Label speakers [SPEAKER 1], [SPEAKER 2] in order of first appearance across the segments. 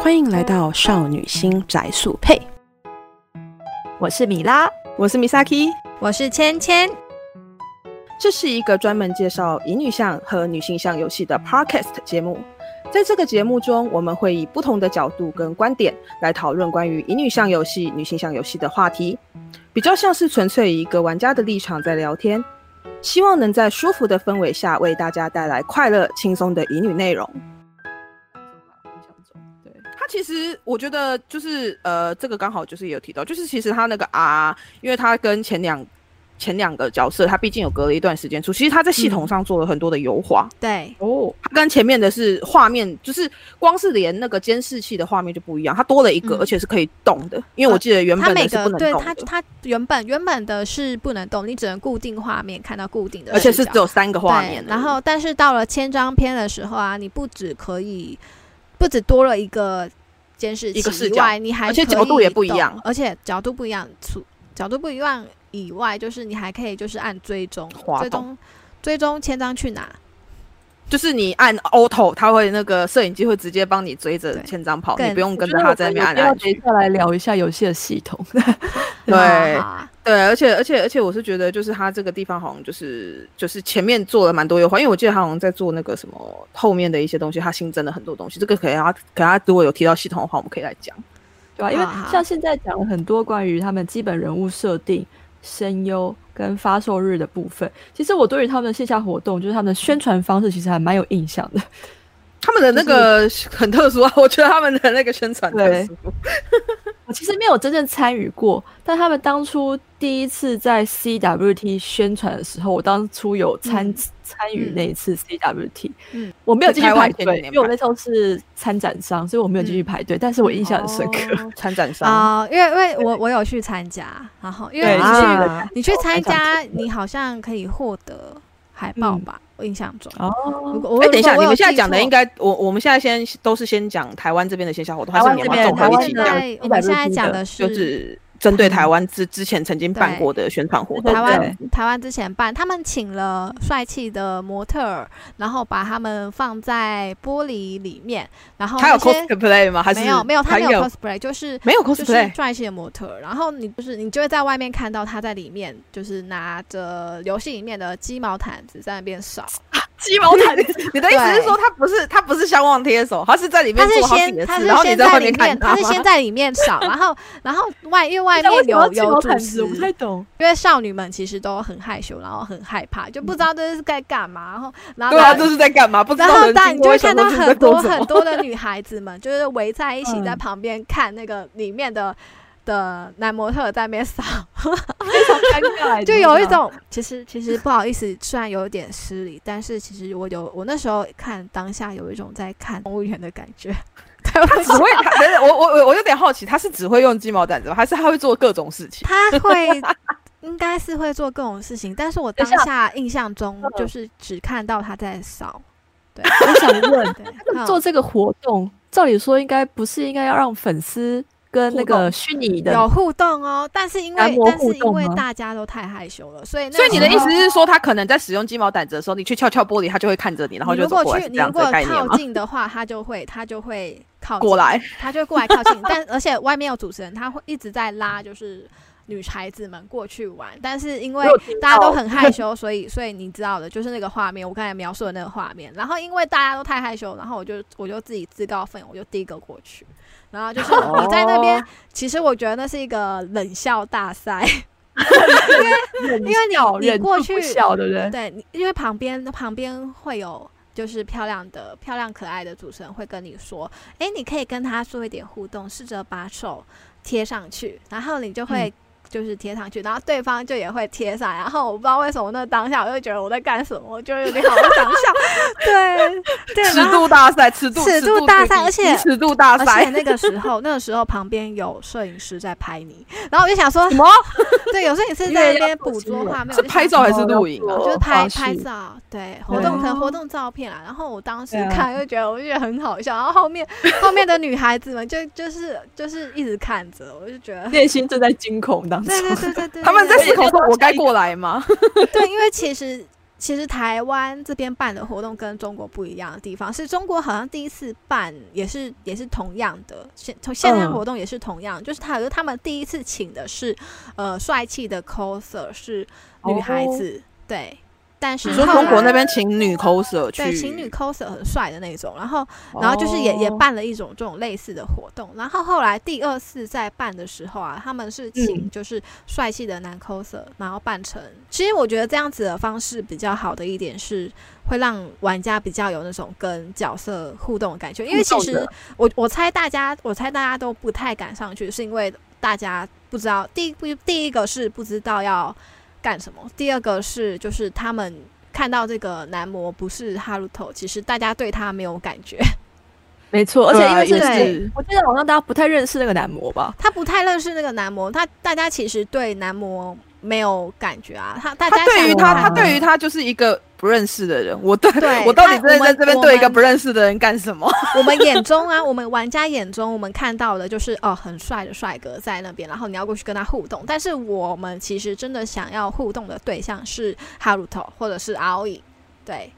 [SPEAKER 1] 欢迎来到少女心宅速配，
[SPEAKER 2] 我是米拉，
[SPEAKER 1] 我是 Misaki，
[SPEAKER 3] 我是芊芊，
[SPEAKER 1] 这是一个专门介绍乙女向和女性向游戏的 Podcast 节目。在这个节目中，我们会以不同的角度跟观点来讨论关于乙女向游戏、女性向游戏的话题，比较像是纯粹以一个玩家的立场在聊天，希望能在舒服的氛围下为大家带来快乐、轻松的乙女内容。
[SPEAKER 4] 对，他其实我觉得就是呃，这个刚好就是也有提到，就是其实他那个 R，因为他跟前两前两个角色，他毕竟有隔了一段时间出，其实他在系
[SPEAKER 1] 嗯
[SPEAKER 4] 统上做了很多的优化。
[SPEAKER 3] 对，
[SPEAKER 1] 哦，
[SPEAKER 4] 它跟前面的是画面，就是光是连那个监视器的画面就不一样，它多了一个，
[SPEAKER 3] 嗯呃
[SPEAKER 4] 而且是可以动的。因为我记得原
[SPEAKER 3] 它
[SPEAKER 4] 本
[SPEAKER 3] 每
[SPEAKER 4] 的是不
[SPEAKER 3] 个
[SPEAKER 4] 能
[SPEAKER 3] 对
[SPEAKER 4] 动
[SPEAKER 3] 它
[SPEAKER 4] 的，
[SPEAKER 3] 它原本原本的是不能动，你只能固定画面看到固定的
[SPEAKER 4] 而
[SPEAKER 3] 视角，
[SPEAKER 4] 且是只有三个画
[SPEAKER 3] 对
[SPEAKER 4] 面而已。
[SPEAKER 3] 然后，但是到了千张篇的时候啊，你不只可以，不只多了一个监视器
[SPEAKER 4] 一个视
[SPEAKER 3] 以
[SPEAKER 4] 角
[SPEAKER 3] 外，你还
[SPEAKER 4] 而且
[SPEAKER 3] 可以
[SPEAKER 4] 角度也不一
[SPEAKER 3] 动
[SPEAKER 4] 样
[SPEAKER 3] 而且角度不一样，除角度不一样以外，就是你还可以就是按追踪
[SPEAKER 4] 滑，
[SPEAKER 3] 追
[SPEAKER 4] 动
[SPEAKER 3] 踪追踪千张去哪，
[SPEAKER 4] 就是你按 Auto，它会那个摄影机会直接帮你追着
[SPEAKER 3] 对
[SPEAKER 4] 千张跑，
[SPEAKER 3] 更
[SPEAKER 4] 你不用
[SPEAKER 2] 我
[SPEAKER 4] 跟
[SPEAKER 2] 觉
[SPEAKER 4] 着
[SPEAKER 2] 得
[SPEAKER 4] 它
[SPEAKER 2] 我
[SPEAKER 4] 在那
[SPEAKER 2] 们
[SPEAKER 4] 边
[SPEAKER 2] 有
[SPEAKER 4] 按
[SPEAKER 2] 必
[SPEAKER 4] 来按
[SPEAKER 2] 要等一
[SPEAKER 4] 去。
[SPEAKER 2] 下来聊一下游戏的系统。
[SPEAKER 4] 对
[SPEAKER 3] 好啊
[SPEAKER 4] 对，而且而且而且，我是觉得就是它这个地方好像就是就是前面做了蛮多优化，因为我记得它好像在做那个什么后面的一些东西，它新增了很多东西。这个可以它可它如果有提到系统的话，我们可以来讲。
[SPEAKER 2] 对吧、因为
[SPEAKER 3] 啊哈
[SPEAKER 2] 像现在讲了很多关于他们基本人物设定、声优跟发售日的部分，其实我对于他们的线下活动，就是他们的宣传方式，其实还蛮有印象的。
[SPEAKER 4] 他们的那个很特殊啊， 我觉得他们的那个宣传特
[SPEAKER 2] 对
[SPEAKER 4] 殊。
[SPEAKER 2] 我其实没有真正参与过，但他们当初第一次在 CWT 宣传的时候，我当初有参、
[SPEAKER 3] 嗯
[SPEAKER 2] 参与
[SPEAKER 3] 嗯
[SPEAKER 2] 那一次 CWT，
[SPEAKER 3] 嗯，
[SPEAKER 2] 我没有进去
[SPEAKER 4] 台湾
[SPEAKER 2] 排
[SPEAKER 4] 前
[SPEAKER 2] 队，
[SPEAKER 4] 几年
[SPEAKER 2] 因为我
[SPEAKER 4] 吧
[SPEAKER 2] 那时候是参展商，所以我没有进去排队，但是我印象很深刻。
[SPEAKER 4] 嗯哦，参展商。
[SPEAKER 3] 啊、因为因为我我有去参加，然后因为
[SPEAKER 2] 对
[SPEAKER 3] 你
[SPEAKER 2] 就
[SPEAKER 3] 去、
[SPEAKER 2] 是
[SPEAKER 4] 啊
[SPEAKER 3] 你去参
[SPEAKER 2] 我还
[SPEAKER 3] 加，你好像可以获得海报
[SPEAKER 2] 嗯
[SPEAKER 3] 吧？我印象中，
[SPEAKER 2] 哦
[SPEAKER 3] 如果我
[SPEAKER 4] 哎、等一下，你们现在讲的应
[SPEAKER 3] 该
[SPEAKER 4] 该，我我们现在先都是先讲台湾这边的线下活动，还
[SPEAKER 2] 台
[SPEAKER 4] 是
[SPEAKER 2] 湾
[SPEAKER 4] 你
[SPEAKER 2] 这
[SPEAKER 4] 们
[SPEAKER 2] 边
[SPEAKER 4] 综
[SPEAKER 2] 台
[SPEAKER 4] 合
[SPEAKER 2] 湾
[SPEAKER 4] 一起
[SPEAKER 2] 这边
[SPEAKER 4] 讲？
[SPEAKER 3] 对，我们
[SPEAKER 2] 一百
[SPEAKER 3] 现在
[SPEAKER 2] 入
[SPEAKER 3] 讲
[SPEAKER 2] 境
[SPEAKER 3] 的
[SPEAKER 2] 的
[SPEAKER 3] 是、
[SPEAKER 4] 就是针对台湾之之前曾经办过的宣传活动，
[SPEAKER 3] 台
[SPEAKER 2] 对
[SPEAKER 3] 湾台湾之前办，他们请了帅气的模特儿，然后把他们放在玻璃里面，然后
[SPEAKER 4] 他有
[SPEAKER 3] 哦那些
[SPEAKER 4] cosplay 吗？还是
[SPEAKER 3] 没有没有他
[SPEAKER 4] 还
[SPEAKER 3] 没有
[SPEAKER 4] 有
[SPEAKER 3] cosplay，就是
[SPEAKER 4] 没有
[SPEAKER 3] 就是
[SPEAKER 4] cosplay？
[SPEAKER 3] 帅气的模特儿，然后你就是你就会在外面看到他在里面，就是拿着游戏里面的鸡毛毯子在那边扫，
[SPEAKER 2] 鸡毛毯
[SPEAKER 4] 你的意思是说他不是他不是相望贴手，他是在里面
[SPEAKER 3] 是
[SPEAKER 4] 做好自己
[SPEAKER 3] 先
[SPEAKER 4] 的
[SPEAKER 3] 他
[SPEAKER 4] 事，
[SPEAKER 3] 是
[SPEAKER 4] 然后你
[SPEAKER 3] 先
[SPEAKER 4] 在外面
[SPEAKER 3] 里
[SPEAKER 4] 看
[SPEAKER 3] 面，
[SPEAKER 4] 他
[SPEAKER 3] 他是先在里面扫，然后然后外因为外面有有主持
[SPEAKER 2] 我不，太懂。
[SPEAKER 3] 因为少女们其实都很害羞，然后很害怕，就不知道这是该干嘛，然后然后
[SPEAKER 4] 对啊，
[SPEAKER 3] 然后
[SPEAKER 4] 这是在干嘛？不知
[SPEAKER 3] 然
[SPEAKER 4] 道
[SPEAKER 3] 后
[SPEAKER 4] 人
[SPEAKER 3] 但
[SPEAKER 4] 经
[SPEAKER 3] 你就
[SPEAKER 4] 过
[SPEAKER 3] 会
[SPEAKER 4] 想
[SPEAKER 3] 看
[SPEAKER 4] 说这
[SPEAKER 3] 到
[SPEAKER 4] 是在
[SPEAKER 3] 很多
[SPEAKER 4] 做什
[SPEAKER 3] 很
[SPEAKER 4] 么。
[SPEAKER 3] 多的女孩子们，就是围在一起
[SPEAKER 2] 嗯
[SPEAKER 3] 在旁边看那个里面的。的男模特在那边扫，
[SPEAKER 2] 尴尬，
[SPEAKER 3] 就有一种其实其实不好意思，虽然有一点失礼，但是其实我有我那时候看当下有一种在看动物园的感觉，对 不
[SPEAKER 4] 他只
[SPEAKER 3] 起，
[SPEAKER 4] 会，他等等我我我我有点好奇，他是只会用鸡毛掸子吗？还是他会做各种事情？
[SPEAKER 3] 他会应该是会做各种事情，但是我当
[SPEAKER 2] 等一下
[SPEAKER 3] 下印象中
[SPEAKER 4] 嗯
[SPEAKER 3] 就是只看到他在扫。对，
[SPEAKER 2] 我想 问，
[SPEAKER 3] 对，嗯
[SPEAKER 2] 做这个活动，照理说应该不是应该要让粉丝跟那
[SPEAKER 4] 互
[SPEAKER 2] 个
[SPEAKER 4] 动
[SPEAKER 2] 虚拟
[SPEAKER 3] 嗯有
[SPEAKER 2] 的，
[SPEAKER 3] 互动哦，但是因
[SPEAKER 2] 男
[SPEAKER 3] 为
[SPEAKER 2] 模
[SPEAKER 3] 但
[SPEAKER 2] 互
[SPEAKER 3] 是因
[SPEAKER 2] 动
[SPEAKER 3] 为
[SPEAKER 2] 吗
[SPEAKER 3] 大家都太害羞了，所以那
[SPEAKER 4] 所以你的
[SPEAKER 3] 时
[SPEAKER 4] 意
[SPEAKER 3] 候
[SPEAKER 4] 思是说，他可能在使用鸡毛掸子的时候，你去敲敲玻璃，他就会看着你，然后
[SPEAKER 3] 你
[SPEAKER 4] 就
[SPEAKER 3] 如
[SPEAKER 4] 走
[SPEAKER 3] 果
[SPEAKER 4] 过来，
[SPEAKER 3] 去
[SPEAKER 4] 是这
[SPEAKER 3] 你
[SPEAKER 4] 样
[SPEAKER 3] 如
[SPEAKER 4] 子的
[SPEAKER 3] 果
[SPEAKER 4] 概念
[SPEAKER 3] 靠
[SPEAKER 4] 吗？
[SPEAKER 3] 近的话，他就会他就会 靠
[SPEAKER 4] 过
[SPEAKER 3] 近，
[SPEAKER 4] 来，
[SPEAKER 3] 他就会过来靠近，但而且外面有主持人，他会一直在拉，就是。女孩子们过去玩，但是因为
[SPEAKER 2] 我有听
[SPEAKER 3] 大家
[SPEAKER 2] 到
[SPEAKER 3] 都很害羞，所以所以你知道的，就是那个画面，我刚才描述的那个画面。然后因为大家都太害羞，然后我就我就自己自告奋勇，我就第一个过去。然后就是
[SPEAKER 2] 哦
[SPEAKER 3] 我在那边，其实我觉得那是一个冷笑大赛，
[SPEAKER 2] 因
[SPEAKER 3] 因为你你过去
[SPEAKER 2] 小的人，
[SPEAKER 3] 对，你因为旁边旁边会有就是漂亮的、漂亮可爱的主持人会跟你说，诶，你可以跟他做一点互动，试着把手贴上去，然后你就
[SPEAKER 4] 嗯
[SPEAKER 3] 会。就是贴上去，然后对方就也会贴上，然后我不知道为什么那当下我就觉得我在干什么，我就有点好不想笑。 对对，
[SPEAKER 4] 尺
[SPEAKER 3] 然后
[SPEAKER 4] 度大赛，尺度
[SPEAKER 3] 尺度大赛
[SPEAKER 4] 对
[SPEAKER 3] 而且
[SPEAKER 4] 以尺度大
[SPEAKER 3] 而且
[SPEAKER 4] 赛，
[SPEAKER 3] 那个时候，那个时候旁边有摄影师在拍你，然后我就想说，
[SPEAKER 4] 什么？
[SPEAKER 3] 对，有摄影师
[SPEAKER 2] 因
[SPEAKER 3] 在
[SPEAKER 2] 为
[SPEAKER 3] 那
[SPEAKER 2] 要
[SPEAKER 3] 边
[SPEAKER 2] 做
[SPEAKER 3] 捕
[SPEAKER 2] 新
[SPEAKER 3] 捉
[SPEAKER 2] 闻
[SPEAKER 3] 画面，
[SPEAKER 4] 是
[SPEAKER 3] 我就
[SPEAKER 4] 拍
[SPEAKER 3] 想
[SPEAKER 4] 照还
[SPEAKER 3] 说
[SPEAKER 4] 是录影啊？
[SPEAKER 3] 就是拍
[SPEAKER 2] 花絮
[SPEAKER 3] 拍照，哦对活动可能活动照片啊。然后我当时
[SPEAKER 2] 对啊
[SPEAKER 3] 看就觉得我就觉得很好笑，然后后面后面的女孩子们就就是就是一直看着，我就觉得。
[SPEAKER 2] 内心正在惊恐当中
[SPEAKER 3] 对。对对对 对，
[SPEAKER 4] 他们在
[SPEAKER 3] 对
[SPEAKER 4] 思考说：“我该过来吗
[SPEAKER 3] 对，因为其实其实台湾这边办的活动跟中国不一样的地方是，中国好像第一次办也是也是同样的，线从线上
[SPEAKER 2] 嗯
[SPEAKER 3] 活动也是同样，就是他有他们第一次请的是呃帅气的 coser 是女孩
[SPEAKER 1] 哦
[SPEAKER 3] 子，对，但是
[SPEAKER 4] 你说
[SPEAKER 3] 后
[SPEAKER 4] 中国
[SPEAKER 3] 来
[SPEAKER 4] 那边请女 coser 去，
[SPEAKER 3] 对情侣 coser 很帅的那种，然后然后就是也、也
[SPEAKER 4] 哦
[SPEAKER 3] 办了一种这种类似的活动，然后后来第二次在办的时候啊，他们是请
[SPEAKER 2] 嗯
[SPEAKER 3] 就是帅气的男 coser，然后扮成。其实我觉得这样子的方式比较好的一点是，会让玩家比较有那种跟角色互动的感觉，因为其
[SPEAKER 4] 互动
[SPEAKER 3] 实
[SPEAKER 4] 的
[SPEAKER 3] 我我猜大家我猜大家都不太敢上去，是因为大家不知道第一不第一个是不知道要干什么，第二个是就是他们。看到这个男模不是哈鲁头，其实大家对他没有感觉，
[SPEAKER 2] 没错，而且因为
[SPEAKER 4] 对
[SPEAKER 2] 是
[SPEAKER 4] 啊也
[SPEAKER 3] 对
[SPEAKER 4] 是
[SPEAKER 2] 我记得好像大家不太认识那个男模吧？
[SPEAKER 3] 他不太认识那个男模，他大家其实对男模没有感觉啊，他大家
[SPEAKER 4] 他对于
[SPEAKER 3] 想
[SPEAKER 4] 他，
[SPEAKER 3] 法
[SPEAKER 4] 他对于他就是一个不认识的人。我对
[SPEAKER 3] 对
[SPEAKER 4] 我到底
[SPEAKER 3] 他
[SPEAKER 4] 真的在
[SPEAKER 3] 我们
[SPEAKER 4] 这边
[SPEAKER 3] 我
[SPEAKER 4] 对一个
[SPEAKER 3] 们
[SPEAKER 4] 不认识的人干什么？
[SPEAKER 3] 我们眼中啊，我 们玩家眼中，我们看到的就是哦，很帅的帅哥在那边，然后你要过去跟他互动。但是我们其实真的想要互动的对象是哈鲁头或者是阿伊，对，
[SPEAKER 2] 哎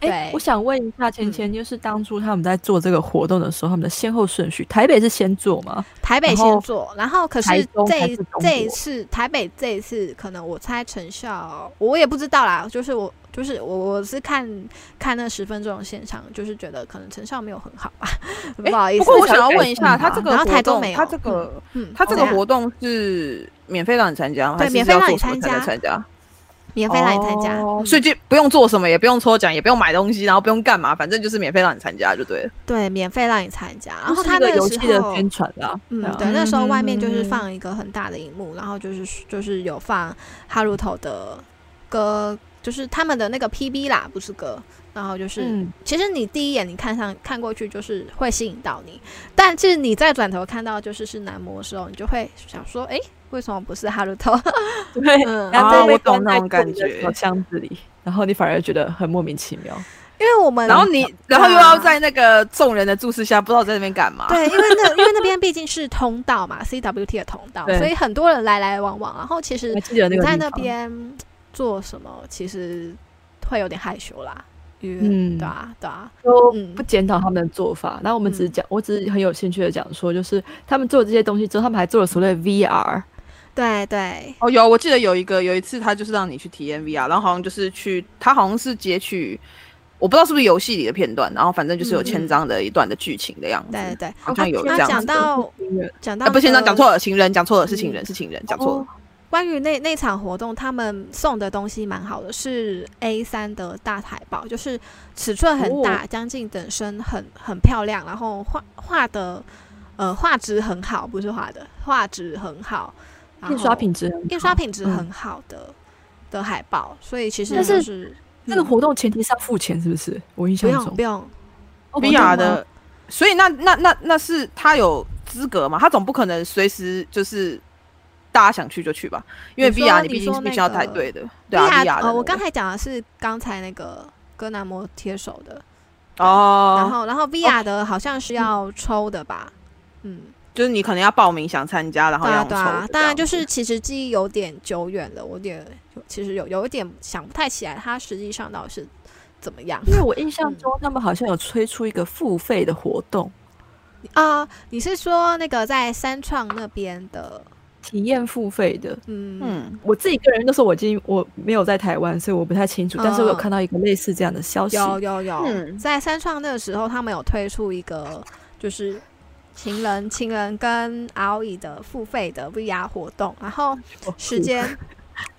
[SPEAKER 3] 对，嗯
[SPEAKER 2] 我想问一下芊芊，就是当初他们在做这个活动的时候，他们的先后顺序，台北是先做吗？
[SPEAKER 3] 台北先做，然后可是
[SPEAKER 2] 台中
[SPEAKER 3] 这
[SPEAKER 2] 才
[SPEAKER 3] 一
[SPEAKER 2] 是中国
[SPEAKER 3] 这一次台北这一次，可能我猜成效我也不知道啦，就是我就是我我是看看那十分钟的现场，就是觉得可能成效没有很好 吧，不好意
[SPEAKER 4] 不
[SPEAKER 3] 思。
[SPEAKER 4] 过我
[SPEAKER 2] 小
[SPEAKER 4] 想要问
[SPEAKER 2] 改
[SPEAKER 4] 一下，
[SPEAKER 2] 动
[SPEAKER 4] 他
[SPEAKER 2] 吧
[SPEAKER 4] 这个
[SPEAKER 3] 然后台
[SPEAKER 4] 活
[SPEAKER 3] 中
[SPEAKER 4] 动
[SPEAKER 3] 没，
[SPEAKER 4] 他
[SPEAKER 3] 有
[SPEAKER 4] 这个
[SPEAKER 3] 嗯，
[SPEAKER 4] 他这
[SPEAKER 3] 怎
[SPEAKER 4] 个
[SPEAKER 3] 样
[SPEAKER 4] 活动是免费让你参加吗？
[SPEAKER 3] 对
[SPEAKER 4] 还是
[SPEAKER 3] 免
[SPEAKER 4] 是
[SPEAKER 3] 费
[SPEAKER 4] 要
[SPEAKER 3] 让
[SPEAKER 4] 做
[SPEAKER 3] 你
[SPEAKER 4] 什么
[SPEAKER 3] 参
[SPEAKER 4] 才能
[SPEAKER 3] 加
[SPEAKER 4] 参加？
[SPEAKER 3] 免费让你参加，
[SPEAKER 4] 哦
[SPEAKER 3] 嗯
[SPEAKER 4] 所以就不用做什么，也不用抽奖，也不用买东西，然后不用干嘛，反正就是免费让你参加就对了。
[SPEAKER 3] 对，免费让你参加。然
[SPEAKER 2] 就
[SPEAKER 3] 后
[SPEAKER 2] 是
[SPEAKER 3] 他
[SPEAKER 2] 一个
[SPEAKER 3] 那
[SPEAKER 2] 游
[SPEAKER 3] 时
[SPEAKER 2] 戏的
[SPEAKER 3] 候
[SPEAKER 2] 宣传啦。
[SPEAKER 3] 嗯，
[SPEAKER 2] 啊
[SPEAKER 3] 对，那时候外面就是
[SPEAKER 4] 嗯
[SPEAKER 3] 放一个很大的荧幕，然后就是就是有放哈鲁头的歌，就是他们的那个 PB 啦，不是歌。然后就是，
[SPEAKER 2] 嗯，
[SPEAKER 3] 其实你第一眼你看上看过去就是会吸引到你，但是你再转头看到就是是男模的时候，你就会想说，诶，为什么不是哈鲁头？
[SPEAKER 2] 对。
[SPEAKER 3] 嗯，
[SPEAKER 2] 然后
[SPEAKER 4] 啊
[SPEAKER 2] 被
[SPEAKER 4] 我懂
[SPEAKER 2] 关
[SPEAKER 4] 那
[SPEAKER 2] 在
[SPEAKER 4] 种
[SPEAKER 2] 自己的
[SPEAKER 4] 感觉
[SPEAKER 2] 小箱子里，然后你反而觉得很莫名其妙。
[SPEAKER 3] 因为我们
[SPEAKER 4] 然后你，然后又要在那个众人的注视下，不知道在那边干嘛。
[SPEAKER 3] 对，因为那因为那边毕竟是通道嘛，CWT 的通道，
[SPEAKER 2] 对
[SPEAKER 3] 所以很多人来来往往，然后其实
[SPEAKER 2] 还记得那
[SPEAKER 3] 你
[SPEAKER 2] 个
[SPEAKER 3] 在
[SPEAKER 2] 地
[SPEAKER 3] 那
[SPEAKER 2] 方，
[SPEAKER 3] 边做什么，其实会有点害羞啦。嗯，
[SPEAKER 2] 嗯
[SPEAKER 3] 对啊，对啊，
[SPEAKER 2] 都
[SPEAKER 3] 嗯
[SPEAKER 2] 不检讨他们的做法。然后我们只是讲，我只是很有兴趣的讲说，就是他们做这些东西之后，他们还做了所谓的 VR，
[SPEAKER 3] 对对，
[SPEAKER 4] 哦，有，我记得有一个有一次，他就是让你去体验啊 VR，然后好像就是去，他好像是截取，我不知道是不是游戏里的片段，然后反正就是有
[SPEAKER 3] 嗯
[SPEAKER 4] 千章的一段的剧情的样子，
[SPEAKER 3] 对对。
[SPEAKER 4] 好像有这
[SPEAKER 3] 那
[SPEAKER 4] 样
[SPEAKER 3] 讲
[SPEAKER 4] 子。
[SPEAKER 3] 到哦
[SPEAKER 2] 音乐
[SPEAKER 3] 讲到
[SPEAKER 4] 啊，不，千章
[SPEAKER 3] 歌
[SPEAKER 4] 讲错了，情人讲错了，是情
[SPEAKER 3] 嗯
[SPEAKER 4] 人，是情人，讲错了。
[SPEAKER 3] 关于那那场活动，他们送的东西蛮好的，是 A 三的大海报，就是尺寸很大，
[SPEAKER 2] 哦
[SPEAKER 3] 将近等身很，很漂亮，然后画画的呃画质很好，不是画的，画质很好，然后
[SPEAKER 2] 印刷品质很好，
[SPEAKER 3] 印刷品质
[SPEAKER 2] 嗯
[SPEAKER 3] 很好的、的海报，所以其实
[SPEAKER 2] 但
[SPEAKER 3] 就是是
[SPEAKER 2] 这个
[SPEAKER 3] 嗯
[SPEAKER 2] 活动前提是要付钱，是不是？我印
[SPEAKER 3] 不
[SPEAKER 2] 象
[SPEAKER 3] 用
[SPEAKER 2] 中
[SPEAKER 3] 不用，
[SPEAKER 2] 哦
[SPEAKER 4] VR
[SPEAKER 2] 真吗
[SPEAKER 4] 的，所以那那那那是他有资格吗？他总不可能随时就是大家想去就去吧，因为
[SPEAKER 3] 你说
[SPEAKER 4] VR
[SPEAKER 3] 你
[SPEAKER 4] 毕
[SPEAKER 3] 说
[SPEAKER 4] 竟是
[SPEAKER 3] 那
[SPEAKER 4] 必须要
[SPEAKER 3] 个
[SPEAKER 4] 带队的，对啊
[SPEAKER 3] VR
[SPEAKER 4] ，VR 的那个。
[SPEAKER 3] 呃，我刚才讲的是刚才那个哥南摩贴手的，然
[SPEAKER 4] 哦，
[SPEAKER 3] 后然后 VR 的好像
[SPEAKER 2] 嗯
[SPEAKER 3] 是要抽的吧，嗯。
[SPEAKER 4] 就是你可能要报名想参加，然后
[SPEAKER 3] 对
[SPEAKER 4] 要
[SPEAKER 3] 啊，
[SPEAKER 4] 抽的
[SPEAKER 3] 对
[SPEAKER 4] 这样
[SPEAKER 3] 啊
[SPEAKER 4] 子。，
[SPEAKER 3] 当然就是其实记忆有点久远了，我有点有其实有有一点想不太起来，它实际上到底是怎么样
[SPEAKER 2] 因为我印象中他们好像有推出一个付费的活动，
[SPEAKER 3] 啊、你是说那个在三创那边的，
[SPEAKER 2] 体验付费的。
[SPEAKER 3] 嗯
[SPEAKER 4] 嗯，
[SPEAKER 2] 我自己个人那时候我已经我没有在台湾，所以我不太清楚，但是我有
[SPEAKER 3] 嗯
[SPEAKER 2] 看到一个类似这样的消息。
[SPEAKER 3] 有有有，
[SPEAKER 4] 嗯
[SPEAKER 3] 在三创那个时候，他们有推出一个就是情人情人跟 R E 的付费的 VR 活动，然后时间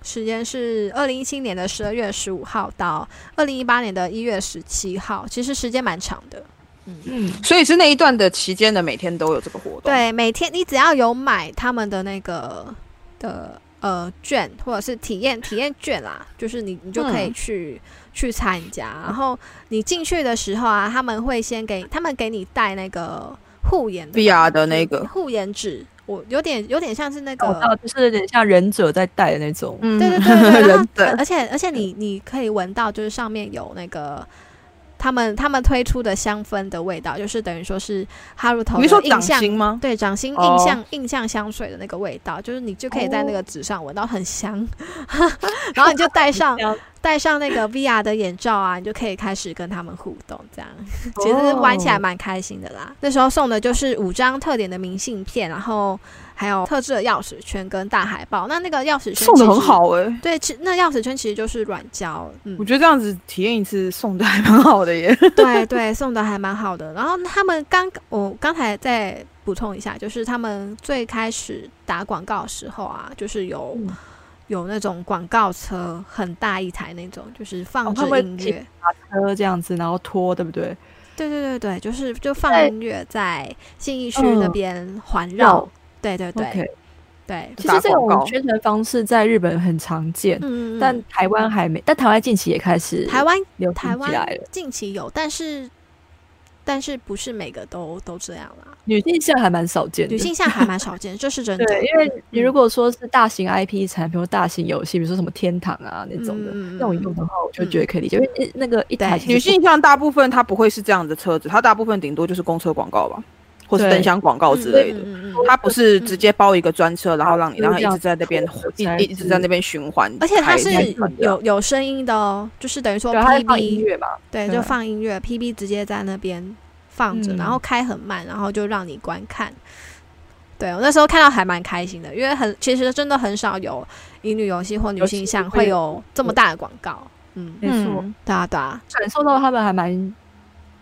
[SPEAKER 3] 时间是二零一七年的十二月十五号到二零一八年的一月十七号，其实时间蛮长的。
[SPEAKER 2] 嗯，
[SPEAKER 4] 所以是那一段的期间的每天都有这个活动。，
[SPEAKER 3] 对，每天你只要有买他们的那个的呃券，或者是体验体验券啦，就是你你就可以
[SPEAKER 4] 嗯
[SPEAKER 3] 去、去参加。然后你进去的时候啊，他们会先给他们给你带那个护眼的
[SPEAKER 4] VR 的那个哦
[SPEAKER 3] 护眼纸，我有点有点像是那
[SPEAKER 2] 找到
[SPEAKER 3] 个。
[SPEAKER 2] 就是有点像忍者在带的那种。
[SPEAKER 4] 嗯
[SPEAKER 3] 对 对对对，然后
[SPEAKER 4] 人的
[SPEAKER 3] 而且而且你你可以闻到，就是上面有那个他们他们推出的香氛的味道，就是等于说是哈鲁头
[SPEAKER 4] 你是说
[SPEAKER 3] 的印
[SPEAKER 4] 掌
[SPEAKER 3] 象
[SPEAKER 4] 心吗？
[SPEAKER 3] 对，掌心印
[SPEAKER 4] 哦
[SPEAKER 3] 象、印象香水的 那个味道，就是你就可以在那个纸上闻到很香，然后你就带上
[SPEAKER 2] 这样
[SPEAKER 3] 戴上那个 VR 的眼罩啊，你就可以开始跟他们互动，这样其实玩起来
[SPEAKER 4] 哦
[SPEAKER 2] 哦
[SPEAKER 3] 蛮开心的啦。那时候送的就是五张特点的明信片，然后还有特制的钥匙圈跟大海报。那那个钥匙圈
[SPEAKER 4] 送的
[SPEAKER 3] 其
[SPEAKER 4] 很
[SPEAKER 3] 实，
[SPEAKER 4] 好哎、
[SPEAKER 3] 对，其那钥匙圈其实就是软胶，嗯
[SPEAKER 4] 我，觉得这样子体验一次送的还蛮好的耶。
[SPEAKER 3] 对对，送的还蛮好的。然后他们刚我刚才再补充一下，就是他们最开始打广告的时候啊，就是有、
[SPEAKER 2] 嗯
[SPEAKER 3] 有那种广告车，很大一台那种，就是放
[SPEAKER 2] 哦他
[SPEAKER 3] 着
[SPEAKER 2] 会
[SPEAKER 3] 音
[SPEAKER 2] 骑
[SPEAKER 3] 乐。
[SPEAKER 2] 车这样子，然后拖，对不对？
[SPEAKER 3] 对对对对，就是就放
[SPEAKER 2] 在
[SPEAKER 3] 音乐在信义区
[SPEAKER 2] 嗯
[SPEAKER 3] 那边环绕。对对对
[SPEAKER 2] OK
[SPEAKER 3] 对，
[SPEAKER 2] 其
[SPEAKER 4] 打
[SPEAKER 2] 实这
[SPEAKER 4] 广告
[SPEAKER 2] 种宣传方式在日本很常见，
[SPEAKER 3] 嗯，嗯嗯
[SPEAKER 2] 但台湾还没，但台湾近期也开始
[SPEAKER 3] 台湾
[SPEAKER 2] 流
[SPEAKER 3] 台
[SPEAKER 2] 行起来
[SPEAKER 3] 湾
[SPEAKER 2] 了。
[SPEAKER 3] 近期有，但是但是不是每个都都这样啦？
[SPEAKER 2] 女性向还蛮少见的，
[SPEAKER 3] 女性向还蛮少见，这是真的。
[SPEAKER 2] 对，因为你
[SPEAKER 3] 嗯
[SPEAKER 2] 如果说是大型 IP 产品或大型游戏，比如说什么天堂啊那种的，
[SPEAKER 3] 嗯嗯嗯
[SPEAKER 2] 那种用的话，我就觉得可以理解，因为一那个一
[SPEAKER 3] 对
[SPEAKER 2] 台其实
[SPEAKER 4] 嗯女性向大部分它不会是这样的车子，它大部分顶多就是公车广告吧，或是
[SPEAKER 2] 对
[SPEAKER 4] 灯箱广告之类的。
[SPEAKER 3] 嗯嗯嗯嗯
[SPEAKER 4] 它不是直接包一个专车，然后让你让它一直在那边
[SPEAKER 2] 就是这样
[SPEAKER 4] 一一直在那边循环，
[SPEAKER 3] 而且它
[SPEAKER 4] 开
[SPEAKER 3] 是
[SPEAKER 4] 开关的啊
[SPEAKER 3] 有有声音的哦，就是等于说
[SPEAKER 2] 对，它会放音
[SPEAKER 3] PB
[SPEAKER 2] 乐嘛，
[SPEAKER 3] 对，
[SPEAKER 2] 对
[SPEAKER 3] 就放音乐，PB 直接在那边放着，
[SPEAKER 2] 嗯
[SPEAKER 3] 然后开很慢，然后就让你观看。对我那时候看到还蛮开心的，因为很其实真的很少有乙女游戏或女性向会有这么大的广告。嗯，
[SPEAKER 2] 没错，
[SPEAKER 4] 嗯
[SPEAKER 3] 对啊对啊，
[SPEAKER 2] 感受到他们还蛮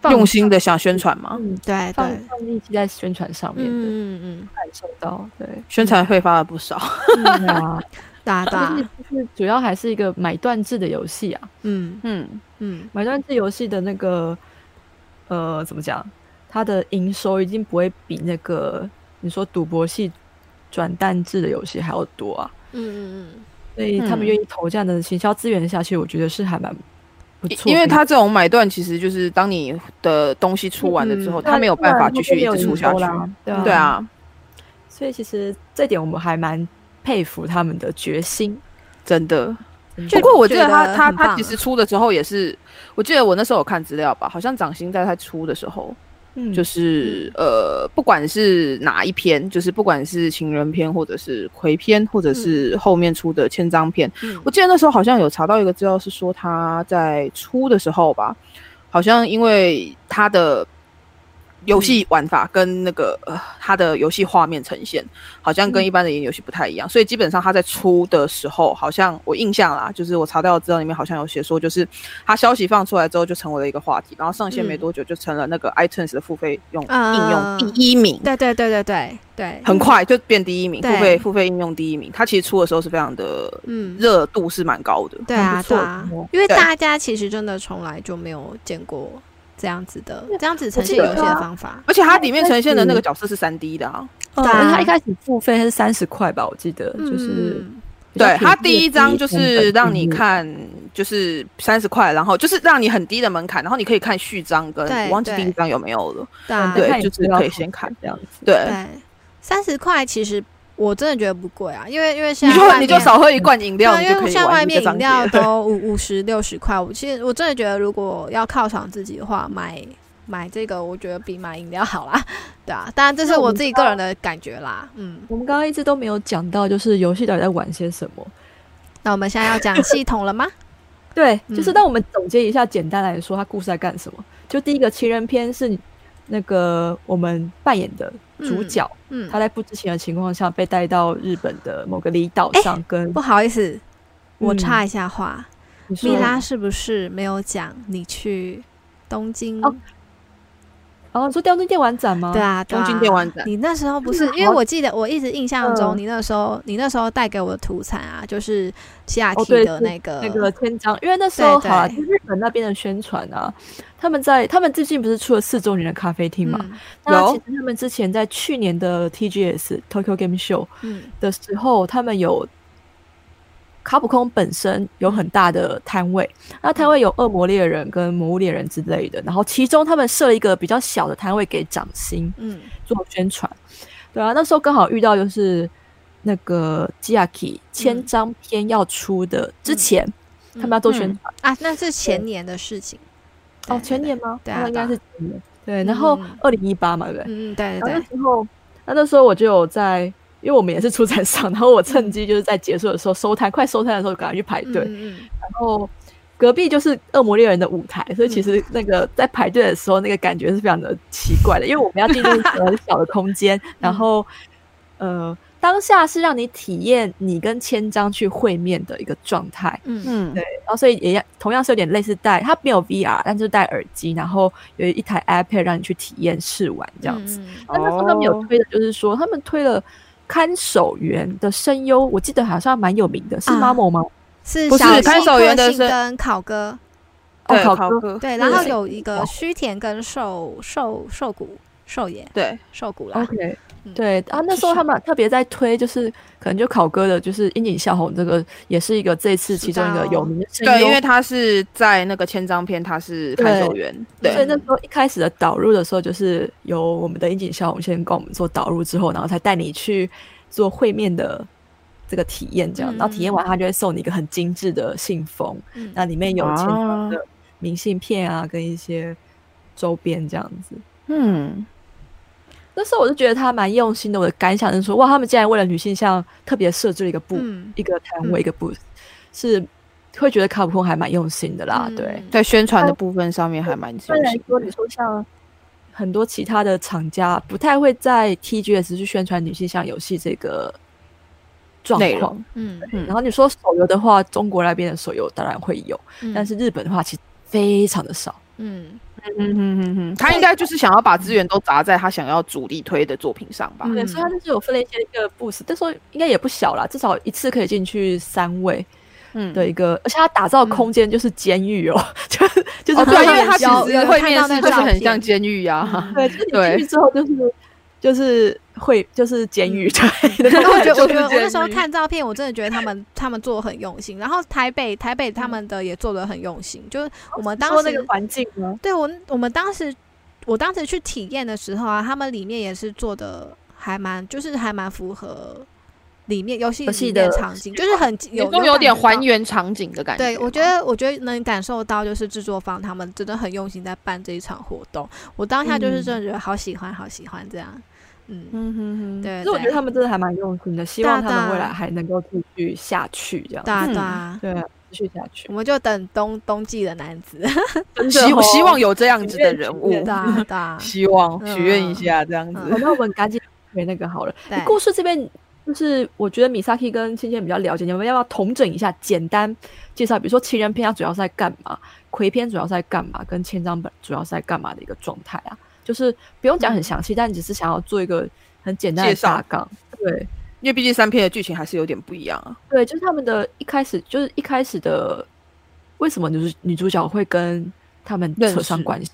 [SPEAKER 2] 放
[SPEAKER 4] 用心的想宣传嘛，
[SPEAKER 2] 嗯，
[SPEAKER 3] 对对
[SPEAKER 2] 放，放力气在宣传上面的，
[SPEAKER 3] 嗯嗯
[SPEAKER 2] 感受到对。
[SPEAKER 4] 宣传费发了不少。
[SPEAKER 3] 嗯嗯，
[SPEAKER 2] 对啊，
[SPEAKER 3] 对啊对
[SPEAKER 2] 就是
[SPEAKER 3] 啊，
[SPEAKER 2] 就是主要还是一个买断制的游戏啊，
[SPEAKER 3] 嗯
[SPEAKER 4] 嗯，
[SPEAKER 3] 嗯，
[SPEAKER 2] 买断制游戏的那个呃怎么讲，它的营收已经不会比那个你说赌博系转蛋制的游戏还要多啊，
[SPEAKER 3] 嗯嗯嗯，
[SPEAKER 2] 所以他们
[SPEAKER 4] 嗯
[SPEAKER 2] 愿意投这样的行销资源下去，我觉得是还蛮不错的，
[SPEAKER 4] 因为它这种买断其实就是当你的东西出完了之后，
[SPEAKER 2] 嗯
[SPEAKER 4] 它没有办法继续一直出下
[SPEAKER 2] 不
[SPEAKER 4] 去
[SPEAKER 2] 然。它就没有营收啦对啊，
[SPEAKER 4] 对，啊，
[SPEAKER 2] 所以其实这点我们还蛮佩服他们的决心。
[SPEAKER 4] 真的。
[SPEAKER 2] 就
[SPEAKER 4] 不过我记得啊
[SPEAKER 3] 觉
[SPEAKER 4] 他
[SPEAKER 3] 得
[SPEAKER 4] 他
[SPEAKER 3] 很棒
[SPEAKER 4] 他其实出的时候也是，我记得我那时候有看资料吧，好像掌心在他出的时候，
[SPEAKER 2] 嗯
[SPEAKER 4] 就、是呃，不管是哪一篇，就是不管是情人篇，或者是葵篇，或者是后面出的千张篇，
[SPEAKER 3] 嗯
[SPEAKER 4] 我记得那时候好像有查到一个资料是说他在出的时候吧，好像因为他的
[SPEAKER 3] 嗯
[SPEAKER 4] 游戏玩法跟那个、呃他的游戏画面呈现，好像
[SPEAKER 3] 嗯
[SPEAKER 4] 跟一般的游戏不太一样，所以基本上他在出的时候，好像我印象啦，就是我查到的资料里面好像有写说，就是他消息放出来之后就成为了一个话题，然后上线没
[SPEAKER 3] 嗯
[SPEAKER 4] 多久就成了那个 iTunes 的付费用、
[SPEAKER 3] 啊
[SPEAKER 4] 应用第一名。
[SPEAKER 3] 嗯对对对对对对，
[SPEAKER 4] 很快就变第一名，付
[SPEAKER 3] 对
[SPEAKER 4] 费付费应用第一名。他其实出的时候是非常的
[SPEAKER 3] 嗯
[SPEAKER 4] 热度是蛮高的，
[SPEAKER 3] 对啊，
[SPEAKER 2] 很不错
[SPEAKER 3] 对啊
[SPEAKER 2] 哦，
[SPEAKER 3] 因为
[SPEAKER 4] 对
[SPEAKER 3] 大家其实真的从来就没有见过这样子的这样子呈现
[SPEAKER 2] 记
[SPEAKER 3] 游戏
[SPEAKER 2] 得
[SPEAKER 3] 的
[SPEAKER 2] 啊
[SPEAKER 3] 方法。
[SPEAKER 4] 而且它里面呈现的那个角色是三 D 的啊，
[SPEAKER 2] 嗯
[SPEAKER 3] 对啊
[SPEAKER 2] 而且他一开始付费是三十块吧，我记得、就是
[SPEAKER 3] 嗯
[SPEAKER 2] 比较
[SPEAKER 4] 对，
[SPEAKER 2] 便宜
[SPEAKER 4] 它第一张就是让你
[SPEAKER 2] 嗯
[SPEAKER 4] 看，就是三十块，然后就是让你很低的门槛，然后你可以看序章跟
[SPEAKER 3] 对
[SPEAKER 4] 我忘记
[SPEAKER 3] 对
[SPEAKER 4] 第一章有没有了，
[SPEAKER 3] 对啊
[SPEAKER 4] 对
[SPEAKER 2] 看你
[SPEAKER 4] 就是
[SPEAKER 2] 不要
[SPEAKER 4] 可以
[SPEAKER 2] 付
[SPEAKER 4] 先
[SPEAKER 2] 费
[SPEAKER 4] 看
[SPEAKER 2] 这样子。
[SPEAKER 4] 对。
[SPEAKER 3] 对，三十块其实我真的觉得不贵啊，因为因为现
[SPEAKER 4] 你
[SPEAKER 3] 在外
[SPEAKER 4] 就你就
[SPEAKER 3] 面
[SPEAKER 4] 少喝一罐饮
[SPEAKER 3] 对
[SPEAKER 4] 料，
[SPEAKER 3] 啊，
[SPEAKER 4] 你
[SPEAKER 3] 因
[SPEAKER 4] 就
[SPEAKER 3] 为
[SPEAKER 4] 可以
[SPEAKER 3] 现在外
[SPEAKER 4] 玩一
[SPEAKER 3] 面
[SPEAKER 4] 个
[SPEAKER 3] 饮
[SPEAKER 4] 章节
[SPEAKER 3] 料
[SPEAKER 4] 了。
[SPEAKER 3] 都五五十六十块，我其实我真的觉得如果要犒赏自己的话，买买这个我觉得比买饮料好啦。 对啊，当然这是
[SPEAKER 2] 那我
[SPEAKER 3] 我
[SPEAKER 2] 们
[SPEAKER 3] 自己个人的感觉啦。嗯，
[SPEAKER 2] 我们刚刚一直都没有讲到，就是游戏到底在玩些什么。
[SPEAKER 3] 那我们现在要讲系统了吗？
[SPEAKER 2] 对，
[SPEAKER 3] 嗯
[SPEAKER 2] 就是让我们总结一下，简单来说，它故事在干什么？就第一个情人篇是那个我们扮演的 主角，
[SPEAKER 3] 嗯
[SPEAKER 2] 他，在不知情的情况下被带到日本的某个离岛上，跟
[SPEAKER 3] 不好意思，我
[SPEAKER 2] 嗯
[SPEAKER 3] 插一下话。
[SPEAKER 2] 你说
[SPEAKER 3] 蜜拉是不是没有讲你去东京？
[SPEAKER 2] 哦然哦后你说掉进电玩展吗？
[SPEAKER 3] 对，啊，对啊
[SPEAKER 4] 东京电玩展
[SPEAKER 3] 你那时候 不是
[SPEAKER 2] 真的，好
[SPEAKER 3] 因为我记得我一直印象中，
[SPEAKER 2] 嗯
[SPEAKER 3] 你那时候你那时候带给我的土产啊，就是西雅
[SPEAKER 2] 哦
[SPEAKER 3] 提
[SPEAKER 2] 对
[SPEAKER 3] 的
[SPEAKER 2] 是
[SPEAKER 3] 那个
[SPEAKER 2] 那个千张，因为那时候
[SPEAKER 3] 对
[SPEAKER 2] 好了，
[SPEAKER 3] 对
[SPEAKER 2] 就日本那边的宣传啊，他们在他们最近不是出了四周年的咖啡厅嘛？
[SPEAKER 3] 嗯
[SPEAKER 2] 那
[SPEAKER 4] 有
[SPEAKER 2] 其实他们之前在去年的 TGS Tokyo Game Show
[SPEAKER 3] 嗯
[SPEAKER 2] 的时候，他们有卡普空本身有很大的摊位，那摊位有恶魔猎人跟魔物猎人之类的，然后其中他们设一个比较小的摊位给掌心
[SPEAKER 3] 嗯
[SPEAKER 2] 做宣传。对啊，那时候刚好遇到就是那个 Jackie
[SPEAKER 3] 嗯
[SPEAKER 2] 千张篇要出的之前，他们要做宣传。
[SPEAKER 3] 啊，那是前年的事情
[SPEAKER 2] 哦，前年吗？
[SPEAKER 3] 对啊
[SPEAKER 2] 那应该
[SPEAKER 3] 对
[SPEAKER 2] 是前年。对，然后
[SPEAKER 3] 嗯
[SPEAKER 2] 二零一八嘛，对不对？哦
[SPEAKER 3] 嗯嗯对
[SPEAKER 2] 然后
[SPEAKER 3] 对
[SPEAKER 2] 那时候，那那时候我就有在，因为我们也是
[SPEAKER 3] 嗯
[SPEAKER 2] 出展商，然后我趁机就是在结束的时候收摊，快收摊的时候赶快去排
[SPEAKER 3] 对，
[SPEAKER 2] 队。
[SPEAKER 3] 嗯嗯
[SPEAKER 2] 然后隔壁就是恶魔猎人的舞台，所以其实那个在排队的时候，那个感觉是非常的奇怪的，因为我们要进入一个很小的空间，然后呃，当下是让你体验你跟千章去会面的一个状态，
[SPEAKER 3] 嗯
[SPEAKER 4] 嗯
[SPEAKER 2] 对，然后所以也要同样是有点类似戴，它没有 VR，但就是戴耳机，然后有一台 iPad 让你去体验试玩这样子。
[SPEAKER 3] 子，
[SPEAKER 2] 那那时候他们
[SPEAKER 4] 哦
[SPEAKER 2] 有推的，就是说、他们推了看守员的声优，我记得好像蛮有名的，是
[SPEAKER 3] 啊
[SPEAKER 2] Mamo 吗？
[SPEAKER 3] 是
[SPEAKER 4] 不是
[SPEAKER 3] 小西
[SPEAKER 4] 看守
[SPEAKER 3] 克
[SPEAKER 4] 员的
[SPEAKER 3] 信
[SPEAKER 4] 是
[SPEAKER 3] 跟考哥，
[SPEAKER 4] 对，
[SPEAKER 2] 哦考
[SPEAKER 4] 考
[SPEAKER 2] 哥
[SPEAKER 4] 哥，
[SPEAKER 3] 对，然后
[SPEAKER 2] 对
[SPEAKER 3] 有一个
[SPEAKER 2] 哦
[SPEAKER 3] 须田跟寿寿寿谷寿也
[SPEAKER 4] 对，
[SPEAKER 3] 寿谷啦，
[SPEAKER 2] OK，
[SPEAKER 3] 嗯
[SPEAKER 2] 对啊，那时候他们特别在推，就是可能就考哥的，就是樱井孝宏这个，也是一个这次其中一个有名的声
[SPEAKER 4] 对，
[SPEAKER 2] 优。
[SPEAKER 4] 因为他是在那个千张篇，他是看守员，对
[SPEAKER 2] 所以那时候一开始的导入的时候，就是由我们的樱井孝宏先跟我们做导入之后，然后才带你去做会面的这个体验，这样，然后体验
[SPEAKER 4] 嗯
[SPEAKER 2] 完他就会送你一个很精致的信封，
[SPEAKER 3] 嗯，
[SPEAKER 2] 那里面有千张
[SPEAKER 4] 啊
[SPEAKER 2] 的明信片啊，跟一些周边这样子。
[SPEAKER 4] 嗯，
[SPEAKER 2] 那时候我就觉得他蛮用心的，我的感想是说，哇，他们竟然为了女性向特别设置了一个部、
[SPEAKER 3] 嗯
[SPEAKER 2] 一个摊
[SPEAKER 3] 嗯
[SPEAKER 2] 位、一个 booth，是会觉得卡普空还蛮用心的啦。对，
[SPEAKER 3] 嗯，
[SPEAKER 4] 在宣传的部分上面还蛮
[SPEAKER 2] 虽
[SPEAKER 4] 重
[SPEAKER 2] 然
[SPEAKER 4] 视。
[SPEAKER 2] 说你说像很多其他的厂家不太会在 TGS 去宣传女性向游戏这个状
[SPEAKER 4] 内
[SPEAKER 2] 况
[SPEAKER 4] 容，
[SPEAKER 3] 嗯，
[SPEAKER 4] 嗯
[SPEAKER 2] 然后你说手游的话，中国那边的手游当然会有，
[SPEAKER 3] 嗯
[SPEAKER 2] 但是日本的话其实非常的少。
[SPEAKER 3] 嗯，
[SPEAKER 4] 嗯嗯嗯嗯，他应该就是想要把资源都砸在他想要主力推的作品上吧？
[SPEAKER 3] 嗯
[SPEAKER 2] 对，所以他就是有分了一些一个 booth，但说应该也不小啦，至少一次可以进去三位。
[SPEAKER 4] 嗯，
[SPEAKER 2] 的一个，而且它打造空间就是监狱哦， 就是就是
[SPEAKER 4] 哦对，因为
[SPEAKER 2] 会
[SPEAKER 4] 他
[SPEAKER 2] 面
[SPEAKER 4] 其
[SPEAKER 2] 交
[SPEAKER 4] 实会面试就是很像监狱啊呀。
[SPEAKER 3] 嗯
[SPEAKER 2] 对，就是你进
[SPEAKER 4] 对
[SPEAKER 2] 去之后就是就是会就是监狱对，
[SPEAKER 3] 然后 嗯我觉得，我
[SPEAKER 4] 就
[SPEAKER 3] 觉
[SPEAKER 4] 是
[SPEAKER 3] 得我 那
[SPEAKER 4] 监
[SPEAKER 3] 时候
[SPEAKER 4] 狱
[SPEAKER 3] 看照片，我真的觉得他们他们做的很用心。然后台北台北他们的也做的很用心，就是我们当
[SPEAKER 2] 嗯说那
[SPEAKER 3] 时
[SPEAKER 2] 个环境啊呢，
[SPEAKER 3] 对我我们当时我当时去体验的时候啊，他们里面也是做的还蛮就是还蛮符合里面游戏
[SPEAKER 2] 游戏
[SPEAKER 3] 里面
[SPEAKER 2] 的
[SPEAKER 3] 场景，就是很有
[SPEAKER 4] 都有点
[SPEAKER 3] 感觉到
[SPEAKER 4] 还原场景的感觉。
[SPEAKER 3] 对，我觉得，我觉得能感受到，就是制作方他们真的很用心在办这一场活动。我当下
[SPEAKER 2] 嗯
[SPEAKER 3] 就是真的觉得好喜欢，好喜欢这样。嗯，
[SPEAKER 4] 嗯哼哼，
[SPEAKER 3] 对，
[SPEAKER 2] 可是我
[SPEAKER 3] 对
[SPEAKER 2] 觉得他们真的还蛮用心的，希望
[SPEAKER 3] 对
[SPEAKER 2] 他
[SPEAKER 3] 啊
[SPEAKER 2] 们未来还能够继续下去这样
[SPEAKER 3] 对啊
[SPEAKER 4] 嗯
[SPEAKER 3] 对啊，
[SPEAKER 2] 对，继续下去
[SPEAKER 3] 我，们就等冬冬季的男 子，
[SPEAKER 2] 真的
[SPEAKER 4] 希
[SPEAKER 2] 哦
[SPEAKER 4] 希望有这样子的人物，
[SPEAKER 3] 对啊对 啊，
[SPEAKER 4] 希望许愿一下这样
[SPEAKER 2] 好
[SPEAKER 4] 子。
[SPEAKER 2] 那我们赶紧回那个好了。
[SPEAKER 3] 对，
[SPEAKER 2] 哎故事这边就是我觉得米萨 i 跟芊芊比较了解，你们要不要统整一下，简单介绍，比如说情人篇它主要是在干嘛，葵篇主要是在干嘛，跟千张本主要是在干嘛的一个状态啊？就是不用讲很详细，但只是想要做一个很简单的
[SPEAKER 4] 介绍
[SPEAKER 2] 大纲。对
[SPEAKER 4] 因为毕竟三篇的剧情还是有点不一样啊。
[SPEAKER 2] 对，就是他们的一开始就是一开始的为什么女主女主角会跟他们
[SPEAKER 4] 认
[SPEAKER 2] 扯上
[SPEAKER 4] 识
[SPEAKER 2] 关系？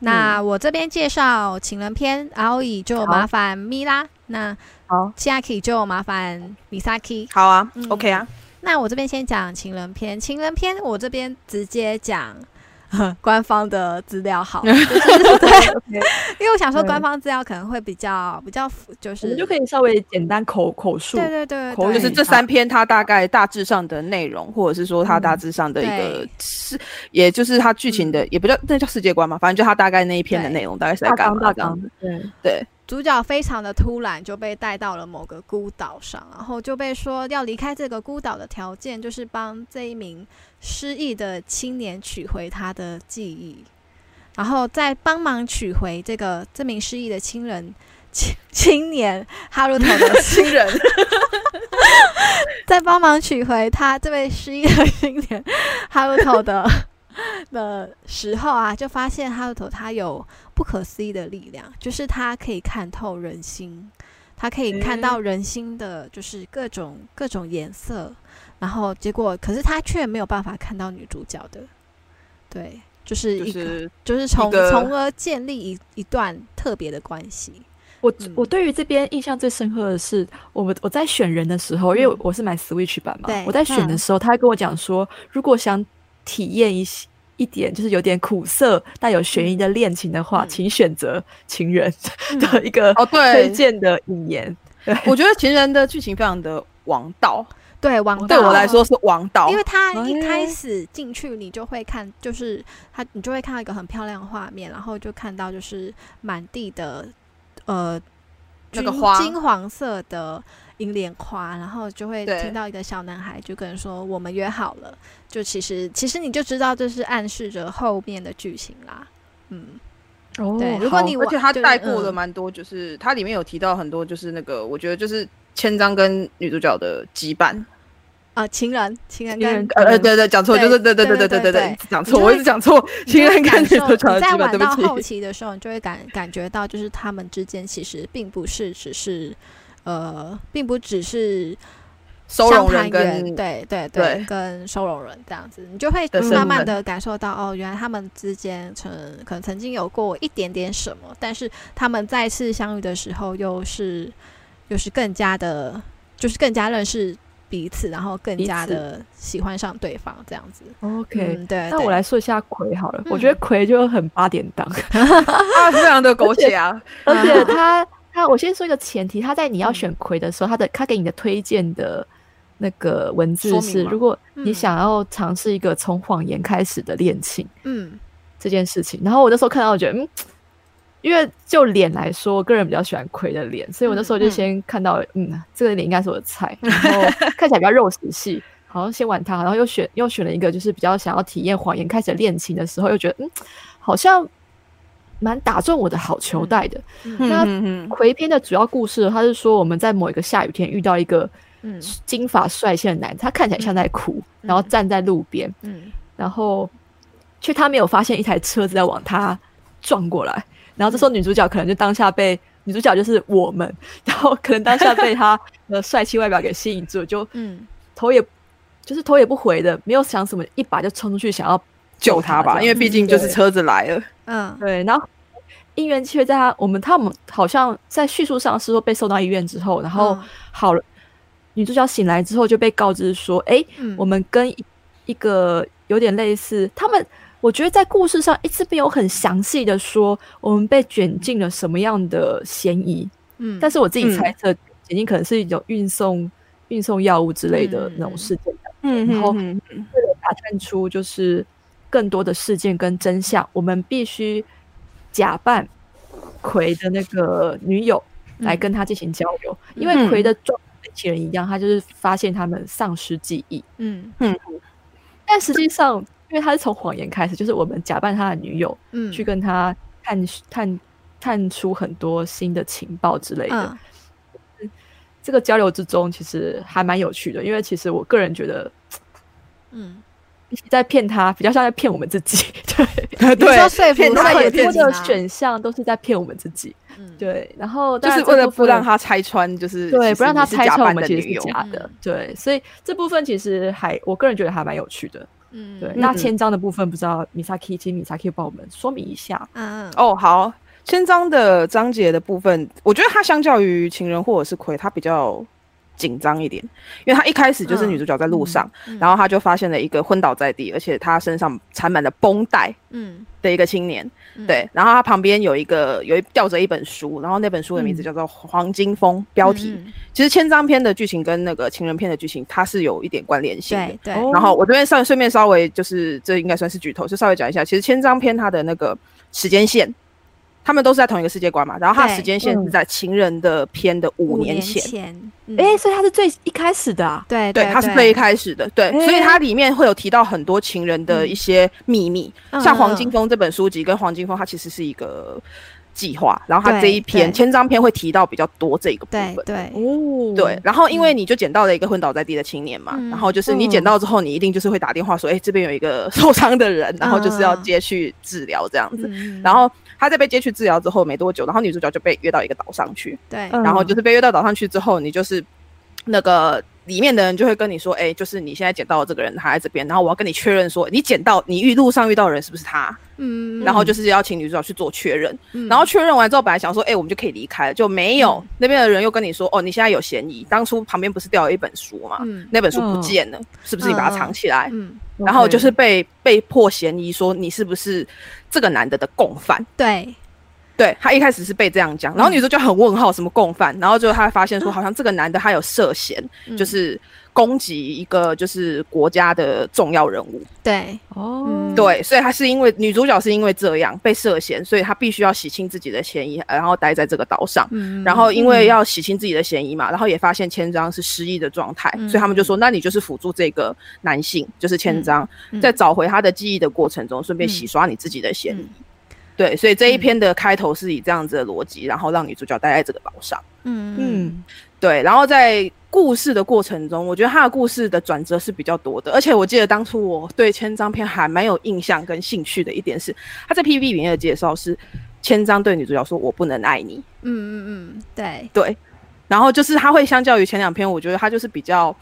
[SPEAKER 3] 那我这边介绍情人篇，然后以就
[SPEAKER 2] 好
[SPEAKER 3] 麻烦咪啦，那
[SPEAKER 2] 好，
[SPEAKER 3] Chiaki 就麻烦 Misaki。
[SPEAKER 4] 好啊
[SPEAKER 3] 嗯
[SPEAKER 4] ，OK 啊，
[SPEAKER 3] 那我这边先讲情人篇，情人篇我这边直接讲 官方的资料好 了，
[SPEAKER 2] 对，
[SPEAKER 3] 因为我想说
[SPEAKER 2] 对
[SPEAKER 3] 官方资料可能会比较比较符就
[SPEAKER 2] 我
[SPEAKER 3] 是
[SPEAKER 2] 们就可以稍微简单口口述。
[SPEAKER 3] 对对对
[SPEAKER 2] 口
[SPEAKER 3] 对，
[SPEAKER 2] 语
[SPEAKER 4] 就是这三篇它大概大致上的内容，或者是说它大致上的一个
[SPEAKER 3] 对
[SPEAKER 4] 是，也就是它剧情的，也不叫那叫世界观嘛，反正就它大概那一篇的
[SPEAKER 3] 对
[SPEAKER 4] 内容嗯大概是在
[SPEAKER 2] 大
[SPEAKER 4] 干
[SPEAKER 2] 纲
[SPEAKER 4] 嘛
[SPEAKER 2] 大
[SPEAKER 4] 这样
[SPEAKER 2] 纲
[SPEAKER 4] 子。，
[SPEAKER 2] 对，
[SPEAKER 4] 对，
[SPEAKER 3] 主角非常的突然就被带到了某个孤岛上，然后就被说要离开这个孤岛的条件就是帮这一名失忆的青年取回他的记忆，然后再帮忙取回这个这名失忆的亲 人青青年哈鲁头的亲人，再帮忙取回他这位失忆的青年哈鲁 头的的时候啊，就发现哈鲁头他有。不可思议的力量，就是他可以看透人心，他可以看到人心的，就是各种各种颜色。然后结果，可是他却没有办法看到女主角的，对，就是
[SPEAKER 4] 就
[SPEAKER 3] 一个，就是、
[SPEAKER 4] 是
[SPEAKER 3] 从
[SPEAKER 4] 一个
[SPEAKER 3] 从而建立一一段特别的关系。
[SPEAKER 2] 我
[SPEAKER 3] 嗯
[SPEAKER 2] 我对于这边印象最深刻的是，我们我在选人的时候，因为
[SPEAKER 3] 嗯
[SPEAKER 2] 我是买 Switch 版嘛
[SPEAKER 3] 对，嗯
[SPEAKER 2] 我在选的时候，他还跟我讲说，如果想体验一些一点就是有点苦涩带有悬疑的恋情的话，
[SPEAKER 3] 嗯
[SPEAKER 2] 请选择情人
[SPEAKER 3] 嗯
[SPEAKER 2] 的一个
[SPEAKER 4] 哦
[SPEAKER 2] 推
[SPEAKER 4] 对，
[SPEAKER 2] 荐的引言。
[SPEAKER 4] 我觉得情人的剧情非常的王道，
[SPEAKER 3] 对，王
[SPEAKER 4] 对
[SPEAKER 3] 道
[SPEAKER 4] 我来说是王道
[SPEAKER 3] 因。为他一
[SPEAKER 4] 哎
[SPEAKER 3] 开始进去，你就会看，就是他，你就会看到一个很漂亮的画面，然后就看到就是满地的，呃，
[SPEAKER 4] 那
[SPEAKER 3] 金
[SPEAKER 4] 个花
[SPEAKER 3] 金黄色的银莲花，然后就会
[SPEAKER 4] 对
[SPEAKER 3] 听到一个小男孩就跟人说：“我们约好了。”就其实其实你就知道这是暗示着后面的剧情啦。嗯，
[SPEAKER 2] 哦
[SPEAKER 3] 对如果你
[SPEAKER 4] 而且他
[SPEAKER 3] 对
[SPEAKER 4] 带过了
[SPEAKER 3] 嗯
[SPEAKER 4] 蛮多，就是它里面有提到很多，就是那个我觉得就是千章跟女主角的羁绊。
[SPEAKER 3] 啊，情人，情人
[SPEAKER 2] 情人
[SPEAKER 3] 跟
[SPEAKER 4] 呃呃，对对，讲错，
[SPEAKER 3] 对
[SPEAKER 4] 就是对对对
[SPEAKER 3] 对
[SPEAKER 4] 对
[SPEAKER 3] 对
[SPEAKER 4] 对
[SPEAKER 3] 对，
[SPEAKER 4] 一直讲
[SPEAKER 3] 你
[SPEAKER 4] 错，
[SPEAKER 3] 就会
[SPEAKER 4] 我一直讲错，
[SPEAKER 3] 你就
[SPEAKER 4] 情
[SPEAKER 3] 会
[SPEAKER 4] 人跟
[SPEAKER 3] 感
[SPEAKER 4] 女
[SPEAKER 3] 受
[SPEAKER 4] 主角的
[SPEAKER 3] 你在
[SPEAKER 4] 羁绊，
[SPEAKER 3] 玩
[SPEAKER 4] 对不
[SPEAKER 3] 到
[SPEAKER 4] 起。
[SPEAKER 3] 后期的时候，你就会感感觉到，就是他们之间其实并不是只是，呃，并不只是
[SPEAKER 4] 收
[SPEAKER 3] 相
[SPEAKER 4] 容
[SPEAKER 3] 谈
[SPEAKER 4] 人
[SPEAKER 3] 员，
[SPEAKER 4] 跟
[SPEAKER 3] 对对
[SPEAKER 4] 对
[SPEAKER 3] 跟收容人这样子，你就会
[SPEAKER 4] 的
[SPEAKER 3] 慢
[SPEAKER 4] 身
[SPEAKER 3] 慢
[SPEAKER 4] 份
[SPEAKER 3] 的感受到，哦，原来他们之间曾可能曾经有过一点点什么，但是他们再次相遇的时候，又是又是更加的，就是更加认识彼此，然后更
[SPEAKER 2] 彼
[SPEAKER 3] 加
[SPEAKER 2] 此
[SPEAKER 3] 的喜欢上对方这样子。
[SPEAKER 2] OK，
[SPEAKER 3] 嗯，对。
[SPEAKER 2] 那
[SPEAKER 3] 对
[SPEAKER 2] 我来说一下葵好了，我
[SPEAKER 3] 嗯
[SPEAKER 2] 觉得葵就很八点档，
[SPEAKER 4] 啊，非常的苟且啊，
[SPEAKER 2] 而且
[SPEAKER 3] 啊
[SPEAKER 2] 他他我先说一个前提，他在你要
[SPEAKER 3] 嗯
[SPEAKER 2] 选葵的时候，他的他给你的推荐的那个文字
[SPEAKER 4] 说明
[SPEAKER 2] 是，
[SPEAKER 4] 吗
[SPEAKER 2] 如果你
[SPEAKER 3] 嗯
[SPEAKER 2] 想要尝试一个从谎言开始的恋情
[SPEAKER 3] 嗯
[SPEAKER 2] 这件事情，然后我那时候看到，我觉得嗯。因为就脸来说，我个人比较喜欢葵的脸，所以我那时候
[SPEAKER 4] 嗯
[SPEAKER 2] 就
[SPEAKER 4] 嗯
[SPEAKER 2] 先看到，嗯这个脸应该是我的 菜，然后看起来比较肉食系，好像先玩它，然后又选又选了一个就是比较想要体验谎言开始的恋情的时候，又觉得嗯，好像蛮打中我的好球
[SPEAKER 3] 嗯
[SPEAKER 2] 袋的，
[SPEAKER 3] 嗯
[SPEAKER 2] 那
[SPEAKER 4] 嗯嗯
[SPEAKER 2] 葵篇的主要故事，他是说我们在某一个下雨天遇到一个
[SPEAKER 3] 嗯
[SPEAKER 2] 金发帅气的男子，他看起来像在哭，
[SPEAKER 3] 嗯
[SPEAKER 2] 然后站在路边，
[SPEAKER 3] 嗯
[SPEAKER 2] 然后却他没有发现一台车子在往他撞过来，然后这时候女主角可能就当下被女主角就是我们，然后可能当下被他的帅气外表给吸引住，就
[SPEAKER 3] 嗯
[SPEAKER 2] 头也就是头也不回的，没有想什么，一把就冲出去想要
[SPEAKER 4] 救他吧，
[SPEAKER 2] 这样
[SPEAKER 4] 因为毕竟就是
[SPEAKER 2] 对
[SPEAKER 4] 车子来了，
[SPEAKER 3] 嗯
[SPEAKER 2] 对，然后因缘却在他我们他们呃好像在叙述上是说被送到医院之后，然后
[SPEAKER 3] 嗯
[SPEAKER 2] 好了，女主角醒来之后就被告知说，哎、
[SPEAKER 3] 嗯
[SPEAKER 2] 我们跟一一个有点类似，他们我觉得在故事上一直没有很详细的说我们被卷进了什么样的嫌疑，
[SPEAKER 3] 嗯，
[SPEAKER 2] 但是我自己
[SPEAKER 4] 嗯
[SPEAKER 2] 猜测，卷进可能是一种运送运送药物之类的那
[SPEAKER 3] 嗯嗯
[SPEAKER 2] 种
[SPEAKER 3] 嗯
[SPEAKER 2] 事件。
[SPEAKER 4] 嗯
[SPEAKER 2] 然后
[SPEAKER 4] 嗯
[SPEAKER 2] 为了打探出就是更多的事件跟真相，我们必须假扮葵的那个女友来跟他进行交流，
[SPEAKER 3] 嗯
[SPEAKER 2] 因为葵的状态跟其人一样，他就是发现他们丧失记忆，
[SPEAKER 3] 嗯
[SPEAKER 2] 但实际上，因为他是从谎言开始，就是我们假扮他的女友、
[SPEAKER 3] 嗯
[SPEAKER 2] 去跟他探探探出很多新的情报之类的。
[SPEAKER 3] 嗯
[SPEAKER 2] 这个交流之中，其实还蛮有趣的，因为其实我个人觉得
[SPEAKER 3] 嗯，
[SPEAKER 2] 在骗他，比较像在骗我们自己。 对，
[SPEAKER 4] 嗯，
[SPEAKER 3] 你说
[SPEAKER 4] 对，
[SPEAKER 3] 说服
[SPEAKER 4] 骗
[SPEAKER 2] 我
[SPEAKER 4] 他
[SPEAKER 3] 说
[SPEAKER 4] 也
[SPEAKER 3] 服
[SPEAKER 4] 骗
[SPEAKER 3] 自
[SPEAKER 2] 很多
[SPEAKER 3] 己
[SPEAKER 2] 的
[SPEAKER 3] 吗，
[SPEAKER 2] 选项都是在骗我们自己。
[SPEAKER 3] 嗯，
[SPEAKER 2] 对，然后
[SPEAKER 4] 就
[SPEAKER 2] 当然
[SPEAKER 4] 是
[SPEAKER 2] 这
[SPEAKER 4] 为了
[SPEAKER 2] 部
[SPEAKER 4] 不让
[SPEAKER 2] 分
[SPEAKER 4] 他拆穿，就是
[SPEAKER 2] 对
[SPEAKER 4] 其
[SPEAKER 2] 不
[SPEAKER 4] 实
[SPEAKER 2] 让
[SPEAKER 4] 你
[SPEAKER 2] 他
[SPEAKER 4] 是
[SPEAKER 2] 猜
[SPEAKER 4] 假
[SPEAKER 2] 测我
[SPEAKER 4] 扮
[SPEAKER 2] 们
[SPEAKER 4] 的
[SPEAKER 2] 其实
[SPEAKER 4] 女
[SPEAKER 2] 是
[SPEAKER 4] 友，
[SPEAKER 2] 假的
[SPEAKER 3] 嗯。
[SPEAKER 2] 对，所以这部分其实还我个人觉得还蛮有趣的。
[SPEAKER 3] 嗯，
[SPEAKER 2] 对，
[SPEAKER 3] 嗯
[SPEAKER 2] 那
[SPEAKER 4] 嗯
[SPEAKER 2] 千章的部分不知道米萨 K 请米萨 K 帮我们说明一下。
[SPEAKER 3] 嗯嗯
[SPEAKER 4] 哦，好，千章的章节的部分，我觉得它相较于情人或者是葵，它比较紧张一点，因为它一开始就是
[SPEAKER 3] 嗯
[SPEAKER 4] 女主角在路上，
[SPEAKER 3] 嗯
[SPEAKER 4] 然后她就发现了一个昏倒在地，而且她身上缠满了绷带
[SPEAKER 3] 嗯
[SPEAKER 4] 的一个青年，
[SPEAKER 3] 嗯
[SPEAKER 4] 对，然后她旁边有一个有一吊着一本书，然后那本书的名字叫做《黄金风》，标题。
[SPEAKER 3] 嗯嗯
[SPEAKER 4] 其实千章篇的剧情跟那个情人篇的剧情，它是有一点关联性的
[SPEAKER 3] 对。对
[SPEAKER 2] 哦
[SPEAKER 4] 然后我这边上顺便稍微就是这应该算是剧透，就稍微讲一下，其实千章篇它的那个时间线，他们都是在同一个世界观嘛，然后它的
[SPEAKER 3] 对嗯
[SPEAKER 4] 时间线是在情人的篇的五年前。
[SPEAKER 3] 前，嗯
[SPEAKER 2] 哎、所以他是最一开始的、啊。
[SPEAKER 3] 对哎
[SPEAKER 4] 对，它是最一，开始的，对，
[SPEAKER 2] 诶
[SPEAKER 4] 所以它里面会有提到很多情人的一些秘密，
[SPEAKER 3] 嗯
[SPEAKER 4] 像《黄金风》这本书籍跟《黄金风》，它其实是一个计划，然后它这
[SPEAKER 3] 对
[SPEAKER 4] 一篇
[SPEAKER 3] 对
[SPEAKER 4] 千章篇会提到比较多这个部
[SPEAKER 3] 对
[SPEAKER 4] 分，
[SPEAKER 3] 对
[SPEAKER 2] 哦
[SPEAKER 4] 对，，然后因为你就捡到了一个昏倒在地的青年嘛，
[SPEAKER 3] 嗯
[SPEAKER 4] 然后就是你
[SPEAKER 2] 嗯
[SPEAKER 4] 捡到之后，你一定就是会打电话说，哎、这边有一个 受伤的人，然后就是要接去治疗这样子。
[SPEAKER 3] 嗯
[SPEAKER 4] 然后他在被接去治疗之后没多久，然后女主角就被约到一个岛上去，
[SPEAKER 3] 对
[SPEAKER 2] 嗯
[SPEAKER 4] 然后就是被约到岛上去之后，你就是那个里面的人就会跟你说，哎、就是你现在捡到的这个人他在这边，然后我要跟你确认说，你捡到你遇路上遇到的人是不是他，
[SPEAKER 3] 嗯，
[SPEAKER 4] 然后就是要请女主角去做确认。
[SPEAKER 3] 嗯
[SPEAKER 4] 然后确认完之后，本来想说，哎、我们就可以离开了，就没有。那边的人又跟你说，哦，你现在有嫌疑，当初旁边不是掉了一本书嘛？
[SPEAKER 3] 嗯
[SPEAKER 4] 那本书不
[SPEAKER 2] 嗯
[SPEAKER 4] 见了，是不是你把它藏起来？
[SPEAKER 3] 嗯
[SPEAKER 4] 然后就是被被迫嫌疑说你是不是这个男的的共犯？
[SPEAKER 3] 对
[SPEAKER 4] 对他一开始是被这样
[SPEAKER 3] 嗯
[SPEAKER 4] 讲，然后女主就很问号，什么共犯，然后就他发现说，好像这个男的他有涉嫌，
[SPEAKER 3] 嗯
[SPEAKER 4] 就是攻击一个就是国家的重要人物，
[SPEAKER 3] 对，
[SPEAKER 2] 哦
[SPEAKER 3] 嗯，，
[SPEAKER 4] 对，所以他是因为女主角是因为这样被涉嫌，所以他必须要洗清自己的嫌疑，然后待在这个岛上。
[SPEAKER 3] 嗯，
[SPEAKER 4] 然后因为要洗清自己的嫌疑嘛，然后也发现千章是失忆的状态，
[SPEAKER 3] 嗯
[SPEAKER 4] 所以他们就说，那你就是辅助这个男性，就是千章，
[SPEAKER 3] 嗯
[SPEAKER 4] 在找回他的记忆的过程中，顺便
[SPEAKER 3] 嗯
[SPEAKER 4] 洗刷你自己的嫌疑。
[SPEAKER 3] 嗯
[SPEAKER 4] 对，所以这一篇的开头是以这样子的逻辑，然后让女主角待在这个岛上。
[SPEAKER 3] 嗯嗯
[SPEAKER 2] 嗯，
[SPEAKER 4] 对，然后在故事的过程中，我觉得他的故事的转折是比较多的，而且我记得当初我对千章篇还蛮有印象跟兴趣的一点是，他在 PV 里面的介绍是千章对女主角说：“我不能爱你。”
[SPEAKER 3] 嗯嗯，对，
[SPEAKER 4] 对，然后就是它会相较于前两篇，我觉得它就是比较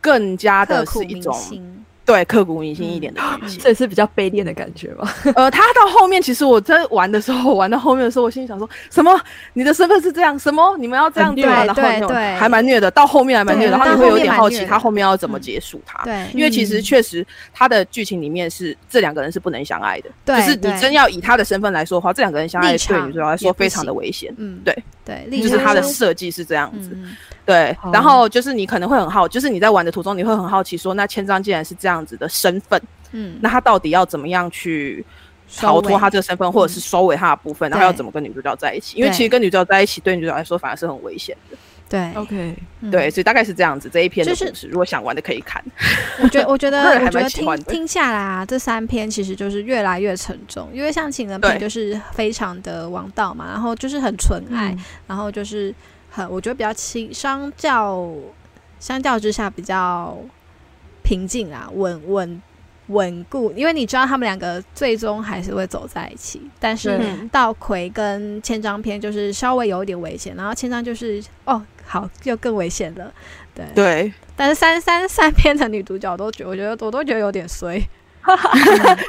[SPEAKER 4] 更加的
[SPEAKER 3] 刻
[SPEAKER 4] 是
[SPEAKER 3] 苦
[SPEAKER 4] 一
[SPEAKER 3] 铭
[SPEAKER 4] 种
[SPEAKER 3] 心，嗯
[SPEAKER 4] 对刻骨铭心一 点的剧情。
[SPEAKER 2] 这也是比较卑劣的感觉吧？
[SPEAKER 4] 呃，它到后面其实我在玩的时候，玩到后面的时候，我心里想说什么？你的身份是这样？什么？你们要这样
[SPEAKER 2] 很
[SPEAKER 4] 对我？
[SPEAKER 3] 虐
[SPEAKER 4] 然后
[SPEAKER 3] 对
[SPEAKER 4] 那种
[SPEAKER 3] 对
[SPEAKER 4] 还蛮虐的，到后面还蛮虐的，
[SPEAKER 3] 对
[SPEAKER 4] 然后
[SPEAKER 3] 到
[SPEAKER 4] 你会
[SPEAKER 3] 后
[SPEAKER 4] 有
[SPEAKER 3] 面
[SPEAKER 4] 点
[SPEAKER 3] 蛮
[SPEAKER 4] 好
[SPEAKER 3] 虐
[SPEAKER 4] 奇
[SPEAKER 3] 的
[SPEAKER 4] 它后面要怎么
[SPEAKER 3] 嗯
[SPEAKER 4] 结束它。
[SPEAKER 3] 对
[SPEAKER 4] 啊因为其实
[SPEAKER 2] 嗯
[SPEAKER 4] 确实，它的剧情里面是这两个人是不能相爱的，
[SPEAKER 3] 对
[SPEAKER 4] 就是你
[SPEAKER 3] 对
[SPEAKER 4] 真要以他的身份来说的话，这两个人相爱
[SPEAKER 3] 立
[SPEAKER 4] 对
[SPEAKER 3] 场
[SPEAKER 4] 女主角来
[SPEAKER 3] 也
[SPEAKER 4] 说
[SPEAKER 3] 不
[SPEAKER 4] 非常的
[SPEAKER 3] 行
[SPEAKER 4] 危险，
[SPEAKER 3] 嗯
[SPEAKER 4] 对
[SPEAKER 3] 对，例
[SPEAKER 4] 就是它的
[SPEAKER 3] 如
[SPEAKER 4] 设计是这样子。
[SPEAKER 3] 嗯
[SPEAKER 4] 对
[SPEAKER 2] 好，
[SPEAKER 4] 然后就是你可能会很好，就是你在玩的途中，你会很好奇说，那千章既然是这样子的身份，
[SPEAKER 3] 嗯，
[SPEAKER 4] 那他到底要怎么样去
[SPEAKER 3] 收
[SPEAKER 4] 逃脱
[SPEAKER 3] 尾嗯
[SPEAKER 4] 他这个身份，或者是收尾他的部分，然后要
[SPEAKER 3] 对
[SPEAKER 4] 怎么跟女主角在一起？因为
[SPEAKER 3] 对
[SPEAKER 4] 其实跟女主角在一起，对女主角来说反而是很危险的。
[SPEAKER 3] 对
[SPEAKER 2] OK，
[SPEAKER 3] 嗯
[SPEAKER 4] 对，所以大概是这样子。这一篇的
[SPEAKER 3] 就是
[SPEAKER 4] 故事，如果想玩的可以看。
[SPEAKER 3] 我觉得，我觉
[SPEAKER 4] 我个
[SPEAKER 3] 得，
[SPEAKER 4] 人还
[SPEAKER 3] 我觉
[SPEAKER 4] 蛮
[SPEAKER 3] 得
[SPEAKER 4] 喜
[SPEAKER 3] 听
[SPEAKER 4] 欢的
[SPEAKER 3] 听下来啊，这三篇其实就是越来越沉重，因为像《情人篇》
[SPEAKER 4] 对
[SPEAKER 3] 就是非常的王道嘛，然后就是很纯
[SPEAKER 2] 嗯
[SPEAKER 4] 嗯
[SPEAKER 3] 爱，然后就是很我觉得比较轻，相较相较之下比较平静啊，稳稳稳固，因为你知道他们两个最终还是会走在一起，但是
[SPEAKER 2] 对
[SPEAKER 4] 嗯
[SPEAKER 3] 到葵跟千张篇就是稍微有一点危险，然后千张就是哦好又更危险了，对。
[SPEAKER 4] 对，
[SPEAKER 3] 但是三三三篇的女主角都觉得，我觉得我都觉得有点衰。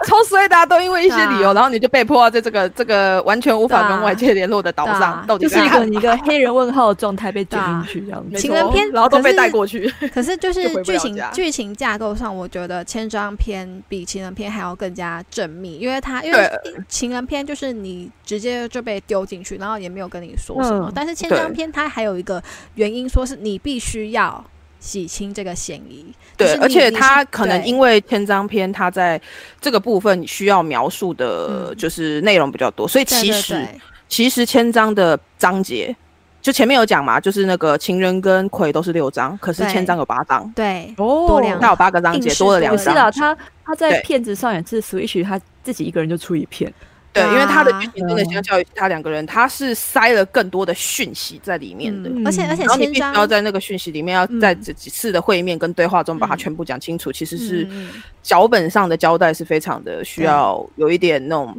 [SPEAKER 4] 超衰，大家都因为一些理
[SPEAKER 3] 对啊
[SPEAKER 4] 由，然后你就被迫要在这个这个完全无法
[SPEAKER 3] 对啊
[SPEAKER 4] 跟外界联络的岛
[SPEAKER 3] 对啊
[SPEAKER 4] 上，到底
[SPEAKER 2] 就是
[SPEAKER 4] 在
[SPEAKER 2] 一个
[SPEAKER 4] 干
[SPEAKER 2] 一
[SPEAKER 4] 嘛
[SPEAKER 2] 个黑人问号的状态被
[SPEAKER 3] 对
[SPEAKER 2] 卷
[SPEAKER 3] 啊
[SPEAKER 2] 进去这样
[SPEAKER 4] 没
[SPEAKER 2] 子。
[SPEAKER 3] 情人
[SPEAKER 4] 错
[SPEAKER 3] 篇
[SPEAKER 2] 哦
[SPEAKER 4] 然后都
[SPEAKER 3] 可
[SPEAKER 4] 被
[SPEAKER 3] 是
[SPEAKER 4] 带过去。
[SPEAKER 3] 可是 就
[SPEAKER 4] 就是回不
[SPEAKER 3] 剧
[SPEAKER 4] 了
[SPEAKER 3] 情
[SPEAKER 4] 家
[SPEAKER 3] 剧情架构上，我觉得千张篇比情人篇还要更加缜密，因为它因为情人篇就是你直接就被丢进去，然后也没有跟你说什么。
[SPEAKER 2] 嗯
[SPEAKER 3] 但是千张
[SPEAKER 4] 对
[SPEAKER 3] 篇它还有一个原因，说是你必须要洗清这个嫌疑。
[SPEAKER 4] 对，而且
[SPEAKER 3] 他
[SPEAKER 4] 他可能因为篇章篇，他在这个部分需要描述的
[SPEAKER 3] 嗯
[SPEAKER 4] 就是内容比较多，所以
[SPEAKER 3] 对
[SPEAKER 4] 其
[SPEAKER 3] 对
[SPEAKER 4] 实
[SPEAKER 3] 对
[SPEAKER 4] 其实千章的章节，就前面有讲嘛，就是那个情人跟葵都是六章，可是
[SPEAKER 3] 对
[SPEAKER 4] 千章有八章，
[SPEAKER 3] 对
[SPEAKER 2] 哦
[SPEAKER 3] 多两
[SPEAKER 4] 他有八个章
[SPEAKER 3] 硬
[SPEAKER 4] 节，
[SPEAKER 3] 是
[SPEAKER 4] 多了
[SPEAKER 3] 多
[SPEAKER 4] 两
[SPEAKER 3] 了
[SPEAKER 2] 也是
[SPEAKER 4] 章。
[SPEAKER 2] 啦，他他在
[SPEAKER 4] 对
[SPEAKER 2] 片子上也是 Switch，他自己一个人就出一片。
[SPEAKER 4] 对，因为他的
[SPEAKER 3] 啊
[SPEAKER 4] 剧情真的相较于其他两个人，他是塞了更多的讯息在里面的。
[SPEAKER 3] 嗯而且而且
[SPEAKER 4] 然后你
[SPEAKER 3] 千
[SPEAKER 4] 必须
[SPEAKER 3] 张
[SPEAKER 4] 要在那个讯息里面，要
[SPEAKER 3] 嗯
[SPEAKER 4] 在这几次的会面跟对话中把它
[SPEAKER 3] 嗯
[SPEAKER 4] 全部讲清楚，其实是
[SPEAKER 3] 嗯嗯嗯
[SPEAKER 4] 脚本上的交代是非常的需要有一点那种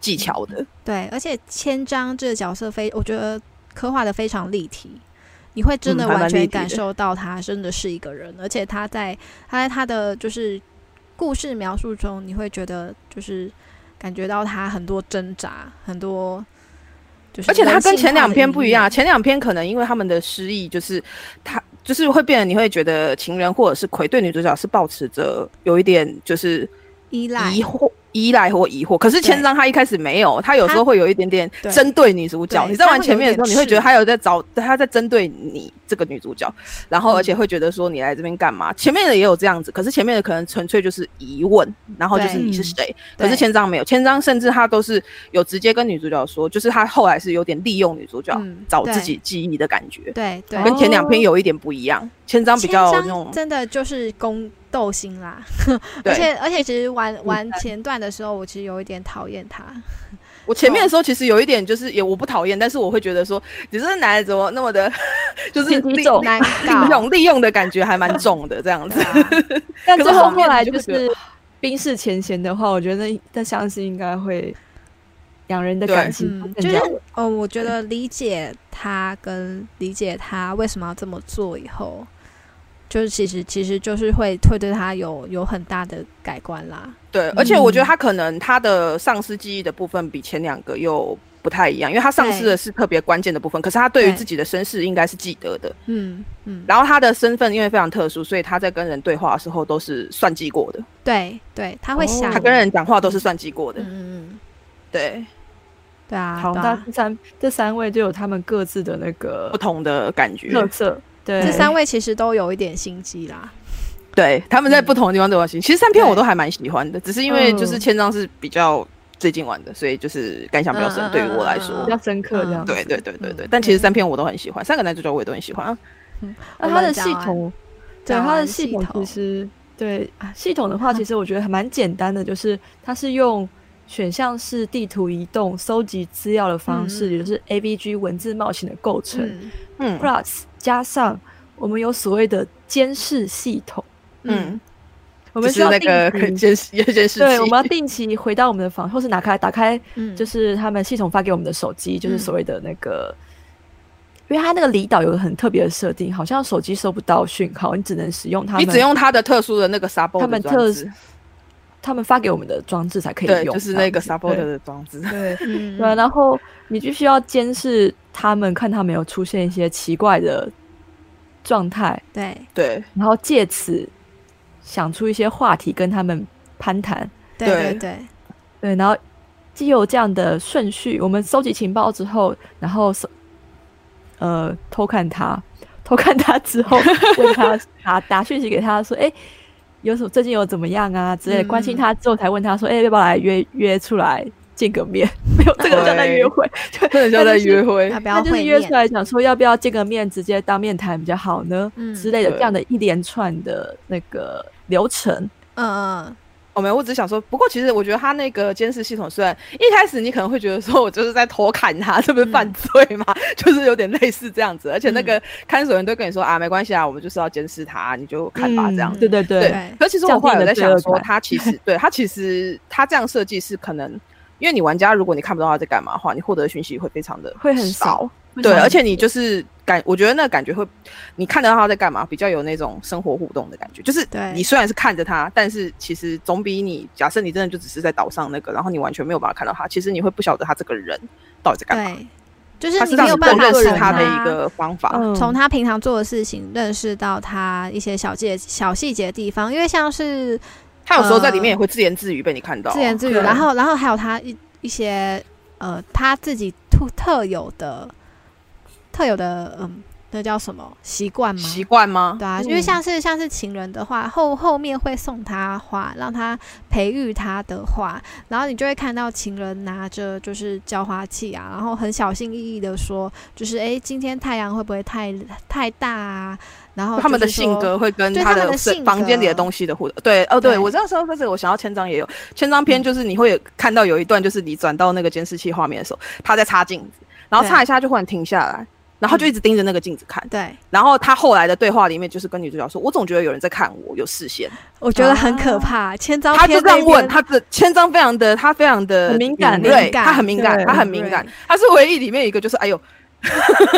[SPEAKER 4] 技巧的。
[SPEAKER 3] 对，而且千张这个角色非，我觉得刻画的非常立体，你会
[SPEAKER 4] 嗯
[SPEAKER 3] 真的
[SPEAKER 4] 还
[SPEAKER 3] 完
[SPEAKER 4] 蛮立
[SPEAKER 3] 全
[SPEAKER 4] 体
[SPEAKER 3] 感
[SPEAKER 4] 的
[SPEAKER 3] 受到他真的是一个人，而且他在他在他的就是故事描述中，你会觉得就是感觉到他很多挣扎，很多就是
[SPEAKER 4] 而且
[SPEAKER 3] 人
[SPEAKER 4] 它跟
[SPEAKER 3] 性
[SPEAKER 4] 前
[SPEAKER 3] 化
[SPEAKER 4] 两
[SPEAKER 3] 的
[SPEAKER 4] 篇
[SPEAKER 3] 一
[SPEAKER 4] 不一
[SPEAKER 3] 面
[SPEAKER 4] 样，，前两篇可能因为他们的失忆，就是他就是会变得你会觉得情人或者是葵对女主角是保持着有一点就是
[SPEAKER 3] 依赖
[SPEAKER 4] 疑惑。依赖或疑惑，可是
[SPEAKER 3] 对
[SPEAKER 4] 千章他一开始没有，他有时候会有一点点
[SPEAKER 3] 对
[SPEAKER 4] 针对女主角。
[SPEAKER 3] 对
[SPEAKER 4] 你在
[SPEAKER 3] 他
[SPEAKER 4] 玩
[SPEAKER 3] 会
[SPEAKER 4] 前
[SPEAKER 3] 有
[SPEAKER 4] 面的时候，
[SPEAKER 3] 点
[SPEAKER 4] 你会觉得
[SPEAKER 3] 是
[SPEAKER 4] 他有在找他在针对你这个女主角，然后
[SPEAKER 3] 嗯
[SPEAKER 4] 而且会觉得说你来这边干嘛？前面的也有这样子，可是前面的可能纯粹就是疑问，然后就是
[SPEAKER 3] 对
[SPEAKER 4] 你是
[SPEAKER 2] 嗯
[SPEAKER 4] 谁，可是
[SPEAKER 3] 对
[SPEAKER 4] 千章没有，千章甚至他都是有直接跟女主角说，就是他后来是有点利用女主角、
[SPEAKER 3] 嗯
[SPEAKER 4] 找
[SPEAKER 3] 对
[SPEAKER 4] 自己记忆的感觉，
[SPEAKER 3] 对对，
[SPEAKER 4] 跟前两篇
[SPEAKER 2] 哦
[SPEAKER 4] 有一点不一样。千章比
[SPEAKER 3] 千
[SPEAKER 4] 较
[SPEAKER 3] 张
[SPEAKER 4] 那种
[SPEAKER 3] 真的就是宫斗心啦，而
[SPEAKER 4] 对。
[SPEAKER 3] 且而且其实玩玩前段的时候，我其实有一点讨厌他，
[SPEAKER 4] 我前
[SPEAKER 3] 哦
[SPEAKER 4] 面的时候其实有一点就是也我不讨厌，但是我会觉得说，你这个男的怎么那么的， 就是
[SPEAKER 2] 心机
[SPEAKER 4] 利
[SPEAKER 2] 重
[SPEAKER 4] 利
[SPEAKER 3] 难搞。
[SPEAKER 4] 用利用的感觉还蛮重的这样子
[SPEAKER 3] 对。啊
[SPEAKER 2] 但
[SPEAKER 4] 可
[SPEAKER 2] 最
[SPEAKER 4] 是
[SPEAKER 2] 后
[SPEAKER 4] 后面
[SPEAKER 2] 后来
[SPEAKER 4] 你就
[SPEAKER 2] 就
[SPEAKER 4] 会觉得
[SPEAKER 2] 是冰释前嫌的话，我觉得那相信应该会两人的
[SPEAKER 4] 对
[SPEAKER 2] 感情
[SPEAKER 3] 嗯，
[SPEAKER 2] 更
[SPEAKER 3] 就
[SPEAKER 2] 加
[SPEAKER 3] 是哦，我觉得理解他跟理解他为什么要这么做以后，就是其实其实就是会会对他有有很大的改观啦。
[SPEAKER 4] 对，而
[SPEAKER 3] 嗯
[SPEAKER 4] 且我觉得他可能他的丧失记忆的部分比前两个又不太一样，因为他丧失的是特别关键的部分，可是他对于
[SPEAKER 3] 对
[SPEAKER 4] 自己的身世应该是记得的。
[SPEAKER 3] 嗯嗯，
[SPEAKER 4] 然后他的身份因为非常特殊，所以他在跟人对话的时候都是算计过的，
[SPEAKER 3] 对对，他会
[SPEAKER 2] 哦
[SPEAKER 3] 想，
[SPEAKER 2] 嗯
[SPEAKER 4] 他跟人讲话都是算计过的。
[SPEAKER 3] 嗯嗯嗯，
[SPEAKER 4] 对，
[SPEAKER 3] 嗯对啊，
[SPEAKER 2] 好，
[SPEAKER 3] 对
[SPEAKER 2] 那
[SPEAKER 3] 啊
[SPEAKER 2] 这三这三位就有他们各自的那个
[SPEAKER 4] 不同的感觉。
[SPEAKER 2] 特色。对，
[SPEAKER 3] 这三位其实都有一点心机啦。
[SPEAKER 4] 对，他们在
[SPEAKER 2] 嗯
[SPEAKER 4] 不同的地方都有新。其实三篇
[SPEAKER 3] 对
[SPEAKER 4] 我都还蛮喜欢的，只是因为就是
[SPEAKER 2] 嗯
[SPEAKER 4] 千张是比较最近玩的，所以就是感想比较深
[SPEAKER 3] 嗯。嗯
[SPEAKER 4] 对于我来说
[SPEAKER 3] 嗯
[SPEAKER 2] 比，较深刻这样
[SPEAKER 3] 嗯
[SPEAKER 2] 子。
[SPEAKER 4] 对对对对对
[SPEAKER 2] 嗯。
[SPEAKER 4] 但其实
[SPEAKER 3] 对
[SPEAKER 4] 三篇我都很喜欢，三个男主角我也都很喜欢。啊
[SPEAKER 2] 那
[SPEAKER 3] 我
[SPEAKER 2] 它
[SPEAKER 3] 们
[SPEAKER 2] 的
[SPEAKER 3] 讲
[SPEAKER 2] 系
[SPEAKER 3] 完
[SPEAKER 2] 统，对
[SPEAKER 3] 讲
[SPEAKER 2] 它的
[SPEAKER 3] 完
[SPEAKER 2] 系
[SPEAKER 3] 系
[SPEAKER 2] 统
[SPEAKER 3] 统
[SPEAKER 2] 其实对啊系统的 话，其实我觉得还蛮简单的，就是它是用选项式地图移动、搜集资料的方式，
[SPEAKER 3] 嗯
[SPEAKER 2] 也就是 AVG 文字冒险的构成、
[SPEAKER 3] 嗯
[SPEAKER 4] 嗯
[SPEAKER 2] plus 加上我们有所谓的监视系统，
[SPEAKER 4] 嗯，我
[SPEAKER 2] 我们需
[SPEAKER 4] 是
[SPEAKER 2] 要
[SPEAKER 4] 那个
[SPEAKER 2] 定期
[SPEAKER 4] 监视监视
[SPEAKER 2] 对，
[SPEAKER 4] 器
[SPEAKER 2] 我，们要定期回到我们的房，或是拿开打开，
[SPEAKER 3] 嗯
[SPEAKER 2] 就是他们系统发给我们的手机，就是
[SPEAKER 3] 嗯
[SPEAKER 2] 所谓的那个，因为它那个离岛有个很特别的设定，好像手机收不到讯号，你只能使用他
[SPEAKER 4] 你
[SPEAKER 2] 们
[SPEAKER 4] 只用他的特殊的那个 sub
[SPEAKER 2] 他们
[SPEAKER 4] 的装
[SPEAKER 2] 特
[SPEAKER 4] 置，
[SPEAKER 2] 他们发给我们的装置才可以
[SPEAKER 4] 对，
[SPEAKER 2] 用，
[SPEAKER 4] 就是那个 sub
[SPEAKER 2] 对
[SPEAKER 4] 的装置。
[SPEAKER 2] 对对
[SPEAKER 3] 嗯
[SPEAKER 2] 对啊，然后你必须要监视他们，看他们有出现一些奇怪的状态，
[SPEAKER 3] 对
[SPEAKER 4] 对
[SPEAKER 2] 然后借此想出一些话题跟他们攀谈。
[SPEAKER 3] 对对
[SPEAKER 4] 对
[SPEAKER 3] 对，
[SPEAKER 2] 对，然后既有这样的顺序，我们收集情报之后，然后搜呃偷看他，偷看他 之后问他打打讯息给他说，哎、有什么最近有怎么样啊之类的，关心
[SPEAKER 3] 嗯
[SPEAKER 2] 他之后才问他说，哎、要不要来约约出来见个面？ 没有，这个叫在约
[SPEAKER 4] 对
[SPEAKER 2] 会，对，
[SPEAKER 4] 真的
[SPEAKER 2] 那
[SPEAKER 4] 像
[SPEAKER 2] 就
[SPEAKER 4] 在
[SPEAKER 2] 是
[SPEAKER 4] 约会
[SPEAKER 3] 他。不
[SPEAKER 2] 他
[SPEAKER 3] 要
[SPEAKER 2] 就是
[SPEAKER 3] 会
[SPEAKER 2] 约出
[SPEAKER 3] 面，
[SPEAKER 2] 来想说要不要见个面，直接当面谈比较好呢、
[SPEAKER 3] 嗯
[SPEAKER 2] 之类的，这
[SPEAKER 4] 对
[SPEAKER 2] 样的一连串的那个流程，
[SPEAKER 3] 嗯嗯，
[SPEAKER 4] 我哦没有，我只是想说，不过其实我觉得他那个监视系统，虽然一开始你可能会觉得说我就是在偷看他，这不是
[SPEAKER 2] 嗯
[SPEAKER 4] 犯罪嘛， 就是有点类似这样子，而且那个看守人都跟你说、啊，没关系啊，我们就是要监视他，你就看吧、
[SPEAKER 2] 嗯
[SPEAKER 4] 这样子。
[SPEAKER 2] 对对对，
[SPEAKER 3] 对
[SPEAKER 4] 可其实我后来有在想
[SPEAKER 2] 降低你的罪恶
[SPEAKER 4] 说，
[SPEAKER 2] 感
[SPEAKER 4] 他其 实对他其实他这样设计是可能，因为你玩家如果你看不到他在干嘛的话，你获得的讯息会非常的
[SPEAKER 2] 会很少，会
[SPEAKER 4] 对，
[SPEAKER 2] 少
[SPEAKER 4] 而
[SPEAKER 2] 很
[SPEAKER 4] 且你就是感，我觉得那个感觉会，你看得到他在干嘛，比较有那种生活互动的感觉。就是
[SPEAKER 3] 对
[SPEAKER 4] 你虽然是看着他，但是其实总比你假设你真的就只是在岛上那个，然后你完全没有办法看到他，其实你会不晓得他这个人到底在干嘛。
[SPEAKER 3] 对，就是
[SPEAKER 4] 他是
[SPEAKER 3] 你
[SPEAKER 4] 让
[SPEAKER 3] 没
[SPEAKER 4] 你
[SPEAKER 3] 有
[SPEAKER 4] 多
[SPEAKER 3] 办法
[SPEAKER 4] 认识
[SPEAKER 3] 从
[SPEAKER 4] 他的一个方法。
[SPEAKER 2] 嗯
[SPEAKER 3] 从他平常做的事情认识到他一些小节小细节的地方，因为像是
[SPEAKER 4] 他有时候在里面也会自言自语被你看到啊。
[SPEAKER 3] 嗯自言自语，
[SPEAKER 2] 对
[SPEAKER 3] 然后然后还有他一一些呃他自己特特有的特有的嗯，那叫什么习惯吗？
[SPEAKER 4] 习惯吗？
[SPEAKER 3] 对啊，因为
[SPEAKER 2] 嗯
[SPEAKER 3] 像是像是情人的话，后后面会送他花，让他培育他的花，然后你就会看到情人拿着就是浇花器啊，然后很小心翼翼的说，就是诶，今天太阳会不会太太大啊？然后
[SPEAKER 4] 他们的
[SPEAKER 3] 就是
[SPEAKER 4] 性
[SPEAKER 3] 说
[SPEAKER 4] 格会跟
[SPEAKER 3] 对
[SPEAKER 4] 他
[SPEAKER 3] 他们
[SPEAKER 4] 的
[SPEAKER 3] 的
[SPEAKER 4] 是
[SPEAKER 3] 性
[SPEAKER 4] 房间里的
[SPEAKER 3] 格
[SPEAKER 4] 东西的互动。对，哦，对
[SPEAKER 3] 对嗯
[SPEAKER 4] 我知道说这个，我想要千章也有千章篇，就是你会有看到有一段，就是你转到那个监视器画面的时候，他在擦镜子，然后
[SPEAKER 3] 对嗯
[SPEAKER 4] 擦一下就忽然停下来。然后就一直盯着那个镜子看，
[SPEAKER 3] 对，
[SPEAKER 4] 然后他后来的对话里面就是跟女主角说：“我总觉得有人在看我，有视线。
[SPEAKER 3] 我觉得很可怕。千”招
[SPEAKER 4] 他就
[SPEAKER 3] 篇
[SPEAKER 4] 这
[SPEAKER 3] 那
[SPEAKER 4] 样问，
[SPEAKER 3] 边
[SPEAKER 4] 他的千章非常的，他非常的
[SPEAKER 2] 很敏感
[SPEAKER 4] 敏
[SPEAKER 3] 敏
[SPEAKER 4] 锐，
[SPEAKER 3] 感
[SPEAKER 4] 他很敏感
[SPEAKER 2] 对，
[SPEAKER 4] 他很敏感，他是唯一里面一个就是哎呦，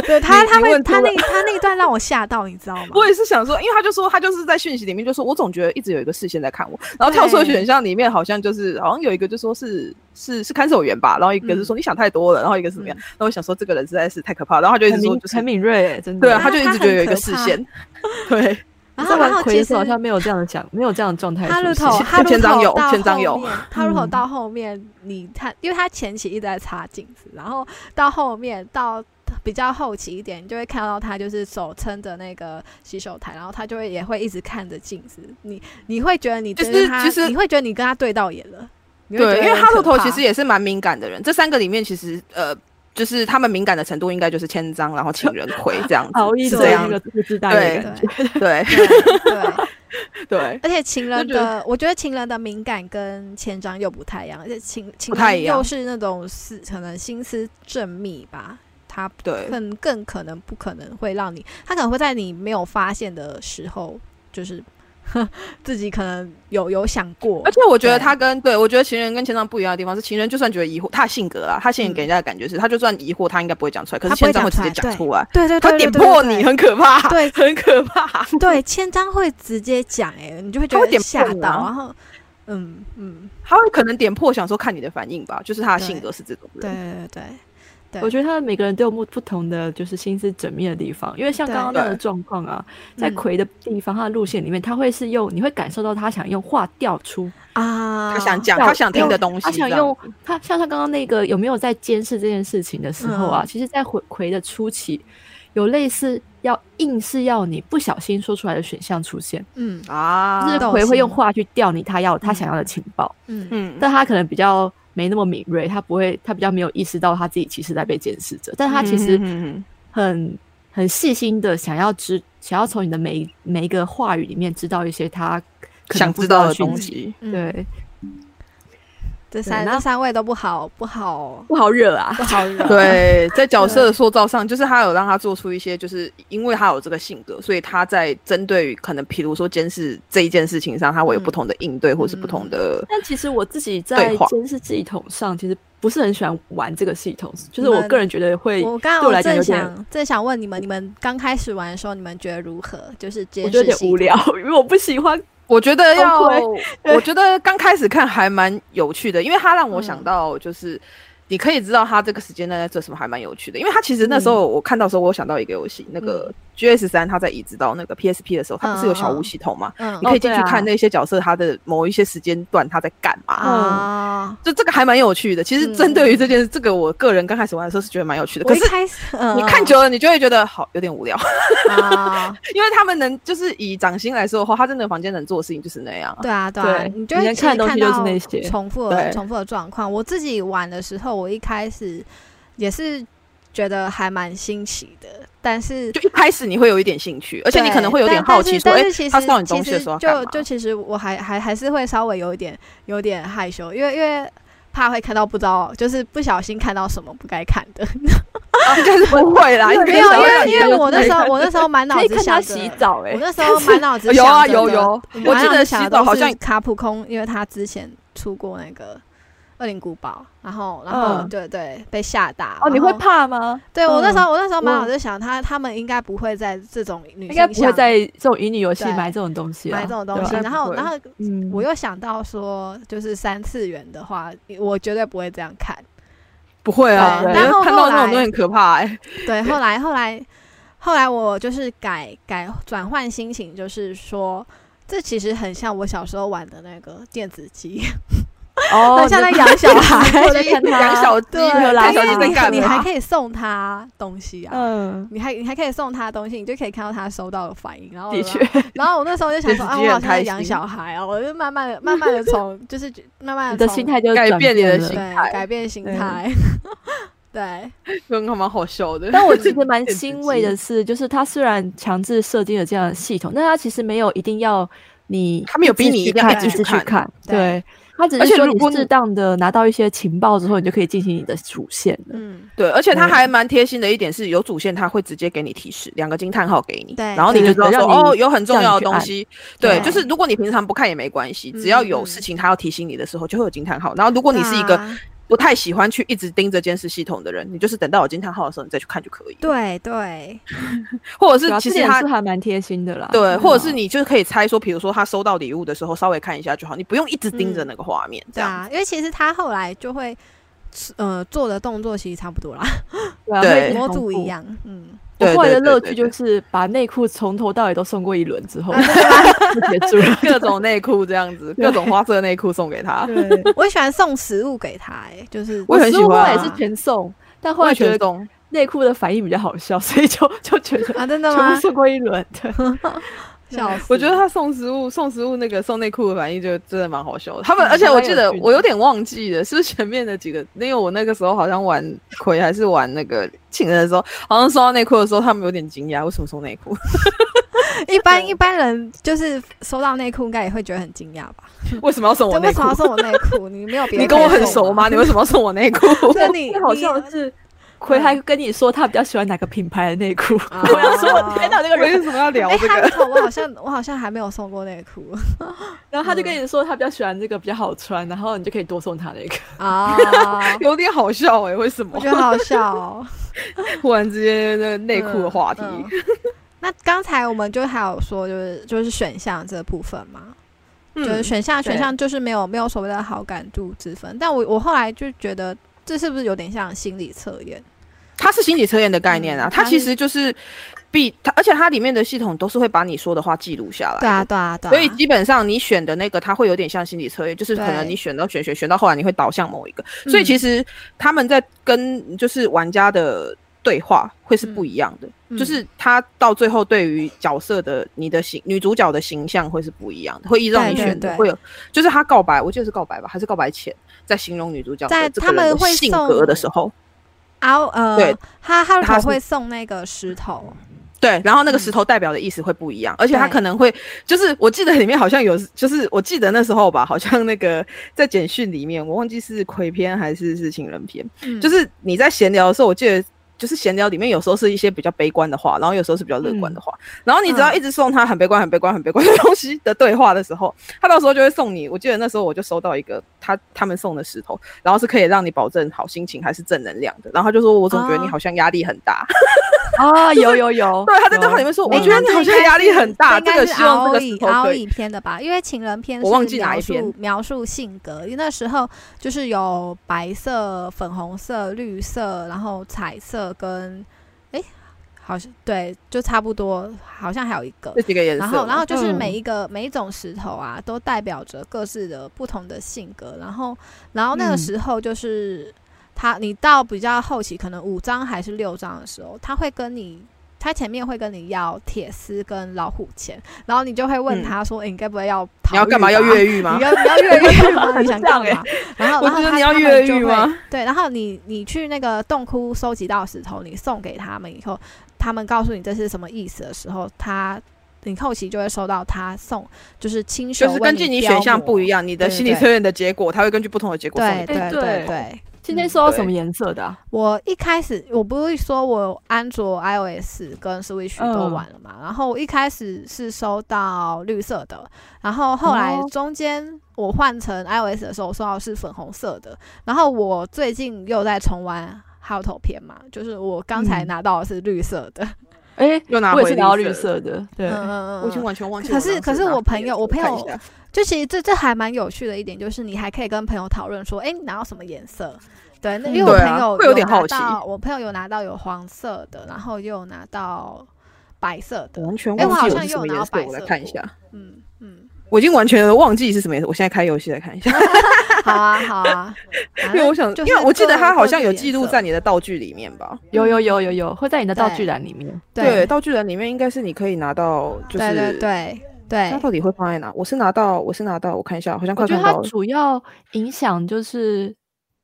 [SPEAKER 3] 对他
[SPEAKER 4] 你
[SPEAKER 3] 他
[SPEAKER 4] 你
[SPEAKER 3] 会
[SPEAKER 4] 问
[SPEAKER 3] 他
[SPEAKER 4] 多
[SPEAKER 3] 那
[SPEAKER 4] 了
[SPEAKER 3] 他那一段让我吓到，你知 道吗？
[SPEAKER 4] 我也是想说，因为他就说他就是在讯息里面就说，我总觉得一直有一个视线在看我，然后跳出的选项里面好像就是好像有一个就说是是是看守员吧，然后一个是说你想太多了，然后一个是怎
[SPEAKER 3] 嗯
[SPEAKER 4] 么样，然后我想说这个人实在是太可怕了，然后他就一
[SPEAKER 2] 很
[SPEAKER 4] 直说
[SPEAKER 2] 敏
[SPEAKER 4] 就是
[SPEAKER 2] 很敏锐欸，真的。
[SPEAKER 4] 对啊，
[SPEAKER 3] 他
[SPEAKER 4] 他就一直觉得有一个视线，对，
[SPEAKER 3] 然
[SPEAKER 2] 可
[SPEAKER 3] 后
[SPEAKER 2] 是
[SPEAKER 3] 然
[SPEAKER 2] 玩
[SPEAKER 3] 后
[SPEAKER 2] 奎
[SPEAKER 3] 其
[SPEAKER 2] 的时
[SPEAKER 3] 实
[SPEAKER 2] 候好像没有这样的想，没有这样的状态出
[SPEAKER 3] 哈
[SPEAKER 2] 现。
[SPEAKER 3] 路头， 哈路
[SPEAKER 4] 前掌有
[SPEAKER 3] 头到
[SPEAKER 4] 前掌
[SPEAKER 3] 后
[SPEAKER 4] 有
[SPEAKER 3] 面，哈路头
[SPEAKER 2] 嗯
[SPEAKER 3] 到后面，你看，因为他前期一直在擦镜子，然后到后面到比较后期一点，你就会看到他就是手撑着那个洗手台，然后他就会也会一直看着镜子，你你会觉得你
[SPEAKER 4] 其
[SPEAKER 3] 跟
[SPEAKER 4] 实
[SPEAKER 3] 他，
[SPEAKER 4] 其实
[SPEAKER 3] 你会觉得你跟他对到眼了， 你会觉
[SPEAKER 4] 对，
[SPEAKER 3] 得
[SPEAKER 4] 因为
[SPEAKER 3] 很
[SPEAKER 4] 哈
[SPEAKER 3] 可
[SPEAKER 4] 鲁头
[SPEAKER 3] 怕
[SPEAKER 4] 其实也是蛮敏感的人，这三个里面其实呃。就是他们敏感的程度应该就是千章，然后情人葵这 样
[SPEAKER 2] 熬一
[SPEAKER 4] 子，是
[SPEAKER 2] 周
[SPEAKER 4] 这样
[SPEAKER 2] 一个自制大
[SPEAKER 4] 对
[SPEAKER 3] 对
[SPEAKER 2] 的感觉。
[SPEAKER 4] 对
[SPEAKER 3] 对对。
[SPEAKER 4] 对，
[SPEAKER 3] 而且情人
[SPEAKER 4] 就觉
[SPEAKER 3] 的，我觉得情人的敏感跟千章又不太一样，而且情情
[SPEAKER 4] 不太
[SPEAKER 3] 人
[SPEAKER 4] 一样
[SPEAKER 3] 又是那种思可能心思缜密吧，他
[SPEAKER 4] 对
[SPEAKER 3] 更更可能不可能会让你，他可能会在你没有发现的时候，就是 呵自己可能有有想过
[SPEAKER 4] 而，且我觉得
[SPEAKER 3] 对
[SPEAKER 4] 他跟对我觉得情人跟千丈不一样的地方是，情人就算觉得疑惑，他的性格啊，他性格给人家的感觉是，他就算疑惑，他应该不会讲出来，可
[SPEAKER 3] 嗯他
[SPEAKER 4] 是
[SPEAKER 3] 不会
[SPEAKER 4] 千丈会直接
[SPEAKER 3] 讲
[SPEAKER 4] 讲
[SPEAKER 3] 出
[SPEAKER 4] 出来，
[SPEAKER 3] 对对对
[SPEAKER 4] 他
[SPEAKER 3] 对
[SPEAKER 4] 点
[SPEAKER 3] 对对
[SPEAKER 4] 破
[SPEAKER 3] 对
[SPEAKER 4] 你，很可怕，
[SPEAKER 3] 对
[SPEAKER 4] 很可怕。
[SPEAKER 3] 对，千章会直接讲，哎，你就会觉
[SPEAKER 4] 他会
[SPEAKER 3] 得
[SPEAKER 4] 点
[SPEAKER 3] 吓
[SPEAKER 4] 破
[SPEAKER 3] 到，
[SPEAKER 4] 你啊
[SPEAKER 3] 然后嗯嗯，
[SPEAKER 4] 他会可能点破，想说看你的反应吧，就是他的性格是这种
[SPEAKER 3] 对
[SPEAKER 4] 人。
[SPEAKER 3] 对对对。对
[SPEAKER 2] 我觉得他们每个人都有不不同的就是心思缜密的地方，因为像
[SPEAKER 3] 对
[SPEAKER 2] 刚刚那个
[SPEAKER 4] 对
[SPEAKER 2] 状况啊，在
[SPEAKER 3] 嗯
[SPEAKER 2] 葵的地方，他的路线里面，他会是用你会感受到他想用话调出
[SPEAKER 3] 啊，
[SPEAKER 4] 他想讲
[SPEAKER 2] 到
[SPEAKER 4] 他想听的东西，
[SPEAKER 2] 他想
[SPEAKER 4] 这样
[SPEAKER 2] 用他像他刚刚那个有没有在监视这件事情的时候啊，
[SPEAKER 3] 嗯
[SPEAKER 2] 其实，在回葵的初期，有类似要硬是要你不小心说出来的选项出现，
[SPEAKER 3] 嗯
[SPEAKER 4] 啊，
[SPEAKER 2] 就是
[SPEAKER 3] 斗
[SPEAKER 2] 葵会用
[SPEAKER 3] 心
[SPEAKER 2] 话去调你他要他
[SPEAKER 3] 嗯
[SPEAKER 2] 想要的情报，
[SPEAKER 3] 嗯
[SPEAKER 4] 嗯，
[SPEAKER 2] 但他可能比较没那么敏锐，他不会，他比较没有意识到他自己其实在被监视着，但他其实
[SPEAKER 4] 嗯嗯嗯嗯
[SPEAKER 2] 很很细心的想要知，想要从你的每一每一个话语里面知道一些他可能
[SPEAKER 4] 想
[SPEAKER 2] 不
[SPEAKER 4] 知道的
[SPEAKER 2] 讯
[SPEAKER 4] 东
[SPEAKER 2] 息。
[SPEAKER 4] 西，
[SPEAKER 3] 嗯，
[SPEAKER 2] 对，
[SPEAKER 3] 这三
[SPEAKER 2] 那
[SPEAKER 3] 这三位都不好不好
[SPEAKER 2] 不好惹啊。
[SPEAKER 3] 不好 惹，
[SPEAKER 4] 对，在角色的塑造上， 就是他有让他做出一些，就是因为他有这个性格，所以他在针对于可能，譬如说监视这一件事情上，他会有不同的应对，或是不同的。
[SPEAKER 2] 但其实我自己在
[SPEAKER 4] 对话
[SPEAKER 2] 监视系统上，其实不是很喜欢玩这个系统，就是我个人觉得会，
[SPEAKER 3] 我刚
[SPEAKER 2] 对
[SPEAKER 3] 刚
[SPEAKER 2] 我来
[SPEAKER 3] 我
[SPEAKER 2] 讲
[SPEAKER 3] 正
[SPEAKER 2] 有点
[SPEAKER 3] 想正想问你们，你们刚开始玩的时候，你们觉得如何？就是
[SPEAKER 2] 我
[SPEAKER 3] 监
[SPEAKER 2] 觉得有
[SPEAKER 3] 视
[SPEAKER 2] 点
[SPEAKER 3] 系统，
[SPEAKER 2] 无聊，因为我不喜欢。
[SPEAKER 4] 我觉得要
[SPEAKER 2] 崩，
[SPEAKER 4] 我觉得刚开始看还蛮有趣的，因为他让我想
[SPEAKER 3] 嗯
[SPEAKER 4] 到就是。你可以知道他这个时间段在做什么，还蛮有趣的。因为他其实那时
[SPEAKER 2] 嗯
[SPEAKER 4] 候我看到的时候，我有想到一个游戏，那个 GS 三，他在移植到那个 PSP 的时候，他不是有小屋系统吗？
[SPEAKER 3] 嗯
[SPEAKER 4] 你可以进
[SPEAKER 2] 哦
[SPEAKER 4] 去
[SPEAKER 2] 对啊
[SPEAKER 4] 看那些角色他的某一些时间段他在干嘛。
[SPEAKER 3] 啊，
[SPEAKER 4] 就这个还蛮有趣的。其实针对于这件事，这个我个人刚开始玩的时候是觉得蛮有趣的，
[SPEAKER 3] 我
[SPEAKER 4] 可
[SPEAKER 3] 一
[SPEAKER 4] 是。
[SPEAKER 3] 开始嗯
[SPEAKER 4] 你看久了，你就会觉得好有点无聊，
[SPEAKER 3] 啊，
[SPEAKER 4] 因为他们能就是以掌心来说的话，他在那个房间能做的事情就是那样啊。
[SPEAKER 3] 对啊，对啊，
[SPEAKER 2] 对
[SPEAKER 3] 你就
[SPEAKER 2] 你
[SPEAKER 3] 会
[SPEAKER 2] 能
[SPEAKER 3] 其
[SPEAKER 2] 看
[SPEAKER 3] 实
[SPEAKER 2] 的东西就是
[SPEAKER 3] 到
[SPEAKER 2] 那些
[SPEAKER 3] 重复的
[SPEAKER 4] 对
[SPEAKER 3] 重复的状况。我自己玩的时候，我一开始也是觉得还蛮新奇的，但是
[SPEAKER 4] 就一开始你会有一点兴趣，而且你
[SPEAKER 3] 对
[SPEAKER 4] 可能会有点好奇，说，
[SPEAKER 3] 但
[SPEAKER 4] 哎
[SPEAKER 3] 但是其，实
[SPEAKER 4] 他送你东西的时候要
[SPEAKER 3] 其实
[SPEAKER 4] 干
[SPEAKER 3] 就
[SPEAKER 4] 嘛？
[SPEAKER 3] 就其实我还还还是会稍微有一点有点害羞，因为因为怕会看到不知道，就是不小心看到什么不该看的。
[SPEAKER 4] 啊应该是不会啦，
[SPEAKER 2] 没
[SPEAKER 3] 没
[SPEAKER 2] 有
[SPEAKER 3] 有，因啊
[SPEAKER 2] 因为
[SPEAKER 3] 为因
[SPEAKER 2] 因为
[SPEAKER 3] 为我那时候我那时候满脑
[SPEAKER 2] 可以
[SPEAKER 3] 子
[SPEAKER 2] 看
[SPEAKER 3] 想
[SPEAKER 2] 他
[SPEAKER 3] 着
[SPEAKER 2] 洗澡、欸，
[SPEAKER 3] 我那时候满脑 子
[SPEAKER 4] 有啊
[SPEAKER 3] 想着
[SPEAKER 4] 有
[SPEAKER 3] 的
[SPEAKER 4] 有，
[SPEAKER 3] 嗯
[SPEAKER 4] 我记得洗
[SPEAKER 3] 想
[SPEAKER 4] 澡好像
[SPEAKER 3] 卡普空，因为他之前出过那个《恶灵古堡》，然后然后、
[SPEAKER 2] 嗯
[SPEAKER 3] 对对被吓打。
[SPEAKER 2] 哦，你会
[SPEAKER 3] 然后？
[SPEAKER 2] 怕吗？
[SPEAKER 3] 对我那时
[SPEAKER 2] 嗯
[SPEAKER 3] 候我那时候满
[SPEAKER 2] 我
[SPEAKER 3] 脑子想他他们应该不会在这种女
[SPEAKER 2] 应该
[SPEAKER 3] 性
[SPEAKER 2] 不会
[SPEAKER 3] 向
[SPEAKER 2] 在这种乙女游戏
[SPEAKER 3] 对
[SPEAKER 2] 买这种东西啊，
[SPEAKER 3] 买这种
[SPEAKER 2] 对
[SPEAKER 3] 东
[SPEAKER 2] 吧
[SPEAKER 3] 西，
[SPEAKER 4] 应该
[SPEAKER 3] 然
[SPEAKER 4] 不
[SPEAKER 3] 后
[SPEAKER 4] 会
[SPEAKER 3] 然后
[SPEAKER 2] 嗯，
[SPEAKER 3] 我又想到说，就是三次元的话，我绝对不会这样看。
[SPEAKER 4] 不会啊，
[SPEAKER 2] 对
[SPEAKER 4] 因
[SPEAKER 2] 然
[SPEAKER 4] 为
[SPEAKER 3] 后
[SPEAKER 4] 看到那种
[SPEAKER 3] 后来
[SPEAKER 4] 东西很可怕哎。
[SPEAKER 3] 对，后来后来后来我就是改改转换心情，就是说，这其实很像我小时候玩的那个电子鸡，
[SPEAKER 2] 哦，
[SPEAKER 3] 很像在
[SPEAKER 2] 你
[SPEAKER 3] 养小孩。
[SPEAKER 2] 我在看他
[SPEAKER 4] 养小鸡，
[SPEAKER 3] 对，
[SPEAKER 4] 养小
[SPEAKER 3] 可
[SPEAKER 4] 鸡
[SPEAKER 3] 是
[SPEAKER 4] 在
[SPEAKER 3] 你
[SPEAKER 4] 干
[SPEAKER 3] 你还
[SPEAKER 4] 嘛？
[SPEAKER 3] 可以送他东西啊。
[SPEAKER 2] 嗯，
[SPEAKER 3] 你还你还可以送他东西，你就可以看到他收到的反应，然后
[SPEAKER 2] 的确，
[SPEAKER 3] 然后我那时候就想说
[SPEAKER 4] 电
[SPEAKER 3] 啊，
[SPEAKER 4] 子
[SPEAKER 3] 我
[SPEAKER 4] 鸡
[SPEAKER 3] 好像
[SPEAKER 4] 很
[SPEAKER 3] 在
[SPEAKER 4] 开
[SPEAKER 3] 养
[SPEAKER 4] 心
[SPEAKER 3] 小孩啊，我就慢慢的、慢慢的从就是慢慢
[SPEAKER 2] 你
[SPEAKER 3] 的
[SPEAKER 2] 的心态就
[SPEAKER 4] 嗯改
[SPEAKER 2] 转
[SPEAKER 4] 变你的
[SPEAKER 2] 了
[SPEAKER 4] 心
[SPEAKER 3] 对
[SPEAKER 4] 态
[SPEAKER 3] 改变心
[SPEAKER 2] 对
[SPEAKER 3] 态， 对，
[SPEAKER 4] 嗯，还蛮好笑的。
[SPEAKER 2] 但我其实蛮
[SPEAKER 4] 电子
[SPEAKER 2] 欣慰的
[SPEAKER 4] 鸡
[SPEAKER 2] 是，就是他虽然强制设定了这样的系统，但他其实没有一定要你，
[SPEAKER 4] 他没有逼你一定要一
[SPEAKER 2] 一
[SPEAKER 4] 直
[SPEAKER 2] 直
[SPEAKER 4] 去
[SPEAKER 2] 去
[SPEAKER 4] 看
[SPEAKER 2] 看，
[SPEAKER 3] 对
[SPEAKER 2] 对。他只
[SPEAKER 4] 而
[SPEAKER 2] 是
[SPEAKER 4] 且
[SPEAKER 2] 说
[SPEAKER 4] 如
[SPEAKER 2] 你
[SPEAKER 4] 果
[SPEAKER 2] 适
[SPEAKER 4] 你
[SPEAKER 2] 当的拿到一些情报之后，你就可以进行你的主线了。
[SPEAKER 3] 嗯，
[SPEAKER 4] 对，而且他
[SPEAKER 2] 对
[SPEAKER 4] 还蛮贴心的一点是，有主线他会直接给你提示，两个惊叹号给你，
[SPEAKER 3] 对
[SPEAKER 4] 然后你就知道
[SPEAKER 2] 对
[SPEAKER 4] 说
[SPEAKER 2] 对让你
[SPEAKER 4] 哦，有很重要的东西。
[SPEAKER 3] 让
[SPEAKER 4] 对，
[SPEAKER 3] 你去按
[SPEAKER 4] 就是如果你平常不看也没关系，只要有事情他要提醒你的时候，就会有惊叹号。然后如果你是一个
[SPEAKER 3] 那
[SPEAKER 4] 不太喜欢去一直盯着监视系统的人，你就是等到有惊叹号的时候你再去看就可以。，
[SPEAKER 3] 对对，
[SPEAKER 4] 或
[SPEAKER 2] 主
[SPEAKER 4] 者
[SPEAKER 2] 要
[SPEAKER 4] 是其
[SPEAKER 2] 啊这
[SPEAKER 4] 实
[SPEAKER 2] 点
[SPEAKER 4] 他
[SPEAKER 2] 是。还蛮贴心的啦。
[SPEAKER 4] 对，
[SPEAKER 2] 嗯
[SPEAKER 4] 或者是你就是可以猜说，比如说他收到礼物的时候，稍微看一下就好，你不用一直盯着那个画面，这
[SPEAKER 3] 对
[SPEAKER 4] 样。
[SPEAKER 3] 啊，因为其实他后来就会，呃，做的动作其实差不多啦，
[SPEAKER 2] 对啊
[SPEAKER 4] 对
[SPEAKER 2] 会一直
[SPEAKER 3] 模
[SPEAKER 2] 重
[SPEAKER 3] 组
[SPEAKER 2] 复
[SPEAKER 3] 一。样，嗯，
[SPEAKER 2] 我
[SPEAKER 4] 对
[SPEAKER 2] 后来
[SPEAKER 4] 对
[SPEAKER 2] 的
[SPEAKER 4] 对
[SPEAKER 2] 乐
[SPEAKER 4] 对
[SPEAKER 2] 趣
[SPEAKER 4] 对
[SPEAKER 2] 就是把内裤从头到尾都送过一轮之后，
[SPEAKER 3] 啊
[SPEAKER 2] 就结束了。
[SPEAKER 4] 各种内裤这样子，各种花色内裤送给他。
[SPEAKER 2] 对，
[SPEAKER 3] 啊 我也喜欢送食物给他、哎，就是
[SPEAKER 4] 我也很喜
[SPEAKER 2] 食物
[SPEAKER 4] 欢
[SPEAKER 2] 也
[SPEAKER 4] 啊
[SPEAKER 2] 是全送，但后
[SPEAKER 4] 我
[SPEAKER 2] 来
[SPEAKER 4] 也
[SPEAKER 2] 觉
[SPEAKER 4] 全
[SPEAKER 2] 得
[SPEAKER 4] 送，
[SPEAKER 2] 内裤的反应比较好笑， 所以就就觉得
[SPEAKER 3] 啊，真的
[SPEAKER 2] 全部
[SPEAKER 3] 吗？
[SPEAKER 2] 送过一轮。 对，
[SPEAKER 3] 笑死，
[SPEAKER 4] 我觉得他送食物、送食物那个送内裤的反应就真的蛮好笑的。他们，
[SPEAKER 2] 嗯
[SPEAKER 4] 而且我记
[SPEAKER 2] 蛮有
[SPEAKER 4] 得
[SPEAKER 2] 趣的
[SPEAKER 4] 我有点忘记了，是不是前面的几个？因为我那个时候好像玩葵还是玩那个情人的时候，好像收到内裤的时候，他们有点惊讶，为什么送内裤？
[SPEAKER 3] 一般一般人就是收到内裤，应该也会觉得很惊讶吧？
[SPEAKER 4] 为什么要送
[SPEAKER 3] 就
[SPEAKER 4] 我
[SPEAKER 3] 为
[SPEAKER 4] 哦内
[SPEAKER 3] 什
[SPEAKER 4] 裤
[SPEAKER 3] 么要？送我内裤？你没有别的？
[SPEAKER 4] 你跟我很熟？吗？你为什么要送我内裤？
[SPEAKER 3] 对 你
[SPEAKER 2] 最好笑
[SPEAKER 3] 你
[SPEAKER 2] 的是，葵还跟你说他比较喜欢哪个品牌的内裤。
[SPEAKER 3] 啊
[SPEAKER 2] 我想说，我天哪，那 个 人
[SPEAKER 4] 为什么要聊
[SPEAKER 3] 哎，
[SPEAKER 4] 这
[SPEAKER 3] 哈
[SPEAKER 4] 个？
[SPEAKER 3] 利波特我好像我好像还没有送过内裤
[SPEAKER 2] 然后他就跟你说他比较喜欢这个比较好穿，然后你就可以多送他那个。
[SPEAKER 3] 啊，
[SPEAKER 4] 有点好笑哎、为什么
[SPEAKER 3] 我觉得好好笑、哦。
[SPEAKER 4] 忽然之间那个 内裤的话题？
[SPEAKER 3] 嗯嗯那刚才我们就还有说，就是就是选项这部分嘛，
[SPEAKER 4] 嗯
[SPEAKER 3] 就是选项
[SPEAKER 2] 对
[SPEAKER 3] 选项就是没有没有所谓的好感度之分。但我我后来就觉得这是不是有点像心理测验？
[SPEAKER 4] 它是心理测验的概念啊，
[SPEAKER 3] 嗯
[SPEAKER 4] 它
[SPEAKER 3] 它
[SPEAKER 4] 其
[SPEAKER 3] 是
[SPEAKER 4] 实就是比它，而且它里面的系统都是会把你说的话记录下来。
[SPEAKER 3] 对啊，对啊，对啊。
[SPEAKER 4] 哎所以基本上你选的那个，它会有点像心理测验，就是可能
[SPEAKER 3] 对
[SPEAKER 4] 你选到选选选到后来，你会导向某一个。所以其
[SPEAKER 3] 嗯
[SPEAKER 4] 实他们在跟就是玩家的对话会是不一样的，
[SPEAKER 3] 嗯
[SPEAKER 4] 就是他到最后对于角色的你的形女主角的形象会是不一样的，会依照
[SPEAKER 3] 对
[SPEAKER 4] 你
[SPEAKER 3] 对
[SPEAKER 4] 选的
[SPEAKER 3] 对
[SPEAKER 4] 会有，就是他告白，我记得是告白吧，还是告白前在形容女主角的
[SPEAKER 3] 在
[SPEAKER 4] 这个
[SPEAKER 3] 他们
[SPEAKER 4] 人的
[SPEAKER 3] 会
[SPEAKER 4] 性
[SPEAKER 3] 送
[SPEAKER 4] 格的时候，
[SPEAKER 3] 啊，呃，
[SPEAKER 4] 对，
[SPEAKER 3] 哈哈鲁
[SPEAKER 4] 他
[SPEAKER 3] 头
[SPEAKER 4] 是
[SPEAKER 3] 会送那个石头，
[SPEAKER 4] 对，然后那个
[SPEAKER 3] 嗯
[SPEAKER 4] 石头代表的意思会不一样，而且他
[SPEAKER 3] 对
[SPEAKER 4] 可能会，就是我记得里面好像有，就是我记得那时候吧，好像那个在简讯里面，我忘记是葵篇还是是情人篇，
[SPEAKER 3] 嗯
[SPEAKER 4] 就是你在闲聊的时候，我记得就是闲聊里面有时候是一些比较悲观的话，然后有时候是比较乐观的话，然后你只要
[SPEAKER 3] 嗯
[SPEAKER 4] 一直送他很悲观、很悲观、很悲观的东西的对话的时候，他到时候就会送你。我记得那时候我就收到一个他他们送的石头，然后是可以让你保证好心情还是正能量的，然后他就说我总觉得你
[SPEAKER 3] 哦
[SPEAKER 4] 好像压力很大，
[SPEAKER 2] 啊，有有 有，
[SPEAKER 4] 对，他在
[SPEAKER 2] 有
[SPEAKER 4] 对话里面说，我
[SPEAKER 3] 哎
[SPEAKER 4] 觉得
[SPEAKER 3] 那
[SPEAKER 4] 你
[SPEAKER 3] 这
[SPEAKER 4] 好
[SPEAKER 3] 应
[SPEAKER 4] 像
[SPEAKER 3] 该
[SPEAKER 4] 压力很大，
[SPEAKER 3] 这
[SPEAKER 4] 这
[SPEAKER 3] 应
[SPEAKER 4] 个
[SPEAKER 3] 该是
[SPEAKER 4] 希望这
[SPEAKER 3] 奥
[SPEAKER 4] 个石
[SPEAKER 3] 义
[SPEAKER 4] 头
[SPEAKER 3] 奥
[SPEAKER 4] 可
[SPEAKER 3] 义
[SPEAKER 4] 以。
[SPEAKER 3] 篇的吧？因为情人篇
[SPEAKER 4] 我
[SPEAKER 3] 是
[SPEAKER 4] 忘记哪
[SPEAKER 3] 描
[SPEAKER 4] 一篇
[SPEAKER 3] 述描述性格，因为那时候就是有白色、粉红色、绿色，然后彩色跟诶，好像对，就差不多，好像还有一个
[SPEAKER 4] 这。几个颜色
[SPEAKER 3] 然
[SPEAKER 4] 嘛，
[SPEAKER 3] 后，然后就是
[SPEAKER 2] 嗯
[SPEAKER 3] 每一个、每一种石头啊，都代表着各自的不同的性格。然后，然后那个
[SPEAKER 2] 嗯
[SPEAKER 3] 时候就是他，你到比较后期，可能五张还是六张的时候，他会跟你，他前面会跟你要铁丝跟老虎钳，然后你就会问
[SPEAKER 4] 嗯
[SPEAKER 3] 他说：“诶你该不会要
[SPEAKER 4] 你要干嘛？
[SPEAKER 3] 要
[SPEAKER 4] 要越狱吗
[SPEAKER 3] 你？要你要越狱吗？你想干
[SPEAKER 2] 很像
[SPEAKER 3] 嘛？然后
[SPEAKER 4] 我
[SPEAKER 3] 然后
[SPEAKER 4] 觉得
[SPEAKER 3] 他
[SPEAKER 4] 你要
[SPEAKER 3] 他们
[SPEAKER 4] 越
[SPEAKER 3] 就
[SPEAKER 4] 狱
[SPEAKER 3] 会
[SPEAKER 4] 吗？
[SPEAKER 3] 对，然后你你去那个洞窟收集到石头，你送给他们以后，他们告诉你这是什么意思的时候，他你后期就会收到他送，就是亲手
[SPEAKER 4] 就是根据你选项不一
[SPEAKER 3] 样。
[SPEAKER 4] 样，你的
[SPEAKER 3] 对
[SPEAKER 4] 心理
[SPEAKER 3] 对
[SPEAKER 4] 测验的结果，它会根据不同的结果送
[SPEAKER 3] 对
[SPEAKER 4] 你。
[SPEAKER 3] 对
[SPEAKER 2] 哎
[SPEAKER 3] 对
[SPEAKER 2] 对
[SPEAKER 3] 对，
[SPEAKER 2] 今天收到
[SPEAKER 4] 对
[SPEAKER 2] 什么颜色的啊？
[SPEAKER 3] 我一开始我不是说我安卓、iOS 跟 Switch
[SPEAKER 2] 嗯
[SPEAKER 3] 都玩了嘛，然后我一开始是收到绿色的，然后后来
[SPEAKER 2] 哦
[SPEAKER 3] 中间我换成 iOS 的时候，我收到是粉红色的，然后我最近又在重玩。号头片嘛，就是我刚才
[SPEAKER 2] 嗯
[SPEAKER 3] 拿到的是绿色的，
[SPEAKER 2] 哎，
[SPEAKER 4] 又拿
[SPEAKER 2] 我也
[SPEAKER 4] 回
[SPEAKER 2] 是拿到
[SPEAKER 4] 绿
[SPEAKER 2] 绿
[SPEAKER 4] 色
[SPEAKER 2] 色的，对
[SPEAKER 3] 嗯，嗯
[SPEAKER 4] 我已经完全忘记
[SPEAKER 3] 可
[SPEAKER 4] 我
[SPEAKER 3] 是
[SPEAKER 4] 当时
[SPEAKER 3] 可是
[SPEAKER 4] 拿
[SPEAKER 3] 我
[SPEAKER 4] 什么
[SPEAKER 3] 朋
[SPEAKER 4] 颜
[SPEAKER 3] 友
[SPEAKER 4] 色
[SPEAKER 3] 我
[SPEAKER 4] 看
[SPEAKER 3] 朋
[SPEAKER 4] 一
[SPEAKER 3] 友
[SPEAKER 4] 下
[SPEAKER 3] 就其实这这还蛮有趣的一点，就是你还可以跟朋友讨论说，哎、你拿到什么颜色？对，那因为
[SPEAKER 2] 嗯
[SPEAKER 3] 我
[SPEAKER 4] 对
[SPEAKER 3] 朋
[SPEAKER 4] 啊
[SPEAKER 3] 友
[SPEAKER 4] 会有点
[SPEAKER 3] 拿
[SPEAKER 4] 好奇
[SPEAKER 3] 到我朋友有拿到有黄色的，然后又有拿到白色的，
[SPEAKER 4] 完全
[SPEAKER 3] 哎我好
[SPEAKER 4] 忘记
[SPEAKER 3] 像
[SPEAKER 4] 是什
[SPEAKER 3] 又
[SPEAKER 4] 么
[SPEAKER 3] 拿
[SPEAKER 4] 颜
[SPEAKER 3] 到
[SPEAKER 4] 色
[SPEAKER 3] 白，
[SPEAKER 4] 我来
[SPEAKER 3] 色
[SPEAKER 4] 看一
[SPEAKER 3] 过
[SPEAKER 4] 下。
[SPEAKER 3] 嗯嗯，
[SPEAKER 4] 我已经完全忘记是什么颜色，我现在开游戏来看一下，
[SPEAKER 3] 好啊好 啊，反
[SPEAKER 4] 因为
[SPEAKER 3] 正
[SPEAKER 4] 我想，
[SPEAKER 3] 就
[SPEAKER 4] 因为
[SPEAKER 3] 是
[SPEAKER 4] 我记得
[SPEAKER 3] 各
[SPEAKER 4] 它好
[SPEAKER 3] 各
[SPEAKER 4] 像
[SPEAKER 3] 自
[SPEAKER 4] 有
[SPEAKER 3] 颜
[SPEAKER 4] 记录
[SPEAKER 3] 色
[SPEAKER 4] 在你的道具里面吧？
[SPEAKER 2] 有有有有有，会在你的道具
[SPEAKER 3] 对
[SPEAKER 2] 栏里面。
[SPEAKER 3] 对
[SPEAKER 4] 道具人里面应该是你可以拿到，就是
[SPEAKER 3] 对对对
[SPEAKER 4] 它
[SPEAKER 3] 对，
[SPEAKER 4] 到底会放在哪？我是拿到，我是拿到，我看一下，好像快
[SPEAKER 2] 我觉
[SPEAKER 4] 看
[SPEAKER 2] 得它
[SPEAKER 4] 到了。
[SPEAKER 2] 主要影响就是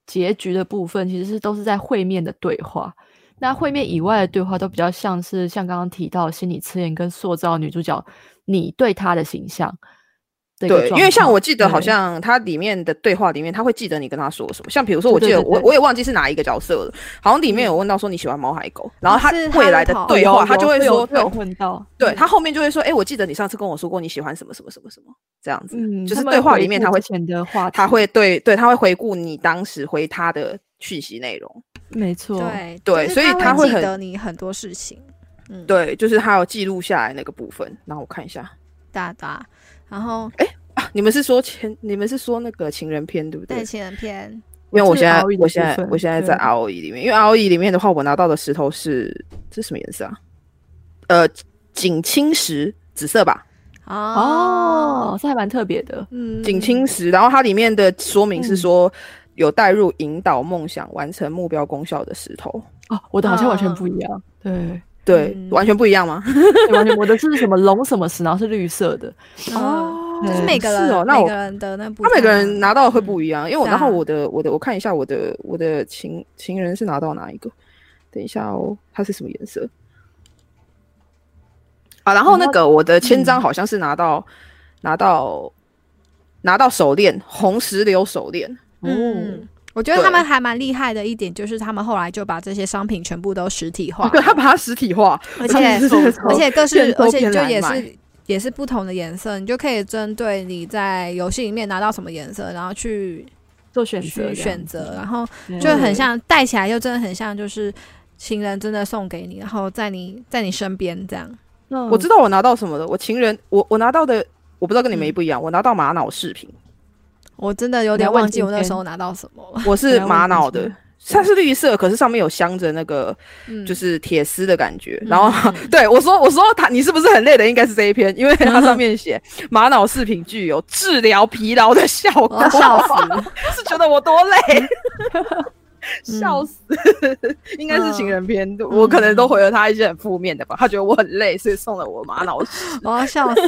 [SPEAKER 2] 结局的部分，其实是都是在会面的对话。那会面以外的对话都比较像是像刚刚提到的心理测验跟塑造女主角你对她的形象的一个
[SPEAKER 4] 对，因
[SPEAKER 2] 状
[SPEAKER 4] 为像
[SPEAKER 2] 况
[SPEAKER 4] 我记得好
[SPEAKER 2] 对
[SPEAKER 4] 像它里面的对话里面，他会记得你跟他说了什么。像比如说，我
[SPEAKER 2] 对
[SPEAKER 4] 记得
[SPEAKER 2] 对对
[SPEAKER 4] 我
[SPEAKER 2] 对嗯
[SPEAKER 4] 我也忘记是哪一个角色了，好像里面有问到说你喜欢猫还狗，然后
[SPEAKER 2] 哦
[SPEAKER 4] 他
[SPEAKER 3] 是
[SPEAKER 4] 未来的
[SPEAKER 3] Haruto
[SPEAKER 4] 对
[SPEAKER 2] 有
[SPEAKER 4] 话，他
[SPEAKER 2] 有
[SPEAKER 4] 就会
[SPEAKER 2] 有
[SPEAKER 4] 说，
[SPEAKER 2] 有
[SPEAKER 4] 对
[SPEAKER 2] 混到，
[SPEAKER 4] 对，他后面就会说，哎，我记得你上次跟我说过你喜欢什么什么什么什么这样子，
[SPEAKER 2] 嗯，
[SPEAKER 4] 就
[SPEAKER 2] 他
[SPEAKER 4] 是
[SPEAKER 2] 们
[SPEAKER 4] 对话
[SPEAKER 2] 回
[SPEAKER 4] 里面
[SPEAKER 2] 顾
[SPEAKER 4] 他
[SPEAKER 2] 之
[SPEAKER 4] 会
[SPEAKER 2] 前的话题，
[SPEAKER 4] 他会对对，他会回顾你当时回他的讯息内容。
[SPEAKER 2] 没错，
[SPEAKER 3] 对
[SPEAKER 4] 对
[SPEAKER 3] 就是
[SPEAKER 4] 所以
[SPEAKER 3] 他
[SPEAKER 4] 他会
[SPEAKER 3] 记
[SPEAKER 4] 很
[SPEAKER 3] 得你很多事情，嗯，
[SPEAKER 4] 对，就是他有记录下来那个部分。然后我看一下，
[SPEAKER 3] 哒哒，然后
[SPEAKER 4] 啊你们是说前，你们是说那个情人篇对不对？
[SPEAKER 3] 对情人篇，
[SPEAKER 4] 因为我
[SPEAKER 2] 这
[SPEAKER 4] 现
[SPEAKER 2] 是
[SPEAKER 4] 在
[SPEAKER 2] ROE 的
[SPEAKER 4] 我现
[SPEAKER 2] 部
[SPEAKER 4] 在
[SPEAKER 2] 分
[SPEAKER 4] 我现在在
[SPEAKER 2] 对
[SPEAKER 4] ROE 里面，因为 ROE 里面的话，我拿到的石头是这是什么颜色啊？呃，锦青石，紫色吧，嗯
[SPEAKER 2] 哦，，这还蛮特别的，
[SPEAKER 3] 嗯，
[SPEAKER 4] 锦青石。然后它里面的说明是说。有带入引导梦想、完成目标功效的石头，
[SPEAKER 2] 哦，我的好像完全
[SPEAKER 3] 嗯
[SPEAKER 2] 不一样，对
[SPEAKER 4] 对，
[SPEAKER 3] 嗯
[SPEAKER 4] 完全不一样吗？
[SPEAKER 2] 对，完全我的是什么龙什么石，然后是绿色的，
[SPEAKER 3] 哦。 就是
[SPEAKER 2] 对
[SPEAKER 3] 每个
[SPEAKER 4] 是
[SPEAKER 3] 人，
[SPEAKER 4] 哦那
[SPEAKER 3] 每
[SPEAKER 4] 我
[SPEAKER 3] 个人的那不一啊
[SPEAKER 4] 他
[SPEAKER 3] 样，
[SPEAKER 4] 每个人拿到的会不一样，因为我
[SPEAKER 3] 对啊
[SPEAKER 4] 然后我的我的我看一下我的我的情情人是拿到哪一个？等一下哦，它是什么颜色？啊，然后那个我的千张好像是拿到、拿到拿到手链，红石榴手链。
[SPEAKER 2] 哦
[SPEAKER 3] 嗯，我觉得
[SPEAKER 4] 对
[SPEAKER 3] 他们还蛮厉害的一点，就是他们后来就把这些商品全部都实体化
[SPEAKER 4] 哦，，对，他把它实体化，
[SPEAKER 3] 而
[SPEAKER 4] 他们
[SPEAKER 3] 且
[SPEAKER 4] 是这个时候
[SPEAKER 3] 而且更是
[SPEAKER 4] 变，多
[SPEAKER 3] 而且
[SPEAKER 4] 变
[SPEAKER 3] 就
[SPEAKER 4] 难
[SPEAKER 3] 也
[SPEAKER 4] 买
[SPEAKER 3] 是也是不同的颜色，你就可以针对你在游戏里面拿到什么颜色，然后去
[SPEAKER 2] 做选择
[SPEAKER 3] 去
[SPEAKER 2] 这
[SPEAKER 3] 选
[SPEAKER 2] 样子嗯
[SPEAKER 3] 择，然后
[SPEAKER 2] 对
[SPEAKER 3] 就很像戴起来，就真的很像就是情人真的送给你，然后在你在你身边这样。
[SPEAKER 4] 我知道我拿到什么了。我情人，我我拿到的，我不知道跟你们一不一
[SPEAKER 3] 嗯
[SPEAKER 4] 样，我拿到 玛瑙饰品，
[SPEAKER 3] 我真的有点
[SPEAKER 2] 来问
[SPEAKER 3] 忘记
[SPEAKER 2] 今
[SPEAKER 3] 我那
[SPEAKER 2] 天
[SPEAKER 3] 时候拿到什么了。
[SPEAKER 4] 我是
[SPEAKER 2] 原来我
[SPEAKER 4] 玛
[SPEAKER 2] 也是
[SPEAKER 4] 瑙的，它是绿色，可是上面有镶着那个
[SPEAKER 3] 嗯，
[SPEAKER 4] 就是铁丝的感觉。然后，对我说，我说他你是不是很累的？应该是这一篇，因为它上面 写玛瑙饰品具有治疗疲劳的效果
[SPEAKER 3] 我要，哦笑死
[SPEAKER 4] 是觉得我多 累。
[SPEAKER 3] 嗯
[SPEAKER 4] 笑死， 应该是情人篇，我可能都回了他一些很负面的吧。他觉得我很累，所以送了我玛瑙 石。
[SPEAKER 3] 我要笑 死，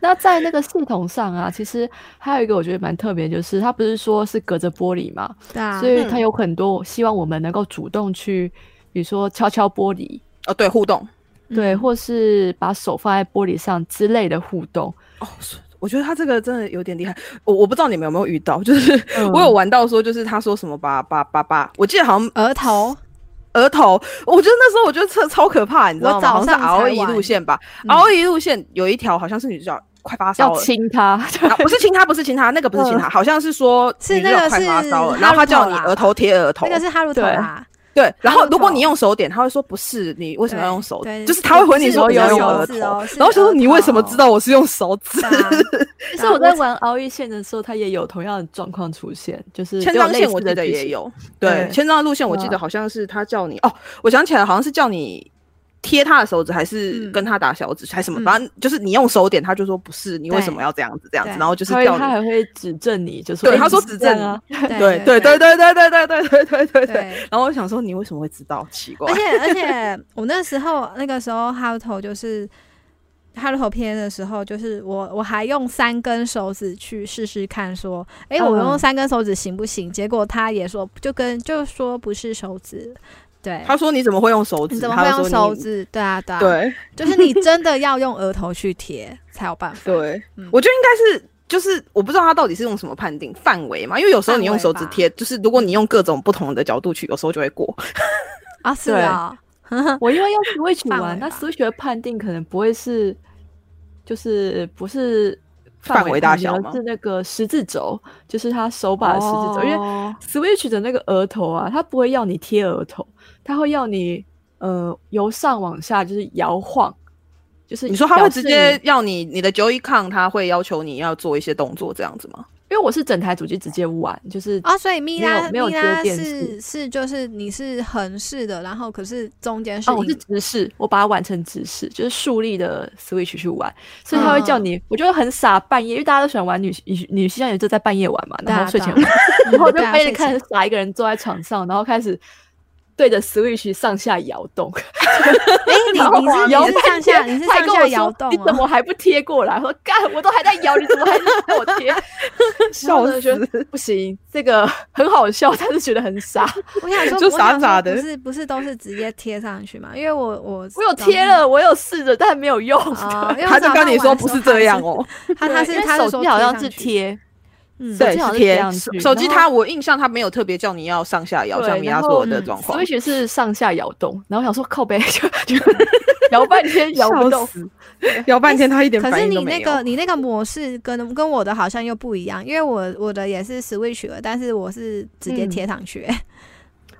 [SPEAKER 2] 那在那个系统上啊，其实还有一个我觉得蛮特别，就是它不是说是隔着玻璃嘛，
[SPEAKER 3] 对啊，
[SPEAKER 2] 所以它
[SPEAKER 4] 嗯
[SPEAKER 2] 有很多希望我们能够主动去，比如说敲敲玻璃，
[SPEAKER 4] 哦，对，互动。
[SPEAKER 2] 对，
[SPEAKER 3] 嗯
[SPEAKER 2] 或是把手放在玻璃上之类的互动。
[SPEAKER 4] 哦，是我觉得他这个真的有点厉害。我我不知道你们有没有遇到，就是、
[SPEAKER 2] 嗯
[SPEAKER 4] 我有玩到说，就是他说什么把把把把，我记得好像
[SPEAKER 3] 额头，
[SPEAKER 4] 额头，我觉得那时候我觉得超超可怕，你知道吗？
[SPEAKER 3] 我早
[SPEAKER 4] 好像是
[SPEAKER 3] 上才
[SPEAKER 4] R 一
[SPEAKER 3] 玩
[SPEAKER 4] 路线吧、
[SPEAKER 3] 嗯
[SPEAKER 4] r 一路线有一条好像是女主角快发烧
[SPEAKER 2] 要
[SPEAKER 4] 了。
[SPEAKER 2] 亲它，
[SPEAKER 4] 啊不是亲他，不是亲他，那个不是亲他，好像是说
[SPEAKER 3] 哦是
[SPEAKER 4] 女主
[SPEAKER 3] 那
[SPEAKER 4] 角
[SPEAKER 3] 个
[SPEAKER 4] 快发
[SPEAKER 3] 是
[SPEAKER 4] 烧了，
[SPEAKER 3] 哈
[SPEAKER 4] 然后他
[SPEAKER 3] 鲁
[SPEAKER 4] 叫
[SPEAKER 3] 头
[SPEAKER 4] 你
[SPEAKER 3] 啦
[SPEAKER 4] 额头贴额头，
[SPEAKER 3] 那个是哈鲁头啊
[SPEAKER 2] 对
[SPEAKER 3] 啦，
[SPEAKER 4] 对。然
[SPEAKER 3] 哈
[SPEAKER 4] 后
[SPEAKER 3] 鲁
[SPEAKER 4] 如果
[SPEAKER 3] 头
[SPEAKER 4] 你用手点，他会说不是，你为什么要用手？
[SPEAKER 3] 对对
[SPEAKER 4] 就是
[SPEAKER 3] 对
[SPEAKER 4] 他会
[SPEAKER 3] 不
[SPEAKER 4] 回你
[SPEAKER 3] 是
[SPEAKER 4] 说
[SPEAKER 2] 我
[SPEAKER 4] 你要
[SPEAKER 2] 有
[SPEAKER 4] 用
[SPEAKER 2] 手
[SPEAKER 4] 额头，
[SPEAKER 3] 指哦是
[SPEAKER 4] 然后我想说
[SPEAKER 3] 额
[SPEAKER 4] 你为什么
[SPEAKER 3] 头
[SPEAKER 4] 知道我是用手指？
[SPEAKER 3] 对啊
[SPEAKER 2] 其
[SPEAKER 3] 然
[SPEAKER 2] 实
[SPEAKER 3] 后
[SPEAKER 2] 我在
[SPEAKER 3] 我
[SPEAKER 2] 玩熬夜线的时候，它也有同样的状况出现，就是
[SPEAKER 4] 千
[SPEAKER 2] 也有
[SPEAKER 4] 张
[SPEAKER 2] 类
[SPEAKER 4] 线
[SPEAKER 2] 似
[SPEAKER 4] 我记
[SPEAKER 2] 的
[SPEAKER 4] 得
[SPEAKER 2] 剧
[SPEAKER 4] 也
[SPEAKER 2] 情，
[SPEAKER 4] 有，
[SPEAKER 2] 对
[SPEAKER 4] 对，千张的路线
[SPEAKER 3] 嗯
[SPEAKER 4] 我记得好像是他叫你哦，我想起来好像是叫你贴他的手指，还是
[SPEAKER 3] 嗯
[SPEAKER 4] 跟他打小指，还是什么，
[SPEAKER 3] 嗯
[SPEAKER 4] 反正就是你用手点，他就说不是，你为什么要这样子这样子
[SPEAKER 3] 对，
[SPEAKER 4] 然后就是
[SPEAKER 2] 它会
[SPEAKER 4] 叫
[SPEAKER 2] 它
[SPEAKER 4] 你，
[SPEAKER 2] 还会指正你，就说
[SPEAKER 4] 对
[SPEAKER 2] 诶
[SPEAKER 4] 他
[SPEAKER 2] 你
[SPEAKER 4] 说
[SPEAKER 2] 是
[SPEAKER 4] 指
[SPEAKER 2] 这样
[SPEAKER 4] 正
[SPEAKER 2] 啊，
[SPEAKER 4] 对对
[SPEAKER 3] 对
[SPEAKER 4] 对对对对对对对对对对。
[SPEAKER 3] 对。
[SPEAKER 4] 然后我想说你为什么会知道？奇怪
[SPEAKER 3] 而，且而且，我那时候那个时候哈鲁头就是哈鲁头篇的时候，就是我我还用三根手指去试试看，说，诶，我用
[SPEAKER 2] 嗯
[SPEAKER 3] 三根手指行不行？结果他也说，就跟就说不是手指，对，
[SPEAKER 4] 他说你怎么会用手指？
[SPEAKER 3] 你怎么会
[SPEAKER 4] 他
[SPEAKER 3] 用
[SPEAKER 4] 说
[SPEAKER 3] 手
[SPEAKER 4] 你？
[SPEAKER 3] 指？对啊对啊，，
[SPEAKER 4] 对
[SPEAKER 3] 就是你真的要用额头去贴才有办法。
[SPEAKER 4] 对
[SPEAKER 3] 嗯，
[SPEAKER 4] 我觉得应该是。就是我不知道他到底是用什么判定范围嘛，因为有时候你用手指贴，就是如果你用各种不同的角度去，有时候就会过。
[SPEAKER 3] 啊，是
[SPEAKER 2] 对
[SPEAKER 3] 啊，
[SPEAKER 2] 我因为用 Switch
[SPEAKER 3] 范
[SPEAKER 2] 玩，
[SPEAKER 3] 围
[SPEAKER 2] 那
[SPEAKER 3] 吧
[SPEAKER 2] Switch 的判定可能不会是，就是不是
[SPEAKER 4] 范围大
[SPEAKER 2] 判定
[SPEAKER 4] 小
[SPEAKER 2] 而
[SPEAKER 4] 吗
[SPEAKER 2] 是那个十字轴，就是它手把的十字轴，因为
[SPEAKER 3] 哦
[SPEAKER 4] 为
[SPEAKER 2] Switch 的那个额头啊，它不会要你贴额头，它会要你呃由上往下就是摇晃，就是
[SPEAKER 4] 你说他会
[SPEAKER 2] 表
[SPEAKER 4] 直
[SPEAKER 2] 示
[SPEAKER 4] 接
[SPEAKER 2] 你，
[SPEAKER 4] 要你你的 Joy-Con，他会要求你要做一些动作这样子 吗？
[SPEAKER 2] 因为我是整台主机直接玩，就是
[SPEAKER 4] 哦
[SPEAKER 3] 啊，所以蜜
[SPEAKER 2] 没有
[SPEAKER 3] 拉
[SPEAKER 2] 没有
[SPEAKER 3] 蜜
[SPEAKER 2] 接
[SPEAKER 3] 拉
[SPEAKER 2] 电
[SPEAKER 3] 是
[SPEAKER 2] 视
[SPEAKER 3] 是就是你是横式的，然后可是中间是
[SPEAKER 2] 哦，我是
[SPEAKER 3] 影
[SPEAKER 2] 直视，我把它玩成直视，就是竖立的 Switch 去玩，所以他会叫
[SPEAKER 3] 嗯
[SPEAKER 2] 你，我觉得很傻，半夜，因为大家都喜欢玩女女女性向也就在半夜玩嘛，
[SPEAKER 3] 对
[SPEAKER 2] 然
[SPEAKER 3] 啊
[SPEAKER 2] 后睡
[SPEAKER 3] 对
[SPEAKER 2] 前
[SPEAKER 3] 啊
[SPEAKER 2] 玩，然后我就
[SPEAKER 3] 对啊
[SPEAKER 2] 被
[SPEAKER 3] 睡
[SPEAKER 2] 看
[SPEAKER 3] 前
[SPEAKER 2] 傻一个人坐在床上，然后开始对着 Switch 上下摇动，
[SPEAKER 3] 哎、 你
[SPEAKER 2] 然后
[SPEAKER 3] 你是
[SPEAKER 2] 摇
[SPEAKER 3] 你是
[SPEAKER 2] 半
[SPEAKER 3] 上下
[SPEAKER 2] 天
[SPEAKER 3] 你是
[SPEAKER 2] 还
[SPEAKER 3] 上
[SPEAKER 2] 跟我
[SPEAKER 3] 下
[SPEAKER 2] 说
[SPEAKER 3] 摇动
[SPEAKER 2] 你怎
[SPEAKER 3] 哦，
[SPEAKER 2] 么还不贴过来？我说干，我都还在摇，你怎 么还不
[SPEAKER 4] 哎
[SPEAKER 2] 给我贴？
[SPEAKER 4] 笑
[SPEAKER 2] 我觉
[SPEAKER 4] 死！
[SPEAKER 2] 得不行，这个很好笑，但是觉得很傻。
[SPEAKER 3] 我想说
[SPEAKER 4] 就
[SPEAKER 3] 我想
[SPEAKER 4] 傻傻
[SPEAKER 3] 说
[SPEAKER 4] 的
[SPEAKER 3] 不是不是都是直接贴上去嘛？因为我我
[SPEAKER 2] 我有贴
[SPEAKER 3] 早
[SPEAKER 2] 了，我有试着，但没有用。
[SPEAKER 3] 上啊，因为我
[SPEAKER 4] 他就
[SPEAKER 3] 早
[SPEAKER 4] 跟
[SPEAKER 3] 上
[SPEAKER 4] 你
[SPEAKER 3] 玩
[SPEAKER 4] 说
[SPEAKER 3] 的
[SPEAKER 4] 不
[SPEAKER 3] 时候
[SPEAKER 4] 是这样， 哦，
[SPEAKER 3] 他啊是他是
[SPEAKER 2] 啊因为
[SPEAKER 3] 他是
[SPEAKER 2] 手
[SPEAKER 3] 说
[SPEAKER 2] 机好像
[SPEAKER 3] 上
[SPEAKER 2] 是
[SPEAKER 3] 去，
[SPEAKER 2] 贴，
[SPEAKER 3] 嗯，
[SPEAKER 2] 手
[SPEAKER 4] 对，
[SPEAKER 2] 机好
[SPEAKER 4] 是
[SPEAKER 2] 像是这
[SPEAKER 4] 贴
[SPEAKER 2] 样
[SPEAKER 4] 手
[SPEAKER 2] 去
[SPEAKER 4] 手机，
[SPEAKER 2] 然后
[SPEAKER 4] 它我印象它没有特别叫你要上下摇，
[SPEAKER 2] 对
[SPEAKER 4] 像米拉
[SPEAKER 2] 然后
[SPEAKER 4] 所有的
[SPEAKER 3] 嗯
[SPEAKER 4] 状况。
[SPEAKER 2] Switch 是上下摇动，然后想说靠背就就摇半天摇不动，
[SPEAKER 4] 摇半天，他一点
[SPEAKER 3] 可
[SPEAKER 4] 反
[SPEAKER 3] 是
[SPEAKER 4] 应都
[SPEAKER 3] 你
[SPEAKER 4] 没
[SPEAKER 3] 那
[SPEAKER 2] 哦
[SPEAKER 4] 有
[SPEAKER 3] 个。你那个模式跟跟我的好像又不一样，因为我我的也是 Switch 的，但是我是直接
[SPEAKER 2] 嗯
[SPEAKER 3] 贴上去、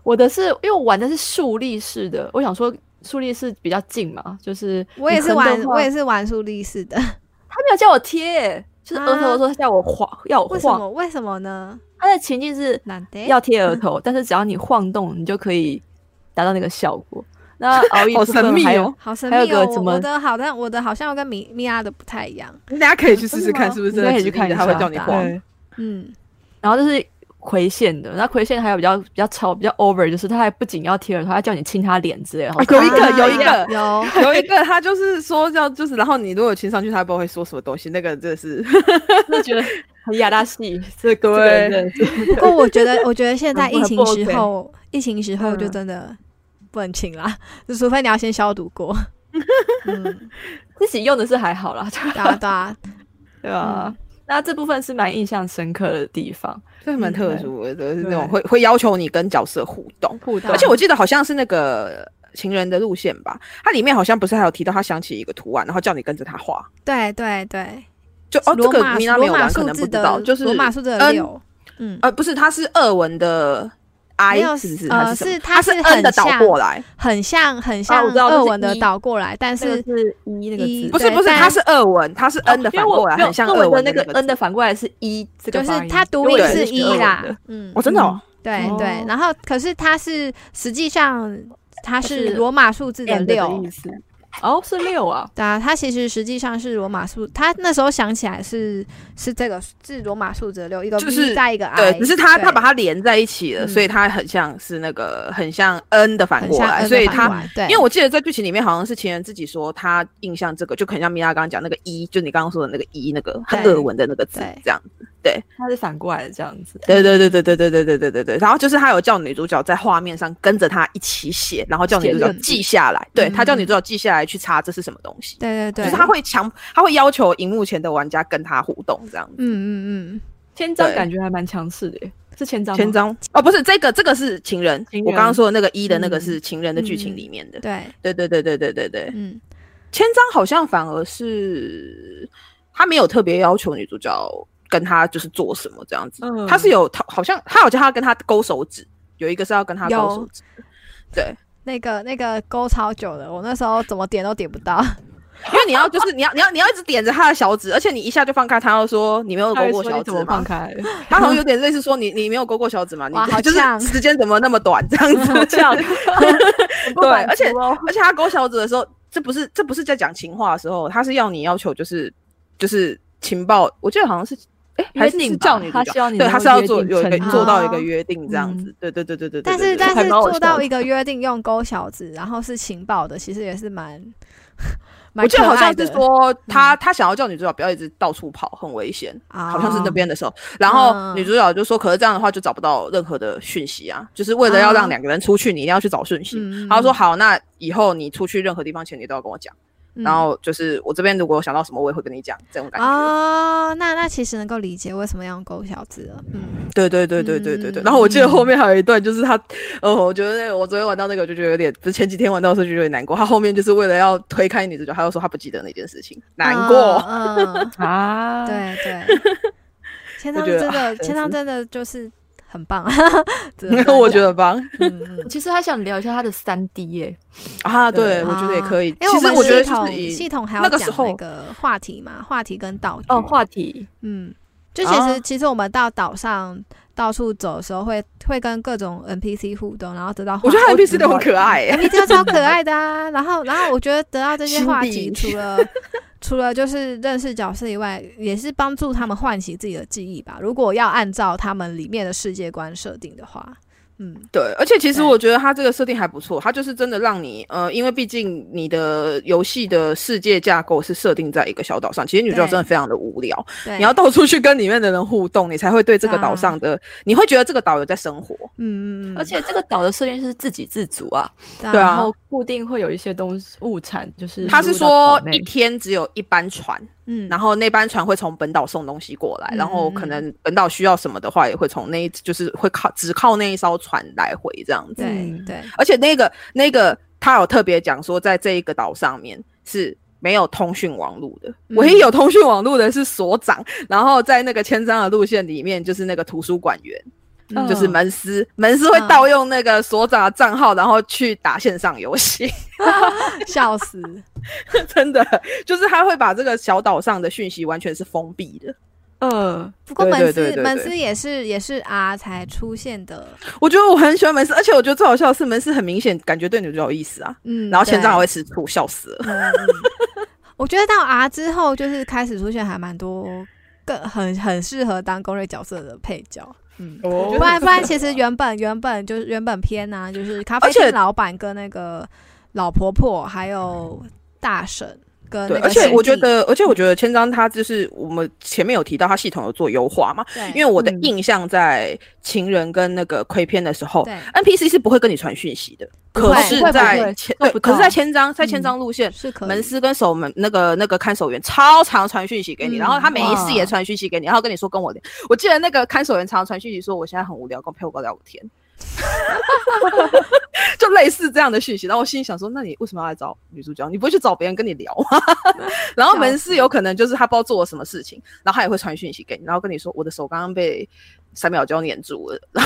[SPEAKER 2] 我的是因为我玩的是竖立式的，我想说竖立式比较近嘛，就是
[SPEAKER 3] 我也
[SPEAKER 2] 你
[SPEAKER 3] 是
[SPEAKER 2] 横的
[SPEAKER 3] 玩
[SPEAKER 2] 话哦
[SPEAKER 3] 我也是玩苏力士的，
[SPEAKER 2] 他没有叫我贴耶，就是额头
[SPEAKER 3] 啊
[SPEAKER 2] 的时候叫我晃，要我
[SPEAKER 3] 为什
[SPEAKER 2] 晃。
[SPEAKER 3] 么嗯为什么呢？
[SPEAKER 2] 他的情境是
[SPEAKER 3] 难得
[SPEAKER 2] 要贴额头，但是只要你晃动，你就可以达到那个效果。 那熬夜
[SPEAKER 4] 好
[SPEAKER 2] 部分
[SPEAKER 4] 神秘
[SPEAKER 2] 还有
[SPEAKER 4] 哦，
[SPEAKER 3] 好神秘
[SPEAKER 2] 还
[SPEAKER 3] 哦！
[SPEAKER 2] 有个
[SPEAKER 3] 我
[SPEAKER 2] 怎
[SPEAKER 3] 我
[SPEAKER 2] 么
[SPEAKER 3] 的好，但我的好像跟米米娅的不太一样。
[SPEAKER 4] 你大家可以去试
[SPEAKER 2] 真
[SPEAKER 4] 试
[SPEAKER 2] 的
[SPEAKER 4] 看，
[SPEAKER 2] 吗
[SPEAKER 4] 是不是
[SPEAKER 2] 你
[SPEAKER 4] 真
[SPEAKER 2] 可
[SPEAKER 4] 的
[SPEAKER 2] 以去
[SPEAKER 4] 指定
[SPEAKER 2] 看
[SPEAKER 4] 的
[SPEAKER 2] 一
[SPEAKER 4] 他会
[SPEAKER 2] 下
[SPEAKER 4] 叫你
[SPEAKER 3] 对
[SPEAKER 4] 晃。
[SPEAKER 2] 对，
[SPEAKER 3] 嗯，
[SPEAKER 2] 然后这是回线的，那回线还有比较比较超比较 over，就是他还不仅要贴耳朵，还叫你亲他脸之类的。好
[SPEAKER 4] 啊有一个
[SPEAKER 3] 啊
[SPEAKER 4] 有一个
[SPEAKER 3] 有，
[SPEAKER 4] 有一个他就是说要就是，然后你如果有亲上去，他不知道会说什么东西。那个真的 是
[SPEAKER 2] 真的觉得很亚大 戏，这个
[SPEAKER 4] 对
[SPEAKER 2] 人真的是
[SPEAKER 3] 不过我觉得，我觉得现在
[SPEAKER 2] 很不
[SPEAKER 3] 疫
[SPEAKER 2] 很
[SPEAKER 3] 情
[SPEAKER 2] 不
[SPEAKER 3] 时
[SPEAKER 2] OK
[SPEAKER 3] 候，疫情时候就
[SPEAKER 2] 嗯
[SPEAKER 3] 真的不能亲啦，就除非你要先消毒过。嗯，
[SPEAKER 2] 自己用的是还 好啦，
[SPEAKER 3] 对啊，对啊，
[SPEAKER 2] 对吧
[SPEAKER 3] 嗯？
[SPEAKER 2] 那这部分是蛮印象深刻的地方。
[SPEAKER 4] 真的蛮
[SPEAKER 3] 嗯
[SPEAKER 4] 特
[SPEAKER 2] 对
[SPEAKER 4] 殊的，就是那
[SPEAKER 2] 对
[SPEAKER 4] 种会会要求你跟角色互动。
[SPEAKER 2] 互动
[SPEAKER 4] 而
[SPEAKER 3] 嗯
[SPEAKER 4] 且我记得好像是那个情人的路线吧，它里面好像不是还有提到他想起一个图案，然后叫你跟着他画。
[SPEAKER 3] 对对对。
[SPEAKER 4] 就哦，这
[SPEAKER 3] 罗
[SPEAKER 4] 个
[SPEAKER 3] 马
[SPEAKER 4] 米娜没
[SPEAKER 3] 罗
[SPEAKER 4] 有
[SPEAKER 3] 马
[SPEAKER 4] 玩，可
[SPEAKER 3] 数
[SPEAKER 4] 能不
[SPEAKER 3] 字
[SPEAKER 4] 知道，
[SPEAKER 3] 的，
[SPEAKER 4] 就是
[SPEAKER 3] 罗马数字的
[SPEAKER 4] N-
[SPEAKER 3] 六。嗯，
[SPEAKER 4] 呃，不是，它是俄文的
[SPEAKER 3] 没
[SPEAKER 4] I，
[SPEAKER 3] 有
[SPEAKER 4] 是不是？
[SPEAKER 3] 呃
[SPEAKER 4] 还是什么
[SPEAKER 3] 是它
[SPEAKER 4] 它
[SPEAKER 3] 是很
[SPEAKER 4] N 的倒
[SPEAKER 3] 像
[SPEAKER 4] 过来，
[SPEAKER 3] 很像很像
[SPEAKER 2] 我知道就
[SPEAKER 3] 俄
[SPEAKER 2] 是
[SPEAKER 3] 文的
[SPEAKER 2] 一
[SPEAKER 3] 倒过来，但
[SPEAKER 2] 那个
[SPEAKER 3] 是
[SPEAKER 2] 是一那个
[SPEAKER 3] 一
[SPEAKER 2] 字，
[SPEAKER 4] 不是
[SPEAKER 3] 对
[SPEAKER 4] 不是，
[SPEAKER 3] 但哦
[SPEAKER 4] 它是俄文，它是 N 的
[SPEAKER 2] 因为
[SPEAKER 4] 反
[SPEAKER 2] 我
[SPEAKER 4] 过来，
[SPEAKER 2] 没有
[SPEAKER 4] 很像
[SPEAKER 2] 俄文
[SPEAKER 4] 文
[SPEAKER 2] 的那
[SPEAKER 4] 个
[SPEAKER 2] 个 N 的反过来是一这
[SPEAKER 3] 就
[SPEAKER 2] 个发
[SPEAKER 3] 是
[SPEAKER 2] 音，
[SPEAKER 3] 它读
[SPEAKER 2] 因
[SPEAKER 3] 音
[SPEAKER 2] 为我以
[SPEAKER 3] 是
[SPEAKER 2] 前
[SPEAKER 3] 一
[SPEAKER 2] 俄文
[SPEAKER 3] 啦
[SPEAKER 2] 的。
[SPEAKER 3] 嗯
[SPEAKER 4] 哦，，真的哦，
[SPEAKER 3] 对对
[SPEAKER 2] 哦，
[SPEAKER 3] 然后可是它是实际上它
[SPEAKER 2] 是
[SPEAKER 3] 是罗马数字嗯的
[SPEAKER 4] 哎
[SPEAKER 2] and 的
[SPEAKER 3] 六
[SPEAKER 2] 意，思。哦，是六啊，
[SPEAKER 3] 对啊，它其实实际上是罗马数，它那时候想起来是是这个是罗马数字的六，一个
[SPEAKER 4] 就
[SPEAKER 3] V
[SPEAKER 4] 是
[SPEAKER 3] 带一个 I，
[SPEAKER 4] 对，只是它它
[SPEAKER 3] 对
[SPEAKER 4] 把它连在一起了，
[SPEAKER 3] 嗯
[SPEAKER 4] 所以它很像是那个很像 N 的反
[SPEAKER 3] 很
[SPEAKER 4] 过
[SPEAKER 3] 像
[SPEAKER 4] 来，
[SPEAKER 3] N
[SPEAKER 4] 所以
[SPEAKER 3] 的反
[SPEAKER 4] 它
[SPEAKER 3] 过来对，
[SPEAKER 4] 因为我记得在剧情里面好像是情人自己说他印象这个就很像米拉刚刚讲那个一，就你刚刚说的那个一，那个很
[SPEAKER 3] 对
[SPEAKER 4] 俄文的那个字
[SPEAKER 3] 对
[SPEAKER 4] 这样。
[SPEAKER 2] 它是反过来的这样子。
[SPEAKER 4] 对对对对对对对对对对对。然后就是他有叫女主角在画面上跟着他一起写，然后叫女主角
[SPEAKER 3] 写日记
[SPEAKER 4] 记下来，对他叫
[SPEAKER 3] 嗯
[SPEAKER 4] 女主角记下来去查这是什么东西。
[SPEAKER 3] 对对
[SPEAKER 4] 就
[SPEAKER 3] 对，
[SPEAKER 4] 是他会强，他会要求荧幕前的玩家跟他互动这样子。
[SPEAKER 3] 嗯嗯嗯，
[SPEAKER 2] 千张
[SPEAKER 4] 对
[SPEAKER 2] 感觉还蛮强势的耶，是千张吗
[SPEAKER 4] 千张哦，不是这个，这个是情人。
[SPEAKER 2] 情人
[SPEAKER 4] 我刚刚说的那个一的那个
[SPEAKER 2] 嗯
[SPEAKER 4] 是情人的剧
[SPEAKER 3] 嗯
[SPEAKER 4] 情里面的。
[SPEAKER 3] 对，
[SPEAKER 4] 对对对对对对对，
[SPEAKER 3] 嗯
[SPEAKER 4] 千张好像反而是他没有特别要求女主角跟他就是做什么这样子，
[SPEAKER 2] 嗯
[SPEAKER 4] 他是有他好像他有叫他跟他勾手指，有一个是要跟他勾手 指，对，
[SPEAKER 3] 那个那个勾超久了，我那时候怎么点都点不到，
[SPEAKER 4] 因为你要就是你要你要你要一直点着他的小指，而且你一下就放开，他要说你没有
[SPEAKER 2] 他
[SPEAKER 4] 勾
[SPEAKER 2] 会
[SPEAKER 4] 过
[SPEAKER 2] 说
[SPEAKER 4] 小
[SPEAKER 2] 你
[SPEAKER 4] 指
[SPEAKER 2] 怎么放
[SPEAKER 4] 吗？
[SPEAKER 2] 开？
[SPEAKER 4] 他好像有点类似说你你没有勾过小指嘛，你
[SPEAKER 3] 哇好
[SPEAKER 4] 就是
[SPEAKER 3] 呛
[SPEAKER 4] 时间怎么那么短这样子，
[SPEAKER 2] 这 样，
[SPEAKER 4] 对，而且
[SPEAKER 2] 哦
[SPEAKER 4] 而且他勾小指的时候，这不是这不是在讲情话的时候，他是要你要求就是就是情报，我记得好像是哎、还是
[SPEAKER 2] 约定
[SPEAKER 4] 是
[SPEAKER 2] 吧
[SPEAKER 4] 叫你
[SPEAKER 2] 他希望你
[SPEAKER 4] 对，
[SPEAKER 2] 能
[SPEAKER 4] 他
[SPEAKER 2] 够
[SPEAKER 4] 是要
[SPEAKER 2] 约
[SPEAKER 4] 做
[SPEAKER 2] 定
[SPEAKER 4] 有一个
[SPEAKER 2] 成啊
[SPEAKER 4] 做到一
[SPEAKER 3] 哦
[SPEAKER 4] 个约定这样子，对对对对对对。
[SPEAKER 3] 但
[SPEAKER 4] 对对
[SPEAKER 3] 是但
[SPEAKER 2] 还
[SPEAKER 3] 是
[SPEAKER 2] 蛮好
[SPEAKER 3] 做
[SPEAKER 2] 笑
[SPEAKER 3] 到
[SPEAKER 2] 的
[SPEAKER 3] 一个约定用勾小指，然后是情报的，其实也是蛮 蛮
[SPEAKER 4] 我记得
[SPEAKER 3] 可
[SPEAKER 4] 好像
[SPEAKER 3] 爱
[SPEAKER 4] 是
[SPEAKER 3] 的
[SPEAKER 4] 说他他想要叫女主角不要一直到处跑，很危险。好像是那
[SPEAKER 3] 哦
[SPEAKER 4] 边的时候，然后
[SPEAKER 3] 嗯
[SPEAKER 4] 女主角就说：“可是这样的话就找不到任何的讯息啊，就是为了要
[SPEAKER 3] 啊
[SPEAKER 4] 让两个人出去，你一定要去找讯息。”
[SPEAKER 3] 嗯
[SPEAKER 4] 他说：“好，那以后你出去任何地方前，你都要跟我讲。”
[SPEAKER 3] 嗯
[SPEAKER 4] 然后就是我这边如果有想到什么，我也会跟你讲这种感觉。
[SPEAKER 3] 哦，那那其实能够理解为什么要用勾小指了。嗯，
[SPEAKER 4] 对对对对对对对。
[SPEAKER 3] 嗯
[SPEAKER 4] 然后我记得后面还有一段，就是他，呃，我觉得那个我昨天玩到那个，我就觉得有点，不是前几天玩到的时候就有点难过。他后面就是为了要推开女主角，他又说他不记得那件事情，难过。
[SPEAKER 3] 嗯， 嗯
[SPEAKER 2] 啊，，
[SPEAKER 3] 对对，千
[SPEAKER 4] 我
[SPEAKER 3] 仓
[SPEAKER 4] 觉得
[SPEAKER 3] 真
[SPEAKER 4] 啊
[SPEAKER 3] 的，
[SPEAKER 4] 真
[SPEAKER 3] 千仓
[SPEAKER 4] 是
[SPEAKER 3] 真的就是很棒，真 的
[SPEAKER 4] 我觉，得吧，
[SPEAKER 3] 真的嗯嗯
[SPEAKER 2] 其实还想聊一下它的三 D 耶，
[SPEAKER 4] 啊，对
[SPEAKER 2] 对
[SPEAKER 4] 我觉得也
[SPEAKER 3] 啊
[SPEAKER 4] 可以。
[SPEAKER 3] 因为
[SPEAKER 4] 其实
[SPEAKER 3] 们
[SPEAKER 4] 我觉得
[SPEAKER 3] 系
[SPEAKER 4] 就是
[SPEAKER 3] 统
[SPEAKER 4] 以
[SPEAKER 3] 系统还要
[SPEAKER 4] 那个
[SPEAKER 3] 讲
[SPEAKER 4] 时候
[SPEAKER 3] 那个话题嘛，话题跟道具。
[SPEAKER 2] 哦，话题，
[SPEAKER 3] 嗯，就其实、
[SPEAKER 4] 啊
[SPEAKER 3] 其实我们到岛上到处走的时候会会跟各种 NPC 互动，然后得到话
[SPEAKER 4] 我觉得
[SPEAKER 3] 题
[SPEAKER 4] NPC 都很可爱、欸，
[SPEAKER 3] NPC 都超可爱的啊。然后然后我觉得得到这些
[SPEAKER 4] 心
[SPEAKER 3] 话
[SPEAKER 4] 地
[SPEAKER 3] 题，除了除了就是认识角色以外，也是帮助他们唤起自己的记忆吧。如果要按照他们里面的世界观设定的话，嗯，
[SPEAKER 4] 对，而且其实
[SPEAKER 3] 对
[SPEAKER 4] 我觉得它这个设定还不错，它就是真的让你，呃，因为毕竟你的呃游戏的世界架构是设定在一个小岛上，其实女主角
[SPEAKER 3] 对
[SPEAKER 4] 真的非常的无聊，
[SPEAKER 3] 对，
[SPEAKER 4] 你要到处去跟里面的人互动，你才会对这个岛上
[SPEAKER 3] 嗯
[SPEAKER 4] 的，你会觉得这个岛有在生活。
[SPEAKER 3] 嗯嗯嗯，
[SPEAKER 2] 而且这个岛的设定是自给自足啊，
[SPEAKER 3] 对
[SPEAKER 4] 对啊
[SPEAKER 2] 然后固定会有一些东西物产，就是
[SPEAKER 4] 他是
[SPEAKER 2] 输入到
[SPEAKER 4] 说
[SPEAKER 2] 岛内
[SPEAKER 4] 一天只有一班船，
[SPEAKER 3] 嗯，
[SPEAKER 4] 然后那班船会从本岛送东西过来，
[SPEAKER 3] 嗯
[SPEAKER 4] 然后可能本岛需要什么的话，也会从那一就是会靠只靠那一艘船来回这样子。
[SPEAKER 3] 对
[SPEAKER 2] 嗯
[SPEAKER 3] 对，
[SPEAKER 4] 而且那个那个他有特别讲说，在这一个岛上面是。没有通讯网络的，
[SPEAKER 3] 嗯
[SPEAKER 4] 唯一有通讯网络的是所长。然后在那个千章的路线里面，就是那个图书馆员，
[SPEAKER 3] 嗯
[SPEAKER 4] 就是门斯，门斯会
[SPEAKER 2] 嗯
[SPEAKER 4] 盗用那个所长的账号，然后去打线上游戏，
[SPEAKER 3] 笑死，
[SPEAKER 4] 真的就是他会把这个小岛上的讯息完全是封闭的。
[SPEAKER 2] 呃，
[SPEAKER 3] 不过
[SPEAKER 4] 对
[SPEAKER 3] 门
[SPEAKER 4] 对
[SPEAKER 3] 斯
[SPEAKER 4] 对对
[SPEAKER 3] 门
[SPEAKER 4] 对
[SPEAKER 3] 斯也是也是 R 才出现的，
[SPEAKER 4] 我觉得我很喜欢门斯，而且我觉得最好笑的是门斯很明显感觉对女主角有意思啊，
[SPEAKER 3] 嗯，
[SPEAKER 4] 然后千
[SPEAKER 3] 对
[SPEAKER 4] 章还会吃醋，笑死了。
[SPEAKER 3] 嗯嗯我觉得到 R 之后，就是开始出现还蛮多更很很适合当攻略角色的配角。嗯，
[SPEAKER 4] 哦
[SPEAKER 3] 不然不然，其实原本原本就是原本片呢、就是咖啡
[SPEAKER 4] 而且
[SPEAKER 3] 店老板跟那个老婆婆，还有大婶
[SPEAKER 2] 嗯
[SPEAKER 3] 跟
[SPEAKER 4] 对，
[SPEAKER 3] 那个
[SPEAKER 4] 而且我觉
[SPEAKER 3] 学弟，
[SPEAKER 4] 得，而且我觉得千章他就是我们前面有提到他系统有做优化嘛，
[SPEAKER 3] 对
[SPEAKER 4] 因为我的
[SPEAKER 2] 嗯
[SPEAKER 4] 印象在情人跟那个亏片的时候
[SPEAKER 3] 对
[SPEAKER 4] ，NPC 是不会跟你传讯息的，
[SPEAKER 3] 不
[SPEAKER 4] 可
[SPEAKER 3] 会
[SPEAKER 4] 是
[SPEAKER 2] 不会不
[SPEAKER 4] 在
[SPEAKER 2] 会
[SPEAKER 4] 千
[SPEAKER 2] 做
[SPEAKER 4] 对
[SPEAKER 2] 不，
[SPEAKER 4] 可是
[SPEAKER 2] 到嗯
[SPEAKER 4] 在千章在千章路线，
[SPEAKER 3] 是可以
[SPEAKER 4] 门司跟守门那个那个看守员超常传讯息给你，
[SPEAKER 3] 嗯
[SPEAKER 4] 然后他每一次
[SPEAKER 2] 哇
[SPEAKER 4] 也传讯息给你，然后跟你说跟我聊。我记得那个看守员常常传讯息说我现在很无聊，跟陪我聊个天， 就类似这样的讯息。然后我心里想说，那你为什么要来找女主角？你不会去找别人跟你聊吗？ 然后门司有可能就是他不知道做了什么事情，然后他也会传讯息给你，然后跟你说我的手刚刚被三秒就要黏住了，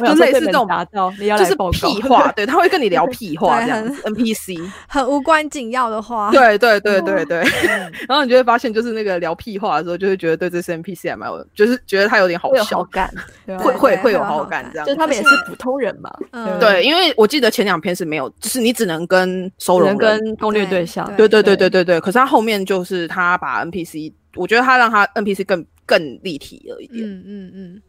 [SPEAKER 2] 我想
[SPEAKER 4] 就
[SPEAKER 2] 说
[SPEAKER 4] 类似
[SPEAKER 2] 被
[SPEAKER 4] 这种
[SPEAKER 2] 门打到，你要
[SPEAKER 4] 就
[SPEAKER 2] 来
[SPEAKER 4] 是
[SPEAKER 2] 报告
[SPEAKER 4] 屁 话，对，他会跟你聊屁话
[SPEAKER 3] 对
[SPEAKER 4] 这样
[SPEAKER 3] 很
[SPEAKER 4] 子，NPC，
[SPEAKER 3] 很无关紧要的话，
[SPEAKER 4] 对对对对对，然后你就会发现，就是那个聊屁话的时候，就会觉得对这些 NPC 还蛮有，就是觉得他有点好
[SPEAKER 2] 会有好
[SPEAKER 4] 笑，
[SPEAKER 2] 感，对啊
[SPEAKER 4] 会会
[SPEAKER 3] 对
[SPEAKER 4] 会有
[SPEAKER 3] 会有
[SPEAKER 4] 好
[SPEAKER 3] 好
[SPEAKER 4] 感
[SPEAKER 3] 感
[SPEAKER 4] 这样
[SPEAKER 2] 就。是他们
[SPEAKER 3] 而
[SPEAKER 2] 也
[SPEAKER 3] 且
[SPEAKER 2] 是普通人嘛，
[SPEAKER 3] 嗯
[SPEAKER 4] 对，因为我记得前两篇是没有，就是你只能跟收
[SPEAKER 2] 只
[SPEAKER 4] 容
[SPEAKER 2] 能
[SPEAKER 4] 人，
[SPEAKER 2] 跟攻略
[SPEAKER 3] 对
[SPEAKER 2] 对象，
[SPEAKER 4] 对对对对对对。可是他后面就是他把 NPC，我觉得他让他 NPC 更更立体了一点。
[SPEAKER 3] 嗯嗯嗯，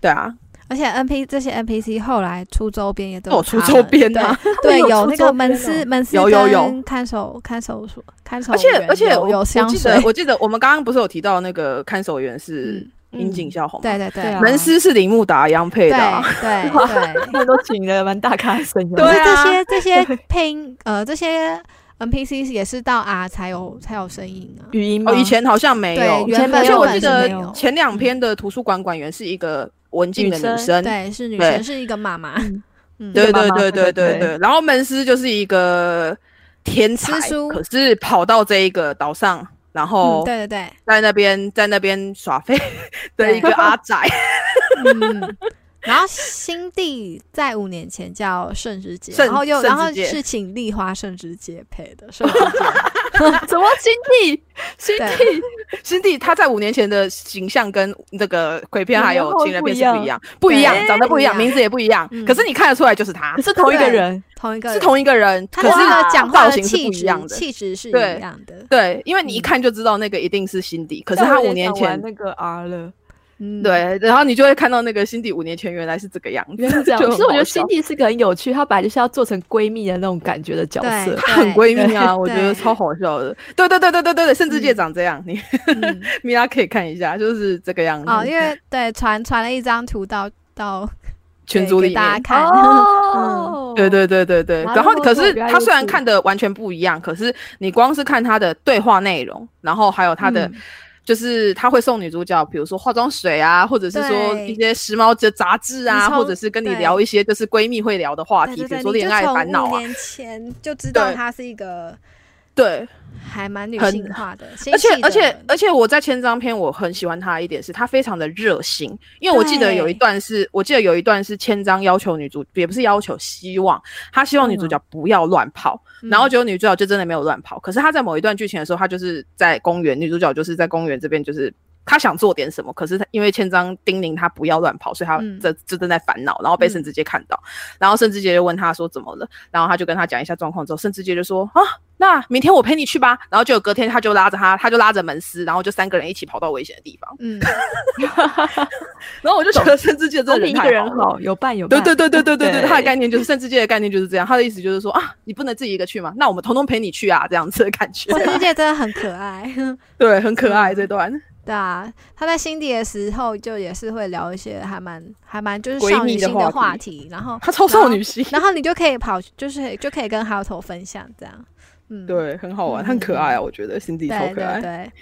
[SPEAKER 4] 对啊，
[SPEAKER 3] 而且 N P 这些 N P C 后来出周边也都
[SPEAKER 4] 都有
[SPEAKER 3] 有
[SPEAKER 4] 哦出
[SPEAKER 3] 他
[SPEAKER 4] 周
[SPEAKER 3] 们
[SPEAKER 4] 边啊，
[SPEAKER 3] 对，
[SPEAKER 2] 有
[SPEAKER 3] 有
[SPEAKER 2] 出
[SPEAKER 3] 那
[SPEAKER 2] 周
[SPEAKER 3] 个门
[SPEAKER 2] 边
[SPEAKER 3] 斯
[SPEAKER 2] 哦
[SPEAKER 3] 门斯
[SPEAKER 4] 有有有
[SPEAKER 3] 跟看守看守所看守
[SPEAKER 4] 而且
[SPEAKER 3] 员
[SPEAKER 4] 而且
[SPEAKER 3] 有
[SPEAKER 4] 我
[SPEAKER 3] 有
[SPEAKER 4] 我
[SPEAKER 3] 香
[SPEAKER 4] 记
[SPEAKER 3] 水
[SPEAKER 4] 得，我记得我们刚刚不是有提到那个看守员是
[SPEAKER 3] 嗯，
[SPEAKER 4] 樱井孝宏吗，
[SPEAKER 3] 对对对
[SPEAKER 2] 对啊
[SPEAKER 4] 门司是铃木达央配
[SPEAKER 3] 对
[SPEAKER 4] 的啊，
[SPEAKER 3] 对 对，
[SPEAKER 2] 他们都请了蛮大咖的声优，
[SPEAKER 4] 对
[SPEAKER 3] 可是这
[SPEAKER 4] 啊
[SPEAKER 3] 些 这些配音呃这些 NPC 也是到 R 才有才有声音啊，
[SPEAKER 2] 语音吗
[SPEAKER 4] 哦，以前好像没
[SPEAKER 3] 对，
[SPEAKER 4] 有，
[SPEAKER 3] 原
[SPEAKER 4] 而
[SPEAKER 3] 本
[SPEAKER 4] 且我记
[SPEAKER 3] 原本
[SPEAKER 4] 得
[SPEAKER 3] 是没有
[SPEAKER 4] 前两篇的图书馆馆员是一个文静的
[SPEAKER 2] 女
[SPEAKER 4] 女
[SPEAKER 2] 生
[SPEAKER 4] 生，
[SPEAKER 3] 对哦是女
[SPEAKER 4] 对
[SPEAKER 3] 生是一个妈妈，嗯
[SPEAKER 4] 对
[SPEAKER 2] 一个妈
[SPEAKER 4] 对
[SPEAKER 2] 妈
[SPEAKER 4] 对对
[SPEAKER 2] 对
[SPEAKER 4] 对
[SPEAKER 2] 对
[SPEAKER 4] 对，然后门师就是一个天才
[SPEAKER 3] 吃，书
[SPEAKER 4] 可是跑到这一个岛上，然
[SPEAKER 3] 嗯
[SPEAKER 4] 后
[SPEAKER 3] 对对对，
[SPEAKER 4] 在那边在那边耍废的
[SPEAKER 3] 对
[SPEAKER 4] 一个阿仔，
[SPEAKER 3] 嗯， 然后新帝在五年前叫圣之杰，
[SPEAKER 4] 圣
[SPEAKER 3] 然后又
[SPEAKER 4] 圣之
[SPEAKER 3] 然后
[SPEAKER 4] 介
[SPEAKER 3] 是请丽花圣之杰配的， 圣之杰
[SPEAKER 2] 什么新地新
[SPEAKER 3] 对
[SPEAKER 2] 地，
[SPEAKER 4] 辛蒂他在五年前的形象跟那个鬼片
[SPEAKER 2] 嗯
[SPEAKER 4] 还有
[SPEAKER 2] 然后
[SPEAKER 4] 情人
[SPEAKER 2] 不
[SPEAKER 4] 片
[SPEAKER 2] 一
[SPEAKER 4] 是不一样，不一
[SPEAKER 3] 对
[SPEAKER 4] 样，长得不一样，
[SPEAKER 3] 不一样
[SPEAKER 4] 名字也不一样
[SPEAKER 3] 嗯，
[SPEAKER 4] 可是你看得出来就是他
[SPEAKER 2] 可，是同一个
[SPEAKER 3] 对
[SPEAKER 2] 人，
[SPEAKER 3] 同一个
[SPEAKER 4] 是同一个人，
[SPEAKER 3] 他
[SPEAKER 4] 可
[SPEAKER 3] 的
[SPEAKER 4] 是
[SPEAKER 3] 那个讲话
[SPEAKER 4] 造
[SPEAKER 3] 的
[SPEAKER 4] 型是
[SPEAKER 3] 气
[SPEAKER 4] 不一
[SPEAKER 3] 质
[SPEAKER 4] 样的。
[SPEAKER 3] 气质是一
[SPEAKER 4] 对
[SPEAKER 3] 样的，
[SPEAKER 4] 对，因为你一
[SPEAKER 3] 嗯
[SPEAKER 4] 看就知道那个一定是辛迪，可
[SPEAKER 2] 可
[SPEAKER 4] 是他五年前
[SPEAKER 2] 那个 R 了，
[SPEAKER 3] 嗯，
[SPEAKER 4] 对，然后你就会看到那个辛迪五年前原来是这个样子，
[SPEAKER 2] 原 来 是这样。
[SPEAKER 4] 就
[SPEAKER 2] 其实我
[SPEAKER 4] 很好
[SPEAKER 2] 觉得
[SPEAKER 4] 笑
[SPEAKER 2] 辛迪是个很有趣，她本来就是要做成闺蜜的那种感觉的角色
[SPEAKER 3] 对，。
[SPEAKER 4] 她 很闺蜜啊，我觉得
[SPEAKER 3] 对
[SPEAKER 4] 超好笑的。对对对对对对对，甚至界长这样，你
[SPEAKER 3] 嗯
[SPEAKER 4] 米拉可以看一下，就是这个样子。
[SPEAKER 3] 哦，因为对传传了一张图到到
[SPEAKER 4] 群
[SPEAKER 3] 给
[SPEAKER 4] 组
[SPEAKER 3] 给
[SPEAKER 4] 里
[SPEAKER 3] 大家哦
[SPEAKER 4] 面，
[SPEAKER 3] 看，
[SPEAKER 2] 哦嗯
[SPEAKER 4] 对对对对对。
[SPEAKER 2] 然
[SPEAKER 4] 然后
[SPEAKER 2] 后
[SPEAKER 4] 可是
[SPEAKER 2] 原来
[SPEAKER 4] 他
[SPEAKER 2] 如
[SPEAKER 4] 虽然
[SPEAKER 2] 此
[SPEAKER 4] 看的完全不一样，可是你光是看他的对话内容，然后还有他
[SPEAKER 3] 嗯
[SPEAKER 4] 的。就是他会送女主角，比如说化妆水啊，或者是说
[SPEAKER 3] 对
[SPEAKER 4] 一些时髦的杂志啊，
[SPEAKER 3] 你从
[SPEAKER 4] 或者是跟你
[SPEAKER 3] 对
[SPEAKER 4] 聊一些就是闺蜜会聊的话
[SPEAKER 3] 对
[SPEAKER 4] 题，
[SPEAKER 3] 对
[SPEAKER 4] 比如
[SPEAKER 3] 对，
[SPEAKER 4] 说
[SPEAKER 3] 你
[SPEAKER 4] 恋
[SPEAKER 3] 就
[SPEAKER 4] 爱
[SPEAKER 3] 从
[SPEAKER 4] 烦恼
[SPEAKER 3] 五
[SPEAKER 4] 啊，
[SPEAKER 3] 年前就知道
[SPEAKER 4] 对
[SPEAKER 3] 她是一个
[SPEAKER 4] 对，
[SPEAKER 3] 还蛮女
[SPEAKER 4] 很
[SPEAKER 3] 性化的，
[SPEAKER 4] 而且而且而
[SPEAKER 3] 且
[SPEAKER 4] 且我在千张篇我很喜欢他的一点是他非常的热心，因为我记得有一段是我记得有一段是千张要求女主也不是要求希望他希望女主角不要乱跑，然后结果女主角就真的没有乱跑，可是他在某一段剧情的时候，他就是在公园，女主角就是在公园这边就是。她想做点什么，可是她因为千张叮咛她不要乱跑，所以她
[SPEAKER 3] 嗯
[SPEAKER 4] 这这正在烦恼，然后被
[SPEAKER 3] 嗯
[SPEAKER 4] 圣之杰看到，然后圣之杰就问她说怎么了，然后他就跟他讲一下状况之后，圣之杰就说啊，那明天我陪你去吧。然后就有隔天，他就拉着他，他就拉着门斯，然后就三个人一起跑到危险的地方。
[SPEAKER 3] 嗯，
[SPEAKER 4] 然后我就觉得 圣之界这
[SPEAKER 2] 总
[SPEAKER 4] 个
[SPEAKER 2] 比
[SPEAKER 4] 人
[SPEAKER 2] 一
[SPEAKER 4] 太
[SPEAKER 2] 个
[SPEAKER 3] 哦
[SPEAKER 2] 人
[SPEAKER 4] 了。
[SPEAKER 2] 好，有伴有
[SPEAKER 4] 对
[SPEAKER 2] 伴。
[SPEAKER 4] 对对对对对对，
[SPEAKER 2] 对
[SPEAKER 4] 他的概念就是圣之界的概念就是这样，他的意思就是说啊，你不能自己一个去嘛，那我们统统陪你去啊，这样子的感觉
[SPEAKER 3] 我，世界真的很可爱。
[SPEAKER 4] 对，很可
[SPEAKER 3] 嗯
[SPEAKER 4] 爱这段。
[SPEAKER 3] 对啊，他在心底的时候就也是会聊一些还蛮还蛮就是
[SPEAKER 4] 闺
[SPEAKER 3] 少
[SPEAKER 4] 蜜
[SPEAKER 3] 女
[SPEAKER 4] 的
[SPEAKER 3] 心
[SPEAKER 4] 话
[SPEAKER 3] 的
[SPEAKER 4] 题
[SPEAKER 3] 话题，然后
[SPEAKER 4] 他超少女心，
[SPEAKER 3] 然后你就可以跑，就是就可以跟好友分享这样，嗯，
[SPEAKER 4] 对，很好玩，很可爱啊，我觉得 Cindy 超
[SPEAKER 3] 对
[SPEAKER 4] 可
[SPEAKER 3] 对
[SPEAKER 4] 爱。
[SPEAKER 3] 对。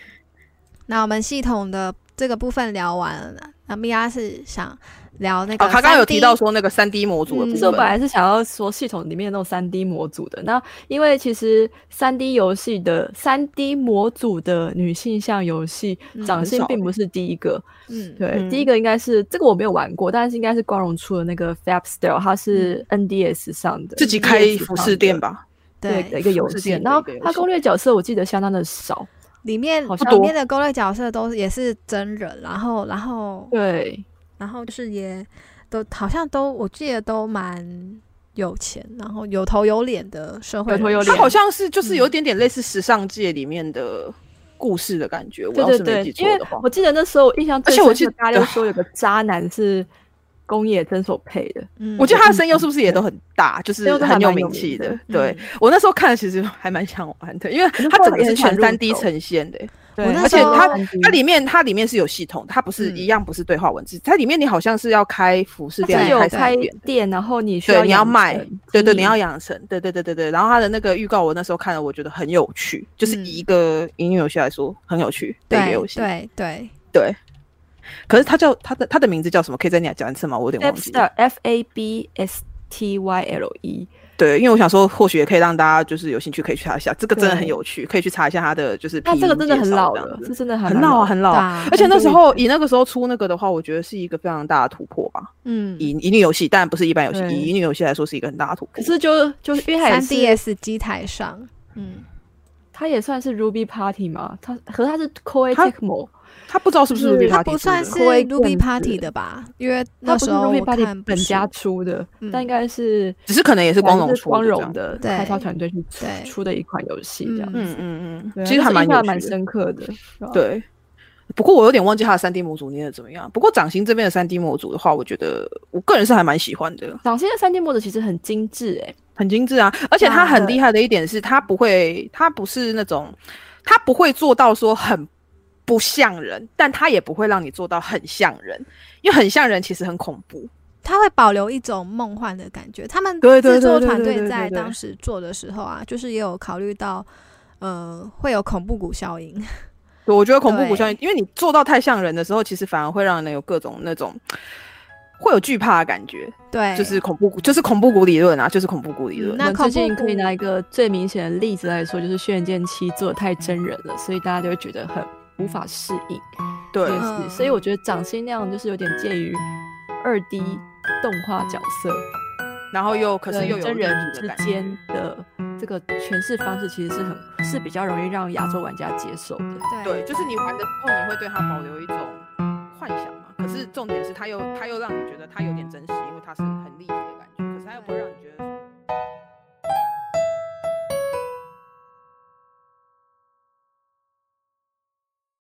[SPEAKER 3] 那我们系统的这个部分聊完了呢，那米拉是想聊那个
[SPEAKER 4] 哦，
[SPEAKER 3] 3D、
[SPEAKER 4] 他刚刚有提到说那个三 D 模组的
[SPEAKER 3] 嗯
[SPEAKER 2] 其
[SPEAKER 4] 部
[SPEAKER 2] 实我本
[SPEAKER 4] 分，
[SPEAKER 2] 来是想要说系统里面那种三 D 模组的，那因为其实三 D 游戏的三 D 模组的女性向游戏
[SPEAKER 3] 嗯
[SPEAKER 2] 长
[SPEAKER 4] 很
[SPEAKER 2] 性
[SPEAKER 4] 少
[SPEAKER 2] 并
[SPEAKER 4] 欸
[SPEAKER 2] 不是第一个，
[SPEAKER 3] 嗯，
[SPEAKER 2] 对，
[SPEAKER 4] 嗯
[SPEAKER 2] 第一个应该是这个我没有玩过，但是应该是光荣出的那个 Fab Style，它是 NDS 上的，
[SPEAKER 4] 自己开
[SPEAKER 2] NDS
[SPEAKER 4] 服
[SPEAKER 2] 上
[SPEAKER 4] 饰
[SPEAKER 2] 的
[SPEAKER 4] 店吧，
[SPEAKER 2] 对
[SPEAKER 3] 对
[SPEAKER 2] 的一个游
[SPEAKER 4] 服饰
[SPEAKER 2] 戏
[SPEAKER 4] 店。的
[SPEAKER 2] 然后
[SPEAKER 4] 一个游
[SPEAKER 2] 它
[SPEAKER 4] 戏
[SPEAKER 2] 攻略角色我记得相当的少，
[SPEAKER 3] 里面
[SPEAKER 2] 好
[SPEAKER 4] 像
[SPEAKER 3] 里面的勾勒角色都也是真人，然后然后
[SPEAKER 2] 对，
[SPEAKER 3] 然后就是也都好像都我记得都蛮有钱，然后有头有脸的社会
[SPEAKER 2] 有头有
[SPEAKER 3] 人士
[SPEAKER 4] 它
[SPEAKER 2] 脸
[SPEAKER 4] 好像是就是
[SPEAKER 3] 嗯
[SPEAKER 4] 有点点类似时尚界里面的故事的感觉，我要
[SPEAKER 2] 对
[SPEAKER 4] 是
[SPEAKER 2] 对
[SPEAKER 4] 没记
[SPEAKER 2] 对，因为
[SPEAKER 4] 错的话。
[SPEAKER 2] 我记得那时候我印象最
[SPEAKER 4] 而且我
[SPEAKER 2] 深
[SPEAKER 4] 记
[SPEAKER 2] 是
[SPEAKER 4] 得
[SPEAKER 2] 大家说有个渣男是宫野真所配的，
[SPEAKER 3] 嗯
[SPEAKER 4] 我觉得他的声优是不是也都很大，就是很有名气的
[SPEAKER 2] 声优都还蛮有
[SPEAKER 3] 嗯
[SPEAKER 2] 名。
[SPEAKER 4] 对、我那时候看，其实还蛮想玩的，因为它整个是全三 D 呈现的、
[SPEAKER 2] 对，
[SPEAKER 3] 我
[SPEAKER 4] 而
[SPEAKER 3] 那
[SPEAKER 4] 且
[SPEAKER 3] 时候
[SPEAKER 4] 它
[SPEAKER 2] 3D
[SPEAKER 4] 它里面它里面是有系统，它不是
[SPEAKER 3] 嗯
[SPEAKER 4] 一样不是对话文字，它里面你好像是要开服饰店
[SPEAKER 2] 它
[SPEAKER 3] 对
[SPEAKER 2] 是，有
[SPEAKER 4] 开
[SPEAKER 2] 开
[SPEAKER 4] 商店。
[SPEAKER 2] 店，然后你需
[SPEAKER 4] 对，你要
[SPEAKER 2] 养
[SPEAKER 4] 卖
[SPEAKER 2] 成，
[SPEAKER 4] 对对，
[SPEAKER 2] 嗯
[SPEAKER 4] 你要养成，对对对对对。然后它的那个预告，我那时候看了，我觉得很有趣，就是
[SPEAKER 3] 嗯
[SPEAKER 4] 以一个音乐游戏来说，很有趣的一个
[SPEAKER 3] 对
[SPEAKER 4] 游戏。
[SPEAKER 3] 对对，
[SPEAKER 4] 对，可是它叫它的
[SPEAKER 2] 呃
[SPEAKER 4] 它的名字叫什么？可以再讲一次吗？我有点忘
[SPEAKER 2] Fab
[SPEAKER 4] 记。
[SPEAKER 2] Style F A B S T Y L E，
[SPEAKER 4] 对，因为我想说，或许也可以让大家就是有兴趣可以去查一下，这个真的很
[SPEAKER 2] 对
[SPEAKER 4] 有趣，可以去查一下它的就是。
[SPEAKER 2] 它这个真
[SPEAKER 4] E
[SPEAKER 2] 的很老了，这真的还
[SPEAKER 4] 很
[SPEAKER 2] 蛮
[SPEAKER 4] 老啊，
[SPEAKER 2] 的
[SPEAKER 4] 很老啊。
[SPEAKER 3] 对啊
[SPEAKER 4] 而且那
[SPEAKER 2] 很
[SPEAKER 4] 时
[SPEAKER 2] 久以
[SPEAKER 4] 候以那个时候出那个的话，我觉得是一个非常大的突破吧。
[SPEAKER 3] 嗯
[SPEAKER 4] 以乙女游戏，但不是一般游戏，
[SPEAKER 2] 对
[SPEAKER 4] 以乙女游戏来说是一个很大的突破。
[SPEAKER 2] 可是就就是因为它也
[SPEAKER 3] 三
[SPEAKER 2] 是
[SPEAKER 3] DS 机台上，嗯，
[SPEAKER 2] 它也算是 Ruby Party 嘛，它可是它是 Koei
[SPEAKER 4] 它
[SPEAKER 2] Tecmo，
[SPEAKER 4] 他不知道是不是
[SPEAKER 2] 是
[SPEAKER 4] Ruby
[SPEAKER 3] 它
[SPEAKER 4] Party
[SPEAKER 3] 不算
[SPEAKER 4] 出
[SPEAKER 3] 是
[SPEAKER 4] 的
[SPEAKER 2] 出的
[SPEAKER 3] Ruby
[SPEAKER 2] 棍子
[SPEAKER 3] Party 的吧？因为
[SPEAKER 2] 它
[SPEAKER 3] 那
[SPEAKER 2] 不是
[SPEAKER 3] 时候
[SPEAKER 2] Ruby
[SPEAKER 3] 我看
[SPEAKER 2] Party
[SPEAKER 3] 不
[SPEAKER 2] 本家
[SPEAKER 3] 是
[SPEAKER 2] 出的，
[SPEAKER 3] 嗯
[SPEAKER 2] 但应该是
[SPEAKER 4] 只是可能也是光荣出的
[SPEAKER 2] 光
[SPEAKER 4] 这样
[SPEAKER 2] 荣。的
[SPEAKER 3] 对
[SPEAKER 2] 开发团队去出
[SPEAKER 3] 对
[SPEAKER 2] 出的一款游戏，这样。
[SPEAKER 3] 嗯
[SPEAKER 4] 嗯嗯嗯，
[SPEAKER 2] 对啊
[SPEAKER 4] 其实
[SPEAKER 2] 那时
[SPEAKER 4] 还
[SPEAKER 2] 候
[SPEAKER 4] 蛮
[SPEAKER 2] 印象
[SPEAKER 4] 有
[SPEAKER 2] 蛮
[SPEAKER 4] 趣的。
[SPEAKER 2] 深刻的，是吧，
[SPEAKER 4] 对，不过我有点忘记它的三 D 模组捏的怎么样。不过掌心这边的三 D 模组的话，我觉得我个人是还蛮喜欢的，
[SPEAKER 2] 掌心的三 D 模组其实很精致哎，
[SPEAKER 4] 很精致啊。而且它
[SPEAKER 2] 哇
[SPEAKER 4] 很
[SPEAKER 2] 对
[SPEAKER 4] 厉害的一点是，它不会，它不是那种，它不会做到说很不像人，但它也不会让你做到很像人，因为很像人其实很恐怖。
[SPEAKER 3] 它会保留一种梦幻的感觉。他们
[SPEAKER 4] 对对
[SPEAKER 3] 制作
[SPEAKER 4] 对对
[SPEAKER 3] 团
[SPEAKER 4] 对
[SPEAKER 3] 队
[SPEAKER 4] 对
[SPEAKER 3] 在
[SPEAKER 4] 对
[SPEAKER 3] 当时做的时候啊，就是也有考虑到，呃，会有恐怖谷效应。
[SPEAKER 4] 对，我觉得恐怖谷效应
[SPEAKER 3] 对，
[SPEAKER 4] 因为你做到太像人的时候，其实反而会让人有各种那种会有惧怕的感觉，
[SPEAKER 3] 对，
[SPEAKER 4] 就是恐怖谷，就是恐怖谷理论啊，就是恐怖谷理论。
[SPEAKER 3] 那
[SPEAKER 2] 我们最
[SPEAKER 3] 恐怖
[SPEAKER 2] 近可以
[SPEAKER 3] 谷
[SPEAKER 2] 拿一个最明显的例子来说，就是《轩辕剑七》做的太真人了，所以大家就会觉得很无法适应。
[SPEAKER 4] 对，
[SPEAKER 2] 也
[SPEAKER 3] 嗯
[SPEAKER 2] 是，所以我觉得掌心那样就是有点介于二 D 动画角色
[SPEAKER 4] 然后又可是又
[SPEAKER 2] 跟
[SPEAKER 4] 有
[SPEAKER 2] 真
[SPEAKER 4] 立
[SPEAKER 2] 人
[SPEAKER 4] 体
[SPEAKER 2] 之
[SPEAKER 4] 的感觉。
[SPEAKER 2] 间的这个诠释方式，其实是很是比较容易让亚洲玩家接受的。
[SPEAKER 4] 对，就是你玩的时候，你会对它保留一种幻想嘛。可是重点是，它又它又让你觉得它有点真实，因为它是很